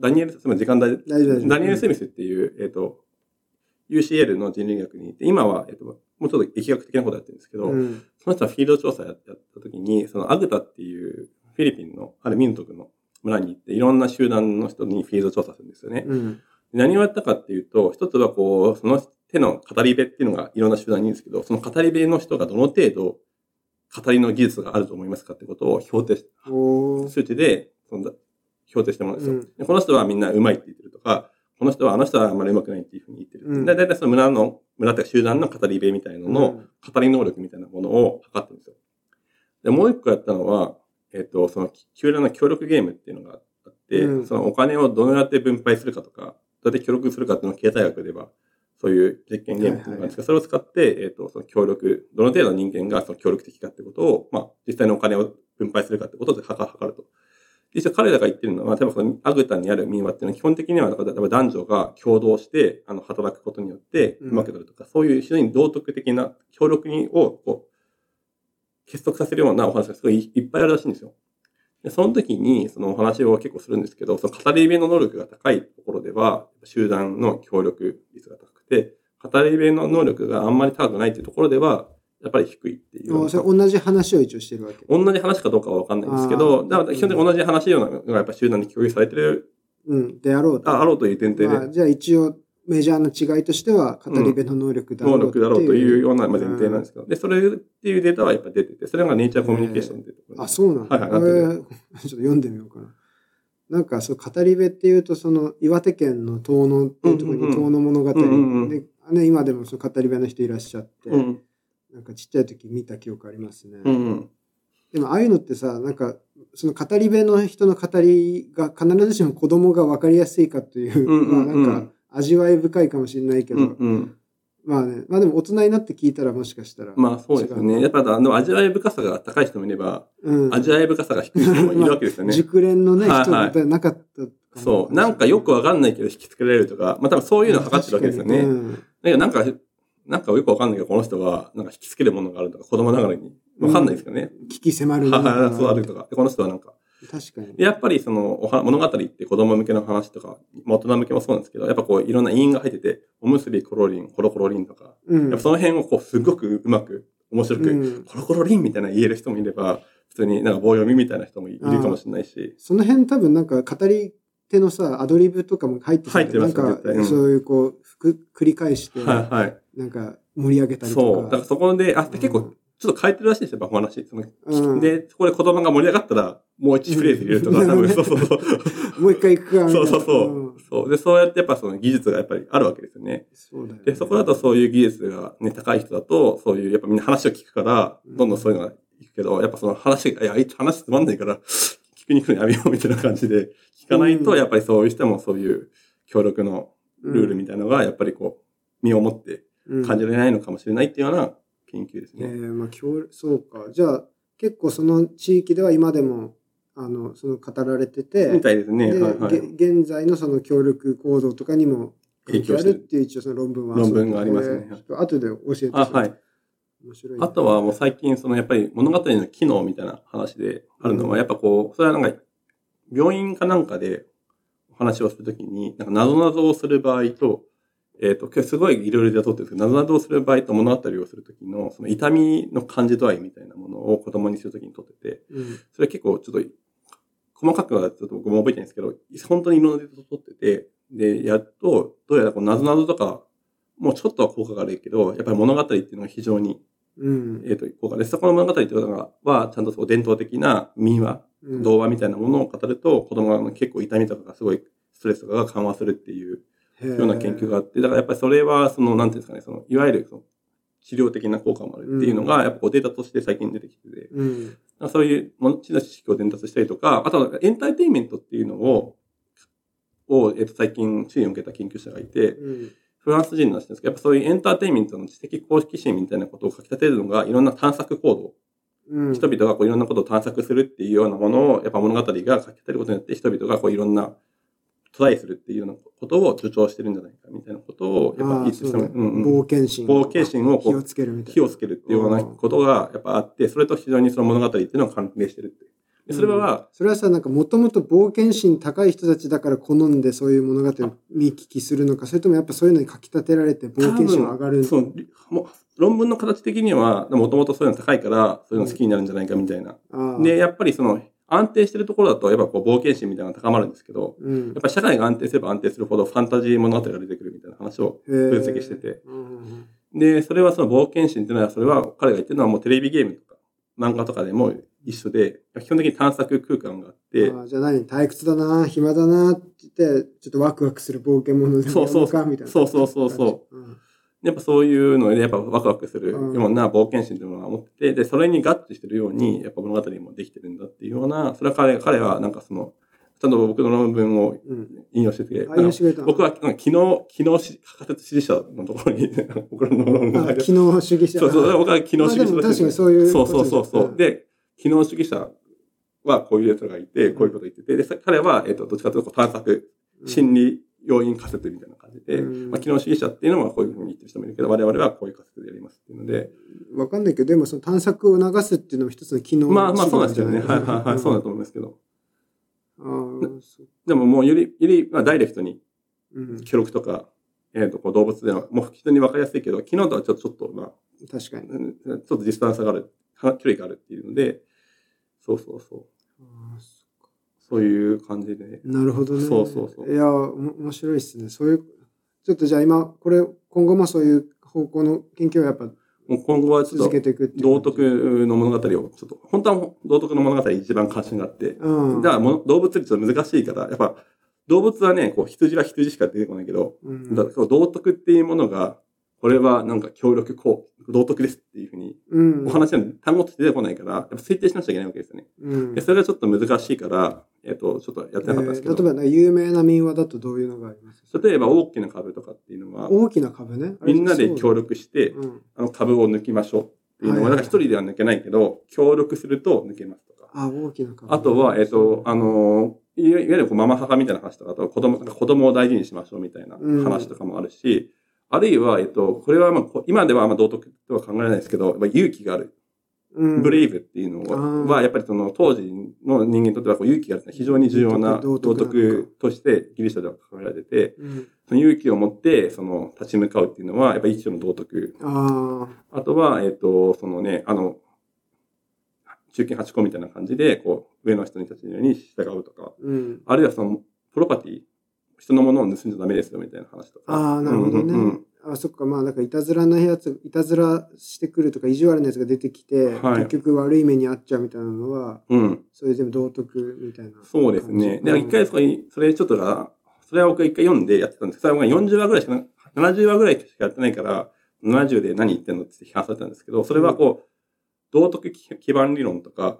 [SPEAKER 2] ダニエル、すみません時間大丈
[SPEAKER 1] 大丈夫大丈夫
[SPEAKER 2] ダニエル・セミスっていう、えっ、と、UCL の人類学にいて、今は、えっ、と、もうちょっと疫学的なことやってるんですけど、
[SPEAKER 1] うん。
[SPEAKER 2] その人はフィールド調査やってた時に、そのアグタっていうフィリピンのある民族の村に行って、いろんな集団の人にフィールド調査するんですよね。
[SPEAKER 1] うん。
[SPEAKER 2] 何をやったかっていうと、一つはこう、その手の語り部っていうのがいろんな集団にいるんですけど、その語り部の人がどの程度語りの技術があると思いますかってことを評定し、
[SPEAKER 1] おー。
[SPEAKER 2] 数値でその評定してもらうんですよ、
[SPEAKER 1] うん
[SPEAKER 2] でこの人はみんな上手いって言ってるとか、この人はあの人はあんまり上手くないっていうふうに言ってる。
[SPEAKER 1] うん
[SPEAKER 2] で、だいたいその村の、村っていうか集団の語り部みたいなのの、語り能力みたいなものを測ってるんですよ。で、もう一個やったのは、えっ、と、その、球団の協力ゲームっていうのがあって、
[SPEAKER 1] うん
[SPEAKER 2] そのお金をどのようやって分配するかとか、どうやって協力するかっていうのを経済学では、そういう実験ゲームっていうのがあるんですけど、それを使って、えっ、と、その協力、どの程度の人間がその協力的かってことを、まあ、実際のお金を分配するかってことで測測ると。一応彼らが言ってるのは、例えばそのアグタにある民話っていうのは基本的には、例えば男女が共同して、あの、働くことによって、
[SPEAKER 1] うん
[SPEAKER 2] うまくなるとか、そういう非常に道徳的な協力を、こう、結束させるようなお話がすごいいっぱいあるらしいんですよ。で、その時に、そのお話を結構するんですけど、その語り部の能力が高いところでは、集団の協力率が高くて、語り部の能力があんまり高くないっていうところでは、やっぱり低いっていうよう
[SPEAKER 1] お
[SPEAKER 2] な。
[SPEAKER 1] それ同じ話を一応してるわけ。
[SPEAKER 2] 同じ話かどうかは分かんないんですけど、
[SPEAKER 1] あー
[SPEAKER 2] だから基本的に同じ話ようなのがやっぱ集団に共有されてる、
[SPEAKER 1] うん。であろうと。
[SPEAKER 2] ああろうという前提
[SPEAKER 1] まあ、
[SPEAKER 2] で、
[SPEAKER 1] じゃあ一応メジャーの違いとしては語り部の能力だろ
[SPEAKER 2] 能
[SPEAKER 1] うって
[SPEAKER 2] 力だろうというようなまあ前提なんですすけど、で、それっていうデータはやっぱ出てて、それがネイチャーコミュニケーションっていうところ
[SPEAKER 1] あ
[SPEAKER 2] で。
[SPEAKER 1] そうなんだ、
[SPEAKER 2] はいはい
[SPEAKER 1] えーちょっと読んでみようかななんかそう語り部っていうとその岩手県の遠野っていうところ
[SPEAKER 2] うんうんう
[SPEAKER 1] に
[SPEAKER 2] ん
[SPEAKER 1] 遠野物語、
[SPEAKER 2] うんうんうん
[SPEAKER 1] でね、今でもその語り部の人いらっしゃって、
[SPEAKER 2] うん。
[SPEAKER 1] なんかちっちゃい時見た記憶ありますね、
[SPEAKER 2] うんうん。
[SPEAKER 1] でもああいうのってさなんかその語り部の人の語りが必ずしも子供が分かりやすいかという、
[SPEAKER 2] うんうんうん
[SPEAKER 1] まあ、なんか味わい深いかもしれないけ
[SPEAKER 2] う
[SPEAKER 1] ど、
[SPEAKER 2] んうん。
[SPEAKER 1] まあね、まあでも大人になって聞いたらもしかしたら。
[SPEAKER 2] まあそうですよね。やっぱあの味わい深さが高い人もいれば、
[SPEAKER 1] うん。
[SPEAKER 2] 味わい深さが低い人もいるわ けですよね。
[SPEAKER 1] 熟練のね、
[SPEAKER 2] はいはい
[SPEAKER 1] 人だったらなかったかも
[SPEAKER 2] そう。なんかよくわかんないけど引きつけられるとか、まあ多分そういうのを測ってるわけですよね。
[SPEAKER 1] うん
[SPEAKER 2] だけどなんか、なんかよくわかんないけど、この人はなんか引きつけるものがあるとか、子供ながらに。わかんないですよね。
[SPEAKER 1] 聞き迫るものが
[SPEAKER 2] 母 そうあるとか。でこの人はなんか。
[SPEAKER 1] 確かに。
[SPEAKER 2] でやっぱりそのおは物語って子供向けの話とか、まあ大人向けもそうなんですけど、やっぱこういろんな因が入ってて、おむすびコロリン、コロコロリンとか、
[SPEAKER 1] うん。
[SPEAKER 2] やっぱその辺をこうすごくうまく、面白く、
[SPEAKER 1] うん
[SPEAKER 2] コロコロリンみたいな言える人もいれば、普通になんか棒読みみたいな人もいるかもしれないし、
[SPEAKER 1] その辺多分なんか語り手のさ、アドリブとかも入ってたり
[SPEAKER 2] 入ってますよ
[SPEAKER 1] なん
[SPEAKER 2] 絶対う
[SPEAKER 1] か、
[SPEAKER 2] ん
[SPEAKER 1] そういうこう、ふく繰り返して、
[SPEAKER 2] はいはい。
[SPEAKER 1] なんか盛り上げたり
[SPEAKER 2] そ
[SPEAKER 1] と
[SPEAKER 2] う。だから
[SPEAKER 1] か。
[SPEAKER 2] そこで、あ、
[SPEAKER 1] ん
[SPEAKER 2] 結構、ちょっと変えてるらしいですよ、やっぱお話。その
[SPEAKER 1] うん
[SPEAKER 2] で、そこで子供が盛り上がったら、もう一フレーズ入れるとか、
[SPEAKER 1] うん
[SPEAKER 2] 多分、そうそうそう。
[SPEAKER 1] もう一回行くか。
[SPEAKER 2] そうそうそ
[SPEAKER 1] うん
[SPEAKER 2] う。そう。で、そうやってやっぱその技術がやっぱりあるわけですよね。
[SPEAKER 1] そうだよね
[SPEAKER 2] で、そこだとそういう技術がね、高い人だと、そういう、やっぱみんな話を聞くから、
[SPEAKER 1] うん
[SPEAKER 2] どんどんそういうのがいくけど、やっぱその話が、いや、あいつ話つまんないから、聞きに来るのやめようみたいな感じで、聞かないと、
[SPEAKER 1] うん
[SPEAKER 2] やっぱりそういう人もそういう協力のルールみたいなのが、やっぱりこう、身をもって
[SPEAKER 1] うん
[SPEAKER 2] 感じられないのかもしれないっていうような研究です
[SPEAKER 1] ええ
[SPEAKER 2] ね。
[SPEAKER 1] まあ、協力そうか。じゃあ、結構その地域では今でも、あの、その語られてて、
[SPEAKER 2] みたいですね。
[SPEAKER 1] で、
[SPEAKER 2] はいはい。
[SPEAKER 1] げ現在のその協力行動とかにも
[SPEAKER 2] 影響
[SPEAKER 1] あ
[SPEAKER 2] し
[SPEAKER 1] る
[SPEAKER 2] て
[SPEAKER 1] っ
[SPEAKER 2] る。
[SPEAKER 1] ていう一応その論文は
[SPEAKER 2] 論文がありますね
[SPEAKER 1] そうちょっと後で教えて
[SPEAKER 2] あ、はい。。
[SPEAKER 1] 面白い、
[SPEAKER 2] あとはもう最近そのやっぱり物語の機能みたいな話であるのはやっぱこう、それはなんか病院かなんかでお話をするときに、なんか謎々をする場合と、えっ、と、今日すごいいろいろで撮ってるんですけど、謎々をする場合と物語をするときのその痛みの感じ度合いみたいなものを子供にするときに撮ってて、
[SPEAKER 1] うん。
[SPEAKER 2] それ結構ちょっと細かくはちょっと僕も覚えてないんですけど、本当にいろんなデータ撮ってて、で、やっと、どうやらこう謎々とか、もうちょっとは効果があるけど、やっぱり物語っていうのは非常に
[SPEAKER 1] うん。
[SPEAKER 2] えっ、と、効果で、そこの物語っていうのが、は、ちゃんとそう伝統的な民話、
[SPEAKER 1] うん
[SPEAKER 2] 童話みたいなものを語ると、子供が結構痛みとかがすごい、ストレスとかが緩和するっていう
[SPEAKER 1] へえ
[SPEAKER 2] ような研究があって、だからやっぱりそれは、その、なんていうんですかね、その、いわゆるその治療的な効果もあるっていうのが、やっぱこうデータとして最近出てきてて、だか
[SPEAKER 1] うん。
[SPEAKER 2] らそういうもの知識を伝達したりとか、あとはエンターテインメントっていうのを、を、えっ、と、最近注意を受けた研究者がいて、
[SPEAKER 1] うん。
[SPEAKER 2] フランス人の人ですけど、やっぱそういうエンターテインメントの知的好奇心みたいなことをかき立てるのが、いろんな探索行動、
[SPEAKER 1] うん。
[SPEAKER 2] 人々がこういろんなことを探索するっていうようなものを、やっぱ物語が書き立てることによって、人々がこういろんなトライするっていうようなことを助長してるんじゃないかみたいなことを、やっぱ
[SPEAKER 1] あ
[SPEAKER 2] 言
[SPEAKER 1] あ
[SPEAKER 2] って
[SPEAKER 1] そう
[SPEAKER 2] し
[SPEAKER 1] だ
[SPEAKER 2] まう
[SPEAKER 1] ね
[SPEAKER 2] うんう
[SPEAKER 1] 冒
[SPEAKER 2] ん
[SPEAKER 1] 険心。
[SPEAKER 2] 冒険心をこ
[SPEAKER 1] 火を
[SPEAKER 2] う
[SPEAKER 1] つけるみたいな。
[SPEAKER 2] 火をつけるっていうようなことがやっぱあって、それと非常にその物語っていうのを関連してるってでそれは、
[SPEAKER 1] それはさ、なんかもともと冒険心高い人たちだから好んでそういう物語を見聞きするのか、それともやっぱそういうのにかき立てられて冒険心が上がる。
[SPEAKER 2] そう、もう論文の形的には、もともとそういうの高いから、そういうの好きになるんじゃないかみたいな。
[SPEAKER 1] ああ
[SPEAKER 2] で、やっぱりその、安定してるところだと、やっぱこう冒険心みたいなのが高まるんですけど、
[SPEAKER 1] うん
[SPEAKER 2] やっ。ぱ社会が安定すれば安定するほどファンタジー物語が出てくるみたいな話を
[SPEAKER 1] 分
[SPEAKER 2] 分析してて。
[SPEAKER 1] うん
[SPEAKER 2] で、それはその冒険心っていうのは、それは彼が言ってるのはもうテレビゲームとか漫画とかでも一緒で、基本的に探索空間があって、
[SPEAKER 1] ああじゃあ何退屈だな、暇だなって言って、ちょっとワクワクする冒険者でも
[SPEAKER 2] そう
[SPEAKER 1] やろ
[SPEAKER 2] そう
[SPEAKER 1] うかみたいな。
[SPEAKER 2] そうそうそうそ
[SPEAKER 1] うん。
[SPEAKER 2] やっぱそういうので、やっぱワクワクする
[SPEAKER 1] うん
[SPEAKER 2] ような冒険心というものは持ってて、で、それに合致してるように、やっぱ物語もできてるんだっていうような、それは彼彼はなんかその、ちゃんと僕の論文を
[SPEAKER 1] うん。
[SPEAKER 2] 引用してて、
[SPEAKER 1] あ、面白いな
[SPEAKER 2] 僕はなんか昨日、昨日し、博士支持者のところに、 僕の論文
[SPEAKER 1] あ
[SPEAKER 2] が
[SPEAKER 1] 機能主義者。
[SPEAKER 2] そうそう、だから僕は機能主義
[SPEAKER 1] ま
[SPEAKER 2] 者
[SPEAKER 1] あでも確かに
[SPEAKER 2] として
[SPEAKER 1] そういうこ
[SPEAKER 2] そう
[SPEAKER 1] と
[SPEAKER 2] そうそうそう
[SPEAKER 1] う。ん
[SPEAKER 2] で、機能主義者はこういうやつがいて、こういうこと言ってて、で、さ彼は、えっ、と、どっちかというとこう探索、
[SPEAKER 1] うん
[SPEAKER 2] 心理要因仮説みたいな感じで、
[SPEAKER 1] うん
[SPEAKER 2] まあ、機能主義者っていうのはこういうふうに言ってる人もいるけど、我々はこういう仮説でやりますっていうので、
[SPEAKER 1] わかんないけど、でもその探索を促すっていうのも一つの機能
[SPEAKER 2] まあまあそうなんですよ
[SPEAKER 1] 主
[SPEAKER 2] ね。
[SPEAKER 1] 義
[SPEAKER 2] はい
[SPEAKER 1] なんじゃ
[SPEAKER 2] はい
[SPEAKER 1] な
[SPEAKER 2] はい、そうだと思いますけど。
[SPEAKER 1] うんああ、そう。
[SPEAKER 2] でももうより、より、まあダイレクトに
[SPEAKER 1] うん。
[SPEAKER 2] 記録とか、えっ、と、こう動物では、もう普通にわかりやすいけど、昨日とはちょっと、ちょっと、まあ、
[SPEAKER 1] 確かに。
[SPEAKER 2] うんちょっとディスタンスがある、は距離があるっていうので、そうそうそう。
[SPEAKER 1] ああそ
[SPEAKER 2] そういう感じで。
[SPEAKER 1] うなるほどね。
[SPEAKER 2] そうそうそう
[SPEAKER 1] いや、おも面白いですね。そういう、ちょっとじゃあ今、これ、今後もそういう方向の研究をやっぱ
[SPEAKER 2] もう今後はちょ
[SPEAKER 1] 続
[SPEAKER 2] っと
[SPEAKER 1] け、ていくっていう
[SPEAKER 2] 道徳の物語を、ちょっと、本当は道徳の物語に一番関心があって、
[SPEAKER 1] うん。
[SPEAKER 2] だからもう動物よりちょっと難しいから、やっぱ、動物はね、こう、羊は羊しか出てこないけど、
[SPEAKER 1] うん、
[SPEAKER 2] だからこう道徳っていうものが、これはなんか協力こう、道徳ですっていうふうに、
[SPEAKER 1] うん、
[SPEAKER 2] お話の単語って出てこないから、やっぱ推定しなくちゃいけないわけですよね。
[SPEAKER 1] うん、
[SPEAKER 2] でそれがちょっと難しいから、えっ、と、ちょっとやってなかったんですけ
[SPEAKER 1] えー例え
[SPEAKER 2] ど、
[SPEAKER 1] ば、有名な民話だとどういうのがあります
[SPEAKER 2] 例えば大きな株とかっていうのは、
[SPEAKER 1] 大きな株ね。
[SPEAKER 2] みんなで協
[SPEAKER 1] 力。
[SPEAKER 2] 力して、
[SPEAKER 1] うん、
[SPEAKER 2] あの株を抜きましょうっていう
[SPEAKER 1] は
[SPEAKER 2] のは、
[SPEAKER 1] い
[SPEAKER 2] なんか一人では抜けないけど、協力すると抜けますとか。
[SPEAKER 1] あ、大きな株。
[SPEAKER 2] あとは、えっと、あの、いわいわゆるこうママ母みたいな話とか、あと子供、子供を大事にしましょうみたいな
[SPEAKER 1] うん
[SPEAKER 2] 話とかもあるし、あるいは、えっと、これはまあ、こ今ではあんま道徳とは考えられないですけど、まあ勇気がある。
[SPEAKER 1] うん、
[SPEAKER 2] ブレイブっていうの
[SPEAKER 1] あ
[SPEAKER 2] は、
[SPEAKER 1] ー
[SPEAKER 2] はやっぱりその当時の人間にとってはこう勇気があるってのは非常に重要な
[SPEAKER 1] 道
[SPEAKER 2] 道
[SPEAKER 1] 徳道徳なのか
[SPEAKER 2] 徳としてギリシャでは考えられてて、
[SPEAKER 1] うん、
[SPEAKER 2] その勇気を持って、その立ち向かうっていうのは、やっぱり一種の道徳
[SPEAKER 1] ああ、
[SPEAKER 2] あとは、えっ、と、そのね、あの、中堅八個みたいな感じで、こう、上の人に立ちのように従うとか、
[SPEAKER 1] うん。
[SPEAKER 2] あるいはその、プロパティ、人のものを盗んじゃダメですよみたいな話とか。
[SPEAKER 1] あーなるほどね
[SPEAKER 2] うん
[SPEAKER 1] あ、そっか、まあ、なんか、いたずらなやつ、いたずらしてくるとか、意地悪なやつが出てきて、
[SPEAKER 2] はい
[SPEAKER 1] 結局悪い目に遭っちゃうみたいなのは、
[SPEAKER 2] うん、うん。
[SPEAKER 1] それ全部道徳みたいな感じ。
[SPEAKER 2] そうですね。で、一回
[SPEAKER 1] そ
[SPEAKER 2] それ、それちょっとが、それは僕は一回読んでやってたんですけど、それは僕が40話ぐらいしかな、70話ぐらいしかやってないから、70で何言ってんのって批判されたんですけど、それはこう、道徳基盤理論とか、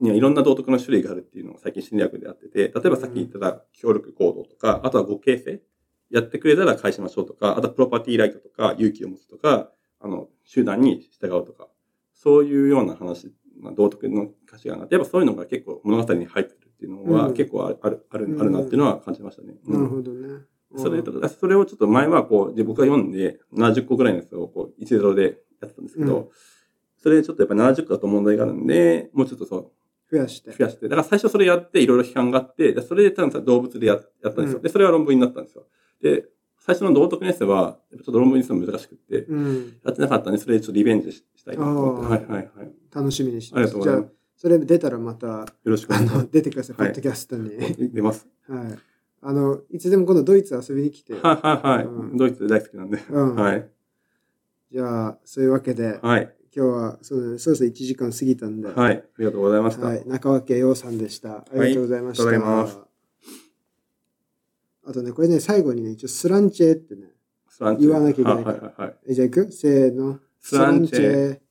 [SPEAKER 2] にはいろんな道徳の種類があるっていうのを最近心理学でやってて、例えばさっき言ってた協力行動とか、あとは互形成。やってくれたら返しましょうとか、あとはプロパティライトとか、勇気を持つとか、あの、集団に従うとか、そういうような話、まあ、道徳の価値観があって、やっぱそういうのが結構物語に入ってるっていうの
[SPEAKER 1] う
[SPEAKER 2] は
[SPEAKER 1] ん
[SPEAKER 2] 結構ある、ある、ある
[SPEAKER 1] うん
[SPEAKER 2] あるなっていうのは感じましたね。うん
[SPEAKER 1] なるほどね。
[SPEAKER 2] それと、それをちょっと前はこう、で、僕が読んで、70個ぐらいのやつをこう、一ゼロでやってたんですけど、
[SPEAKER 1] う
[SPEAKER 2] それちょっとやっぱ70個だと問題があるんで、もうちょっとそう、
[SPEAKER 1] 増やして。
[SPEAKER 2] 増やして、だから最初それやって、いろいろ批判があって、でそれで多分さ動物でややったんです
[SPEAKER 1] う
[SPEAKER 2] よ。
[SPEAKER 1] ん
[SPEAKER 2] で、それは論文になったんですよ。で、最初の道徳のやつは、やっぱちょっと論文にするの難しくって、
[SPEAKER 1] うん。
[SPEAKER 2] やってなかったんで、それでちょっとリベンジししたいなと思っ
[SPEAKER 1] あ
[SPEAKER 2] て。
[SPEAKER 1] ー
[SPEAKER 2] はいはいはい。あ
[SPEAKER 1] 楽しみにして
[SPEAKER 2] りがとうございます。
[SPEAKER 1] じ
[SPEAKER 2] よ
[SPEAKER 1] ゃあ、それ出たらまた、
[SPEAKER 2] ろしくお
[SPEAKER 1] あ
[SPEAKER 2] 願いしま
[SPEAKER 1] の、出てください、ポ
[SPEAKER 2] はい
[SPEAKER 1] ッドキャストに。はい。
[SPEAKER 2] す。出ます。
[SPEAKER 1] あの、いつでも今度ドイツ遊びに来て。
[SPEAKER 2] はいはいはい。
[SPEAKER 1] うん
[SPEAKER 2] ドイツ大好きなんで。
[SPEAKER 1] うん。
[SPEAKER 2] はい。
[SPEAKER 1] じゃあ、そういうわけで、
[SPEAKER 2] はい。
[SPEAKER 1] 今日はそうだねそろそろ1時間過ぎたんで、は
[SPEAKER 2] はい。ありがとうございました。
[SPEAKER 1] い中脇洋さんでした。ありがとうございました。
[SPEAKER 2] ありがとうございま
[SPEAKER 1] あとね、これね、最後にね、一応スランチェってね、
[SPEAKER 2] スランチェ
[SPEAKER 1] 言わなきゃいけない
[SPEAKER 2] はいはいはい。
[SPEAKER 1] えじゃあ行くよせーの。
[SPEAKER 2] スランチェ
[SPEAKER 1] スランチェ